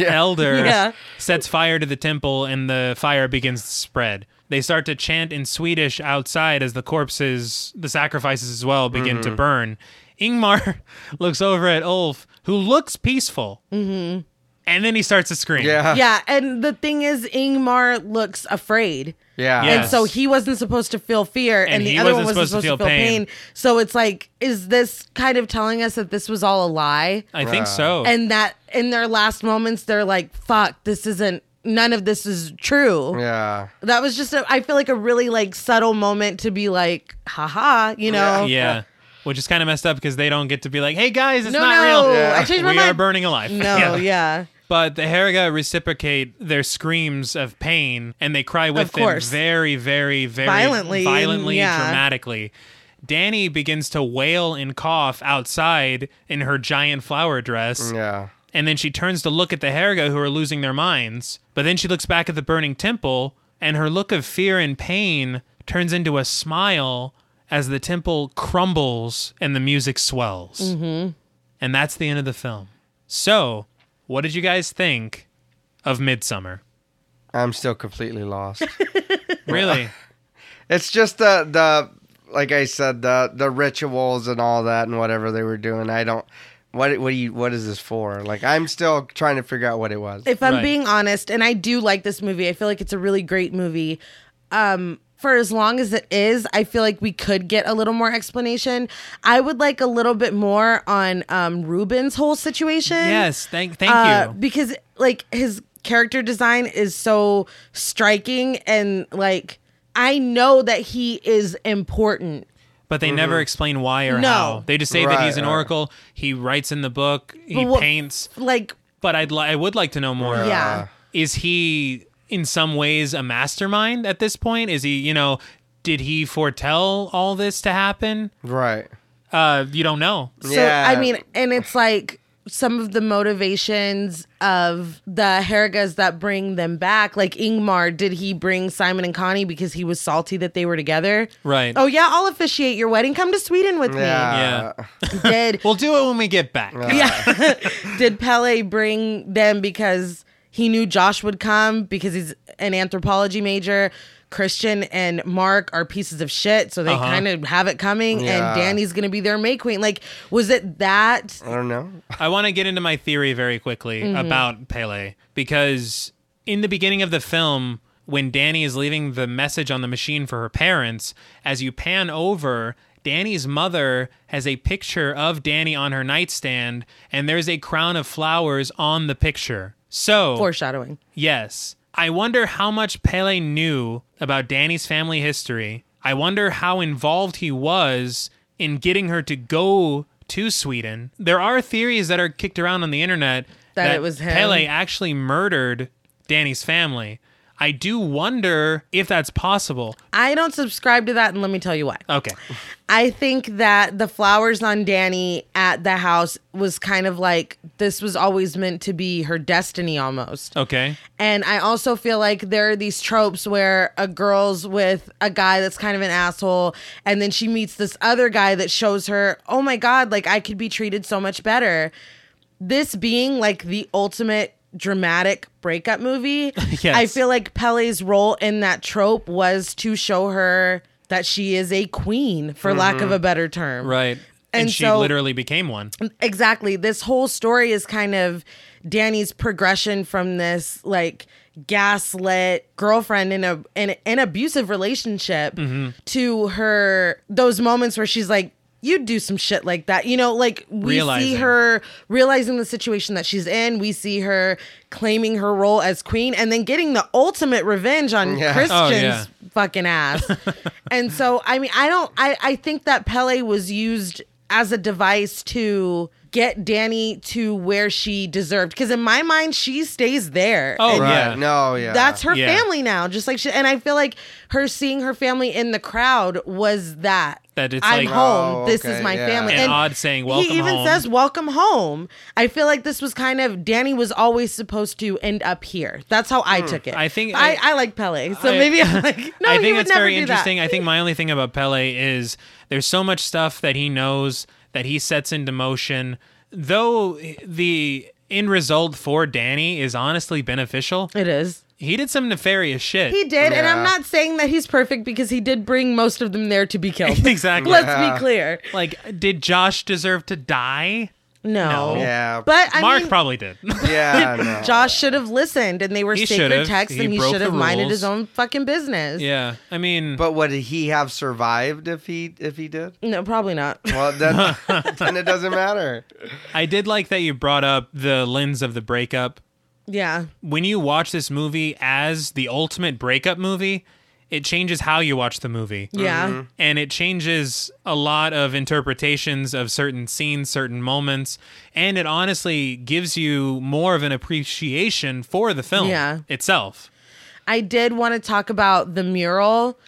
[SPEAKER 1] elder
[SPEAKER 2] Yeah.
[SPEAKER 1] sets fire to the temple and the fire begins to spread. They start to chant in Swedish outside as the corpses, the sacrifices as well, begin
[SPEAKER 3] Mm-hmm.
[SPEAKER 1] to burn. Ingmar looks over at Ulf, who looks peaceful. Mm-hmm. And then he starts to scream.
[SPEAKER 3] Yeah,
[SPEAKER 2] yeah, and the thing is, Ingmar looks afraid.
[SPEAKER 3] yeah.
[SPEAKER 1] Yeah.
[SPEAKER 2] And so he wasn't supposed to feel fear, and,
[SPEAKER 1] And he
[SPEAKER 2] the other one
[SPEAKER 1] wasn't
[SPEAKER 2] wasn't supposed, to feel pain. So it's like, is this kind of telling us that this was all a lie?
[SPEAKER 1] I think so.
[SPEAKER 2] and that in their last moments they're like fuck this isn't none of this is true
[SPEAKER 3] yeah.
[SPEAKER 2] that was just a, i feel like a really like subtle moment to be like haha you know
[SPEAKER 1] yeah. Which is kind of messed up because they don't get to be like, hey guys, it's
[SPEAKER 2] no
[SPEAKER 1] not
[SPEAKER 2] no
[SPEAKER 1] real.
[SPEAKER 3] Yeah.
[SPEAKER 2] i changed my
[SPEAKER 1] we are
[SPEAKER 2] mind
[SPEAKER 1] burning alive.
[SPEAKER 2] no yeah,
[SPEAKER 1] But the Herga reciprocate their screams of pain and they cry with them
[SPEAKER 2] course.
[SPEAKER 1] very, very, very
[SPEAKER 2] Violently,
[SPEAKER 1] violently
[SPEAKER 2] yeah.
[SPEAKER 1] dramatically. Danny begins to wail and cough outside in her giant flower dress.
[SPEAKER 3] Yeah.
[SPEAKER 1] And then she turns to look at the Herga who are losing their minds. But then she looks back at the burning temple and her look of fear and pain turns into a smile as the temple crumbles and the music swells.
[SPEAKER 2] Mm-hmm.
[SPEAKER 1] And that's the end of the film. So, what did you guys think of Midsummer?
[SPEAKER 3] I'm still completely lost.
[SPEAKER 1] Really?
[SPEAKER 3] it's just the the like I said the the rituals and all that and whatever they were doing. I don't. What what do you what is this for? Like I'm still trying to figure out what it was.
[SPEAKER 2] if i'm
[SPEAKER 1] Right.
[SPEAKER 2] being honest and i do like this movie i feel like it's a really great movie um for as long as it is i feel like we could get a little more explanation i would like a little bit more on um ruben's whole situation
[SPEAKER 1] yes, thank thank
[SPEAKER 2] Uh,
[SPEAKER 1] you.
[SPEAKER 2] because like his character design is so striking and like I know that he is important.
[SPEAKER 1] But they never explain why or
[SPEAKER 2] mm-hmm. No.
[SPEAKER 1] how. They just say that
[SPEAKER 3] Right,
[SPEAKER 1] he's an
[SPEAKER 3] right.
[SPEAKER 1] oracle, he writes in the book, he
[SPEAKER 2] But what-
[SPEAKER 1] paints.
[SPEAKER 2] Like
[SPEAKER 1] But I'd li- I would like to know more.
[SPEAKER 2] yeah.
[SPEAKER 1] is he in some ways a mastermind at this point is he you know did he foretell all this to happen
[SPEAKER 3] right.
[SPEAKER 1] uh you don't know
[SPEAKER 2] So
[SPEAKER 3] Yeah.
[SPEAKER 2] I mean and it's like some of the motivations of the Hergas that bring them back, like Ingmar, did he bring Simon and Connie because he was salty that they were together?
[SPEAKER 1] right
[SPEAKER 2] Oh yeah, I'll officiate your wedding. Come to Sweden with
[SPEAKER 3] Yeah.
[SPEAKER 1] Yeah.
[SPEAKER 2] me. Did
[SPEAKER 1] we'll uh, do it when we get back
[SPEAKER 2] Yeah. Did Pele bring them because he knew Josh would come because he's an anthropology major? Christian and Mark are pieces of shit, so they
[SPEAKER 1] Uh-huh.
[SPEAKER 2] kind of have it coming.
[SPEAKER 3] Yeah.
[SPEAKER 2] And Danny's gonna be their May Queen. Like, was it that?
[SPEAKER 3] I don't know.
[SPEAKER 1] i want to get into my theory very quickly about pele because in the beginning of the film when Danny is leaving the message on the machine for her parents, as you pan over, Danny's mother has a picture of Danny on her nightstand, and there's a crown of flowers on the picture. So,
[SPEAKER 2] Foreshadowing.
[SPEAKER 1] Yes. I wonder how much Pele knew about Danny's family history. I wonder how involved he was in getting her to go to Sweden. There are theories that are kicked around on the internet
[SPEAKER 2] That it was him.
[SPEAKER 1] Pele actually murdered Danny's family. I do wonder if that's possible.
[SPEAKER 2] I don't subscribe to that, and let me tell you why.
[SPEAKER 1] Okay.
[SPEAKER 2] I think that the flowers on Danny at the house was kind of like this was always meant to be her destiny almost.
[SPEAKER 1] Okay.
[SPEAKER 2] And I also feel like there are these tropes where a girl's with a guy that's kind of an asshole, and then she meets this other guy that shows her, oh my God, like I could be treated so much better. This being like the ultimate dramatic breakup movie,
[SPEAKER 1] Yes.
[SPEAKER 2] I feel like Pele's role in that trope was to show her that she is a queen, for lack of a better term.
[SPEAKER 1] Right. And,
[SPEAKER 2] And
[SPEAKER 1] she
[SPEAKER 2] so-
[SPEAKER 1] literally became one.
[SPEAKER 2] Exactly. This whole story is kind of Danny's progression from this like gaslit girlfriend in a in an abusive relationship
[SPEAKER 1] Mm-hmm.
[SPEAKER 2] to her those moments where she's like you'd do some shit like that. You know, like we see
[SPEAKER 1] Realizing.
[SPEAKER 2] her realizing the situation that she's in. We see her claiming her role as queen and then getting the ultimate revenge on
[SPEAKER 3] Yeah.
[SPEAKER 2] Christian's
[SPEAKER 1] Oh, yeah.
[SPEAKER 2] fucking ass. and so I mean I don't I, I think that Pele was used as a device to get Danny to where she deserved. Because in my mind, she stays there.
[SPEAKER 1] Oh,
[SPEAKER 2] And
[SPEAKER 1] Yeah.
[SPEAKER 3] Right. No, yeah.
[SPEAKER 2] That's her
[SPEAKER 1] Yeah.
[SPEAKER 2] family now. Just like she and I feel like her seeing her family in the crowd was that.
[SPEAKER 1] That it's
[SPEAKER 2] I'm
[SPEAKER 1] like-
[SPEAKER 2] home.
[SPEAKER 3] Oh,
[SPEAKER 2] this
[SPEAKER 3] okay,
[SPEAKER 2] is my
[SPEAKER 3] yeah.
[SPEAKER 2] family.
[SPEAKER 1] And Odd saying, "Welcome
[SPEAKER 2] He even
[SPEAKER 1] home."
[SPEAKER 2] says welcome home. I feel like this was kind of Danny was always supposed to end up here. That's how
[SPEAKER 3] Hmm.
[SPEAKER 2] I took it.
[SPEAKER 1] I think
[SPEAKER 2] I,
[SPEAKER 1] I-
[SPEAKER 2] I, like Pele. So
[SPEAKER 1] I-
[SPEAKER 2] maybe I'm like, no,
[SPEAKER 1] I
[SPEAKER 2] he
[SPEAKER 1] think
[SPEAKER 2] would
[SPEAKER 1] it's
[SPEAKER 2] never
[SPEAKER 1] very
[SPEAKER 2] do
[SPEAKER 1] interesting.
[SPEAKER 2] That.
[SPEAKER 1] I think my only thing about Pele is there's so much stuff that he knows that he sets into motion, though the end result for Danny is honestly beneficial.
[SPEAKER 2] It is.
[SPEAKER 1] He did some nefarious shit.
[SPEAKER 2] He did, and I'm
[SPEAKER 3] Yeah.
[SPEAKER 2] not saying that he's perfect because he did bring most of them there to be killed.
[SPEAKER 1] Exactly.
[SPEAKER 2] Let's
[SPEAKER 3] Yeah.
[SPEAKER 2] be clear.
[SPEAKER 1] like, did Josh deserve to die?
[SPEAKER 2] No.
[SPEAKER 1] No.
[SPEAKER 3] Yeah.
[SPEAKER 2] But I
[SPEAKER 1] Mark
[SPEAKER 2] mean,
[SPEAKER 1] probably did.
[SPEAKER 3] yeah. No.
[SPEAKER 2] Josh should have listened, and they were
[SPEAKER 1] He
[SPEAKER 2] sacred
[SPEAKER 1] should've.
[SPEAKER 2] texts,
[SPEAKER 1] He
[SPEAKER 2] and he
[SPEAKER 1] broke
[SPEAKER 2] should
[SPEAKER 1] the
[SPEAKER 2] have minded
[SPEAKER 1] rules.
[SPEAKER 2] his own fucking business.
[SPEAKER 1] yeah. I mean,
[SPEAKER 3] But would he have survived if he if he did?
[SPEAKER 2] No, probably not.
[SPEAKER 3] Well, then, then it doesn't matter.
[SPEAKER 1] I did like that you brought up the lens of the breakup.
[SPEAKER 2] Yeah.
[SPEAKER 1] When you watch this movie as the ultimate breakup movie, it changes how you watch the movie.
[SPEAKER 2] Yeah.
[SPEAKER 1] and it changes a lot of interpretations of certain scenes, certain moments, and it honestly gives you more of an appreciation for the film
[SPEAKER 2] Yeah.
[SPEAKER 1] itself.
[SPEAKER 2] I did want to talk about the mural,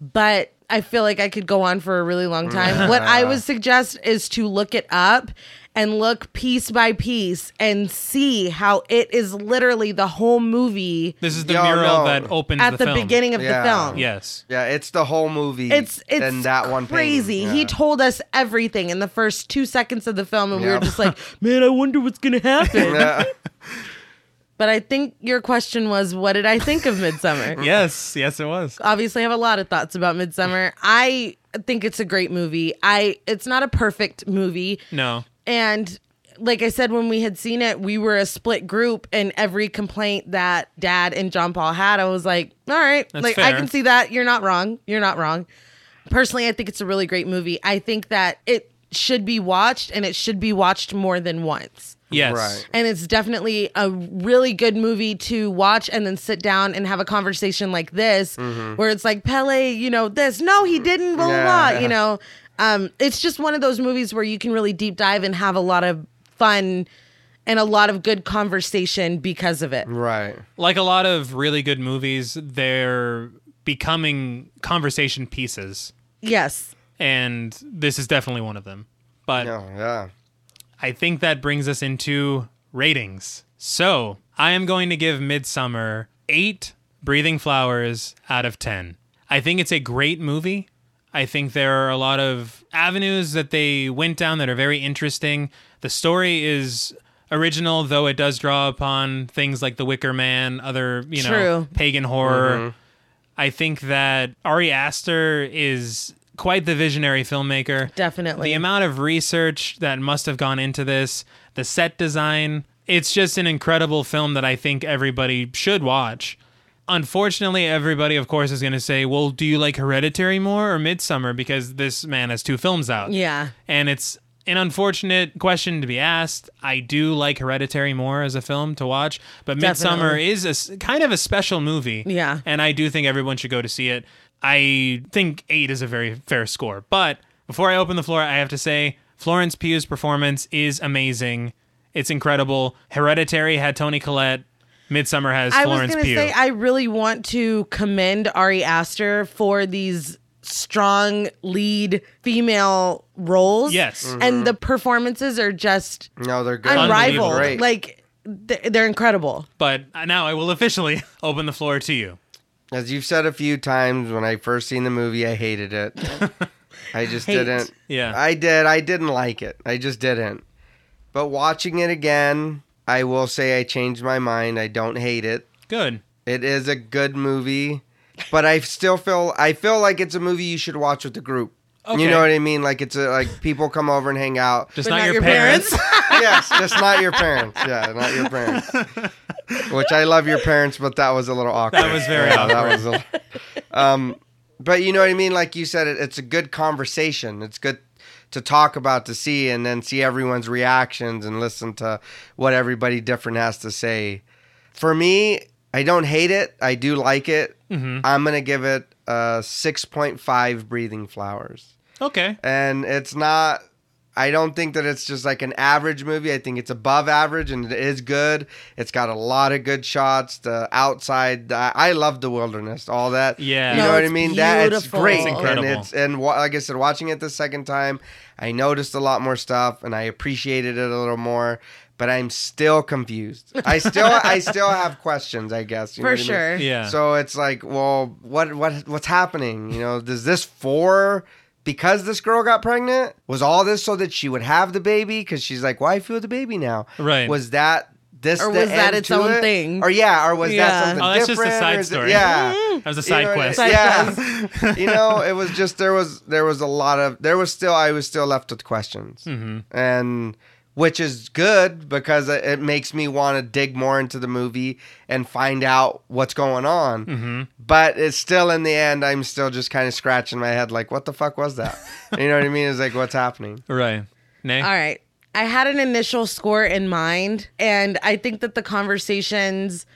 [SPEAKER 2] but I feel like I could go on for a really long time. what I would suggest is to look it up and look piece by piece and see how it is literally the whole movie
[SPEAKER 1] This is the
[SPEAKER 3] Yo,
[SPEAKER 1] mural
[SPEAKER 3] no.
[SPEAKER 1] that opens
[SPEAKER 2] at the,
[SPEAKER 1] film.
[SPEAKER 2] beginning of
[SPEAKER 3] Yeah.
[SPEAKER 2] the film.
[SPEAKER 1] Yes.
[SPEAKER 3] Yeah, it's the whole movie.
[SPEAKER 2] It's it's
[SPEAKER 3] and that one painting.
[SPEAKER 2] crazy.
[SPEAKER 3] Yeah.
[SPEAKER 2] He told us everything in the first two seconds of the film, and we were
[SPEAKER 3] Yep.
[SPEAKER 2] just like, "Man, I wonder what's gonna happen."
[SPEAKER 3] Yeah.
[SPEAKER 2] but I think your question was, "What did I think of Midsummer?"
[SPEAKER 1] Yes, yes it was.
[SPEAKER 2] obviously I have a lot of thoughts about Midsummer. I think it's a great movie. I it's not a perfect movie.
[SPEAKER 1] No.
[SPEAKER 2] And like I said when we had seen it, we were a split group and every complaint that dad and John Paul had, I was like, "All right, like I
[SPEAKER 1] fair.
[SPEAKER 2] can see that. You're not wrong. You're not wrong." Personally, I think it's a really great movie. I think that it should be watched and it should be watched more than once.
[SPEAKER 1] Yes.
[SPEAKER 3] Right.
[SPEAKER 2] And it's definitely a really good movie to watch and then sit down and have a conversation like this,
[SPEAKER 1] Mm-hmm.
[SPEAKER 2] where it's like, Pele, you know, this. No, he didn't, blah, blah,
[SPEAKER 3] Yeah.
[SPEAKER 2] blah. You know, um, it's just one of those movies where you can really deep dive and have a lot of fun and a lot of good conversation because of it.
[SPEAKER 3] Right.
[SPEAKER 1] Like a lot of really good movies, they're becoming conversation pieces.
[SPEAKER 2] Yes.
[SPEAKER 1] And this is definitely one of them. But
[SPEAKER 3] No. Yeah.
[SPEAKER 1] I think that brings us into ratings. So I am going to give Midsummer eight breathing flowers out of 10. I think it's a great movie. I think there are a lot of avenues that they went down that are very interesting. The story is original, though it does draw upon things like The Wicker Man, other, you know,
[SPEAKER 2] True.
[SPEAKER 1] pagan horror. I think that Ari Aster is quite the visionary filmmaker.
[SPEAKER 2] Definitely.
[SPEAKER 1] The amount of research that must have gone into this, the set design, it's just an incredible film that I think everybody should watch. Unfortunately, everybody, of course, is going to say, well, do you like Hereditary more or Midsummer? Because this man has two films out.
[SPEAKER 2] Yeah.
[SPEAKER 1] And it's an unfortunate question to be asked. I do like Hereditary more as a film to watch, but Midsummer
[SPEAKER 2] Definitely.
[SPEAKER 1] is a s kind of a special movie.
[SPEAKER 2] Yeah.
[SPEAKER 1] And I do think everyone should go to see it. I think eight is a very fair score. But before I open the floor, I have to say Florence Pugh's performance is amazing. It's incredible. Hereditary had Tony Collette. Midsummer has
[SPEAKER 2] I was
[SPEAKER 1] Florence
[SPEAKER 2] gonna
[SPEAKER 1] Pugh.
[SPEAKER 2] say I really want to commend Ari Aster for these strong lead female roles.
[SPEAKER 1] Yes. Mm-hmm.
[SPEAKER 2] and the performances are just
[SPEAKER 3] No, they're good.
[SPEAKER 1] Unbelievable.
[SPEAKER 2] unrivaled.
[SPEAKER 3] Great.
[SPEAKER 2] Like th- they're incredible.
[SPEAKER 1] but now I will officially open the floor to you.
[SPEAKER 3] As you've said a few times, when I first seen the movie, I hated it. I just
[SPEAKER 2] Hate.
[SPEAKER 3] didn't.
[SPEAKER 1] Yeah.
[SPEAKER 3] I did. I didn't like it. I just didn't. But watching it again, I will say I changed my mind. I don't hate it.
[SPEAKER 1] Good.
[SPEAKER 3] It is a good movie, but I still feel I feel like it's a movie you should watch with the group.
[SPEAKER 1] Okay.
[SPEAKER 3] You know what I mean? Like it's a, like people come over and hang out.
[SPEAKER 1] Just
[SPEAKER 2] But
[SPEAKER 1] not, your, parents.
[SPEAKER 3] yes, just not your parents. Yeah, not your parents. Which I love your parents, but that was a little awkward.
[SPEAKER 1] That was very
[SPEAKER 3] Yeah, That was a, um, but you know what I mean. Like you said, it, it's a good conversation. It's good to talk about to see and then see everyone's reactions and listen to what everybody different has to say. For me, I don't hate it. I do like it.
[SPEAKER 1] Mm-hmm.
[SPEAKER 3] I'm gonna give it uh, six point five breathing flowers
[SPEAKER 1] okay.
[SPEAKER 3] and it's not I don't think that it's just like an average movie. I think it's above average and it is good. It's got a lot of good shots. The outside, the, I love the wilderness, all that.
[SPEAKER 1] Yeah.
[SPEAKER 3] you know
[SPEAKER 1] No,
[SPEAKER 3] what I
[SPEAKER 2] it's
[SPEAKER 3] mean. That it's
[SPEAKER 2] beautiful.
[SPEAKER 3] great,
[SPEAKER 2] It's
[SPEAKER 1] incredible.
[SPEAKER 3] And, it's, and wa- like I said, watching it the second time, I noticed a lot more stuff and I appreciated it a little more. But I'm still confused. I still, I still have questions. I guess you know
[SPEAKER 2] For
[SPEAKER 3] what I mean?
[SPEAKER 2] sure.
[SPEAKER 1] Yeah.
[SPEAKER 3] So it's like, well, what what what's happening? You know, does this for because this girl got pregnant? Was all this so that she would have the baby? Because she's like, why feel the baby now?
[SPEAKER 1] Right.
[SPEAKER 3] Was that this
[SPEAKER 2] Or
[SPEAKER 3] the
[SPEAKER 2] was that
[SPEAKER 3] end
[SPEAKER 2] its
[SPEAKER 3] to
[SPEAKER 2] own
[SPEAKER 3] it?
[SPEAKER 2] thing? Mm-hmm.
[SPEAKER 3] Or yeah, or was
[SPEAKER 2] Yeah.
[SPEAKER 3] that something
[SPEAKER 1] Oh, that's just a
[SPEAKER 3] different?
[SPEAKER 1] side
[SPEAKER 3] or is it-
[SPEAKER 1] story.
[SPEAKER 3] yeah.
[SPEAKER 1] That was a
[SPEAKER 3] You know
[SPEAKER 1] side
[SPEAKER 3] what I-
[SPEAKER 1] quest.
[SPEAKER 2] Side
[SPEAKER 3] yeah. you know, it was just there was there was a lot of there was still I was still left with questions,
[SPEAKER 1] Mm-hmm.
[SPEAKER 3] and which is good because it it makes me want to dig more into the movie and find out what's going on.
[SPEAKER 1] Mm-hmm.
[SPEAKER 3] But it's still in the end, I'm still just kind of scratching my head like, what the fuck was that? you know what I mean? It's like, what's happening?
[SPEAKER 1] Right. Nay.
[SPEAKER 2] All right. I had an initial score in mind, and I think that the conversations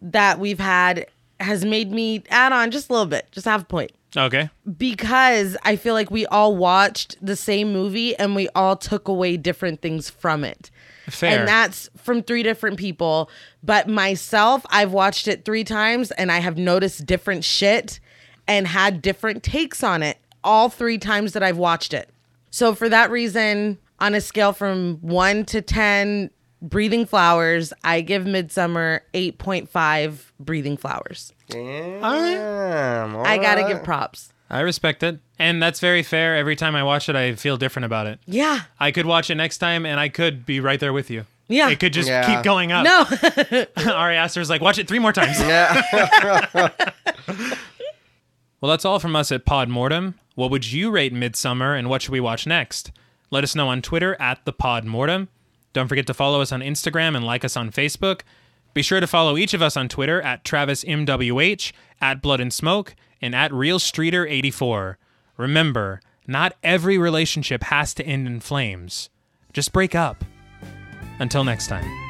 [SPEAKER 2] that we've had has made me add on just a little bit, just half a point.
[SPEAKER 1] Okay.
[SPEAKER 2] because I feel like we all watched the same movie and we all took away different things from it.
[SPEAKER 1] Fair.
[SPEAKER 2] And that's from three different people. But myself, I've watched it three times and I have noticed different shit and had different takes on it all three times that I've watched it. So for that reason, on a scale from one to 10, Breathing Flowers, I give Midsummer 8.5 Breathing Flowers.
[SPEAKER 3] Damn.
[SPEAKER 1] right.
[SPEAKER 2] I gotta
[SPEAKER 3] all
[SPEAKER 2] give props.
[SPEAKER 1] I respect it. And that's very fair. Every time I watch it, I feel different about it.
[SPEAKER 2] Yeah.
[SPEAKER 1] I could watch it next time and I could be right there with you.
[SPEAKER 2] Yeah.
[SPEAKER 1] It could just
[SPEAKER 3] Yeah.
[SPEAKER 1] keep going up.
[SPEAKER 2] No.
[SPEAKER 1] Ari Aster's like, watch it three more times.
[SPEAKER 3] Yeah.
[SPEAKER 1] Well, that's all from us at Pod Mortem. What would you rate Midsummer and what should we watch next? Let us know on Twitter at the Pod Mortem. Don't forget to follow us on Instagram and like us on Facebook. Be sure to follow each of us on Twitter at TravisMWH, at Blood and Smoke, and at RealStreeter84. Remember, not every relationship has to end in flames. Just break up. Until next time.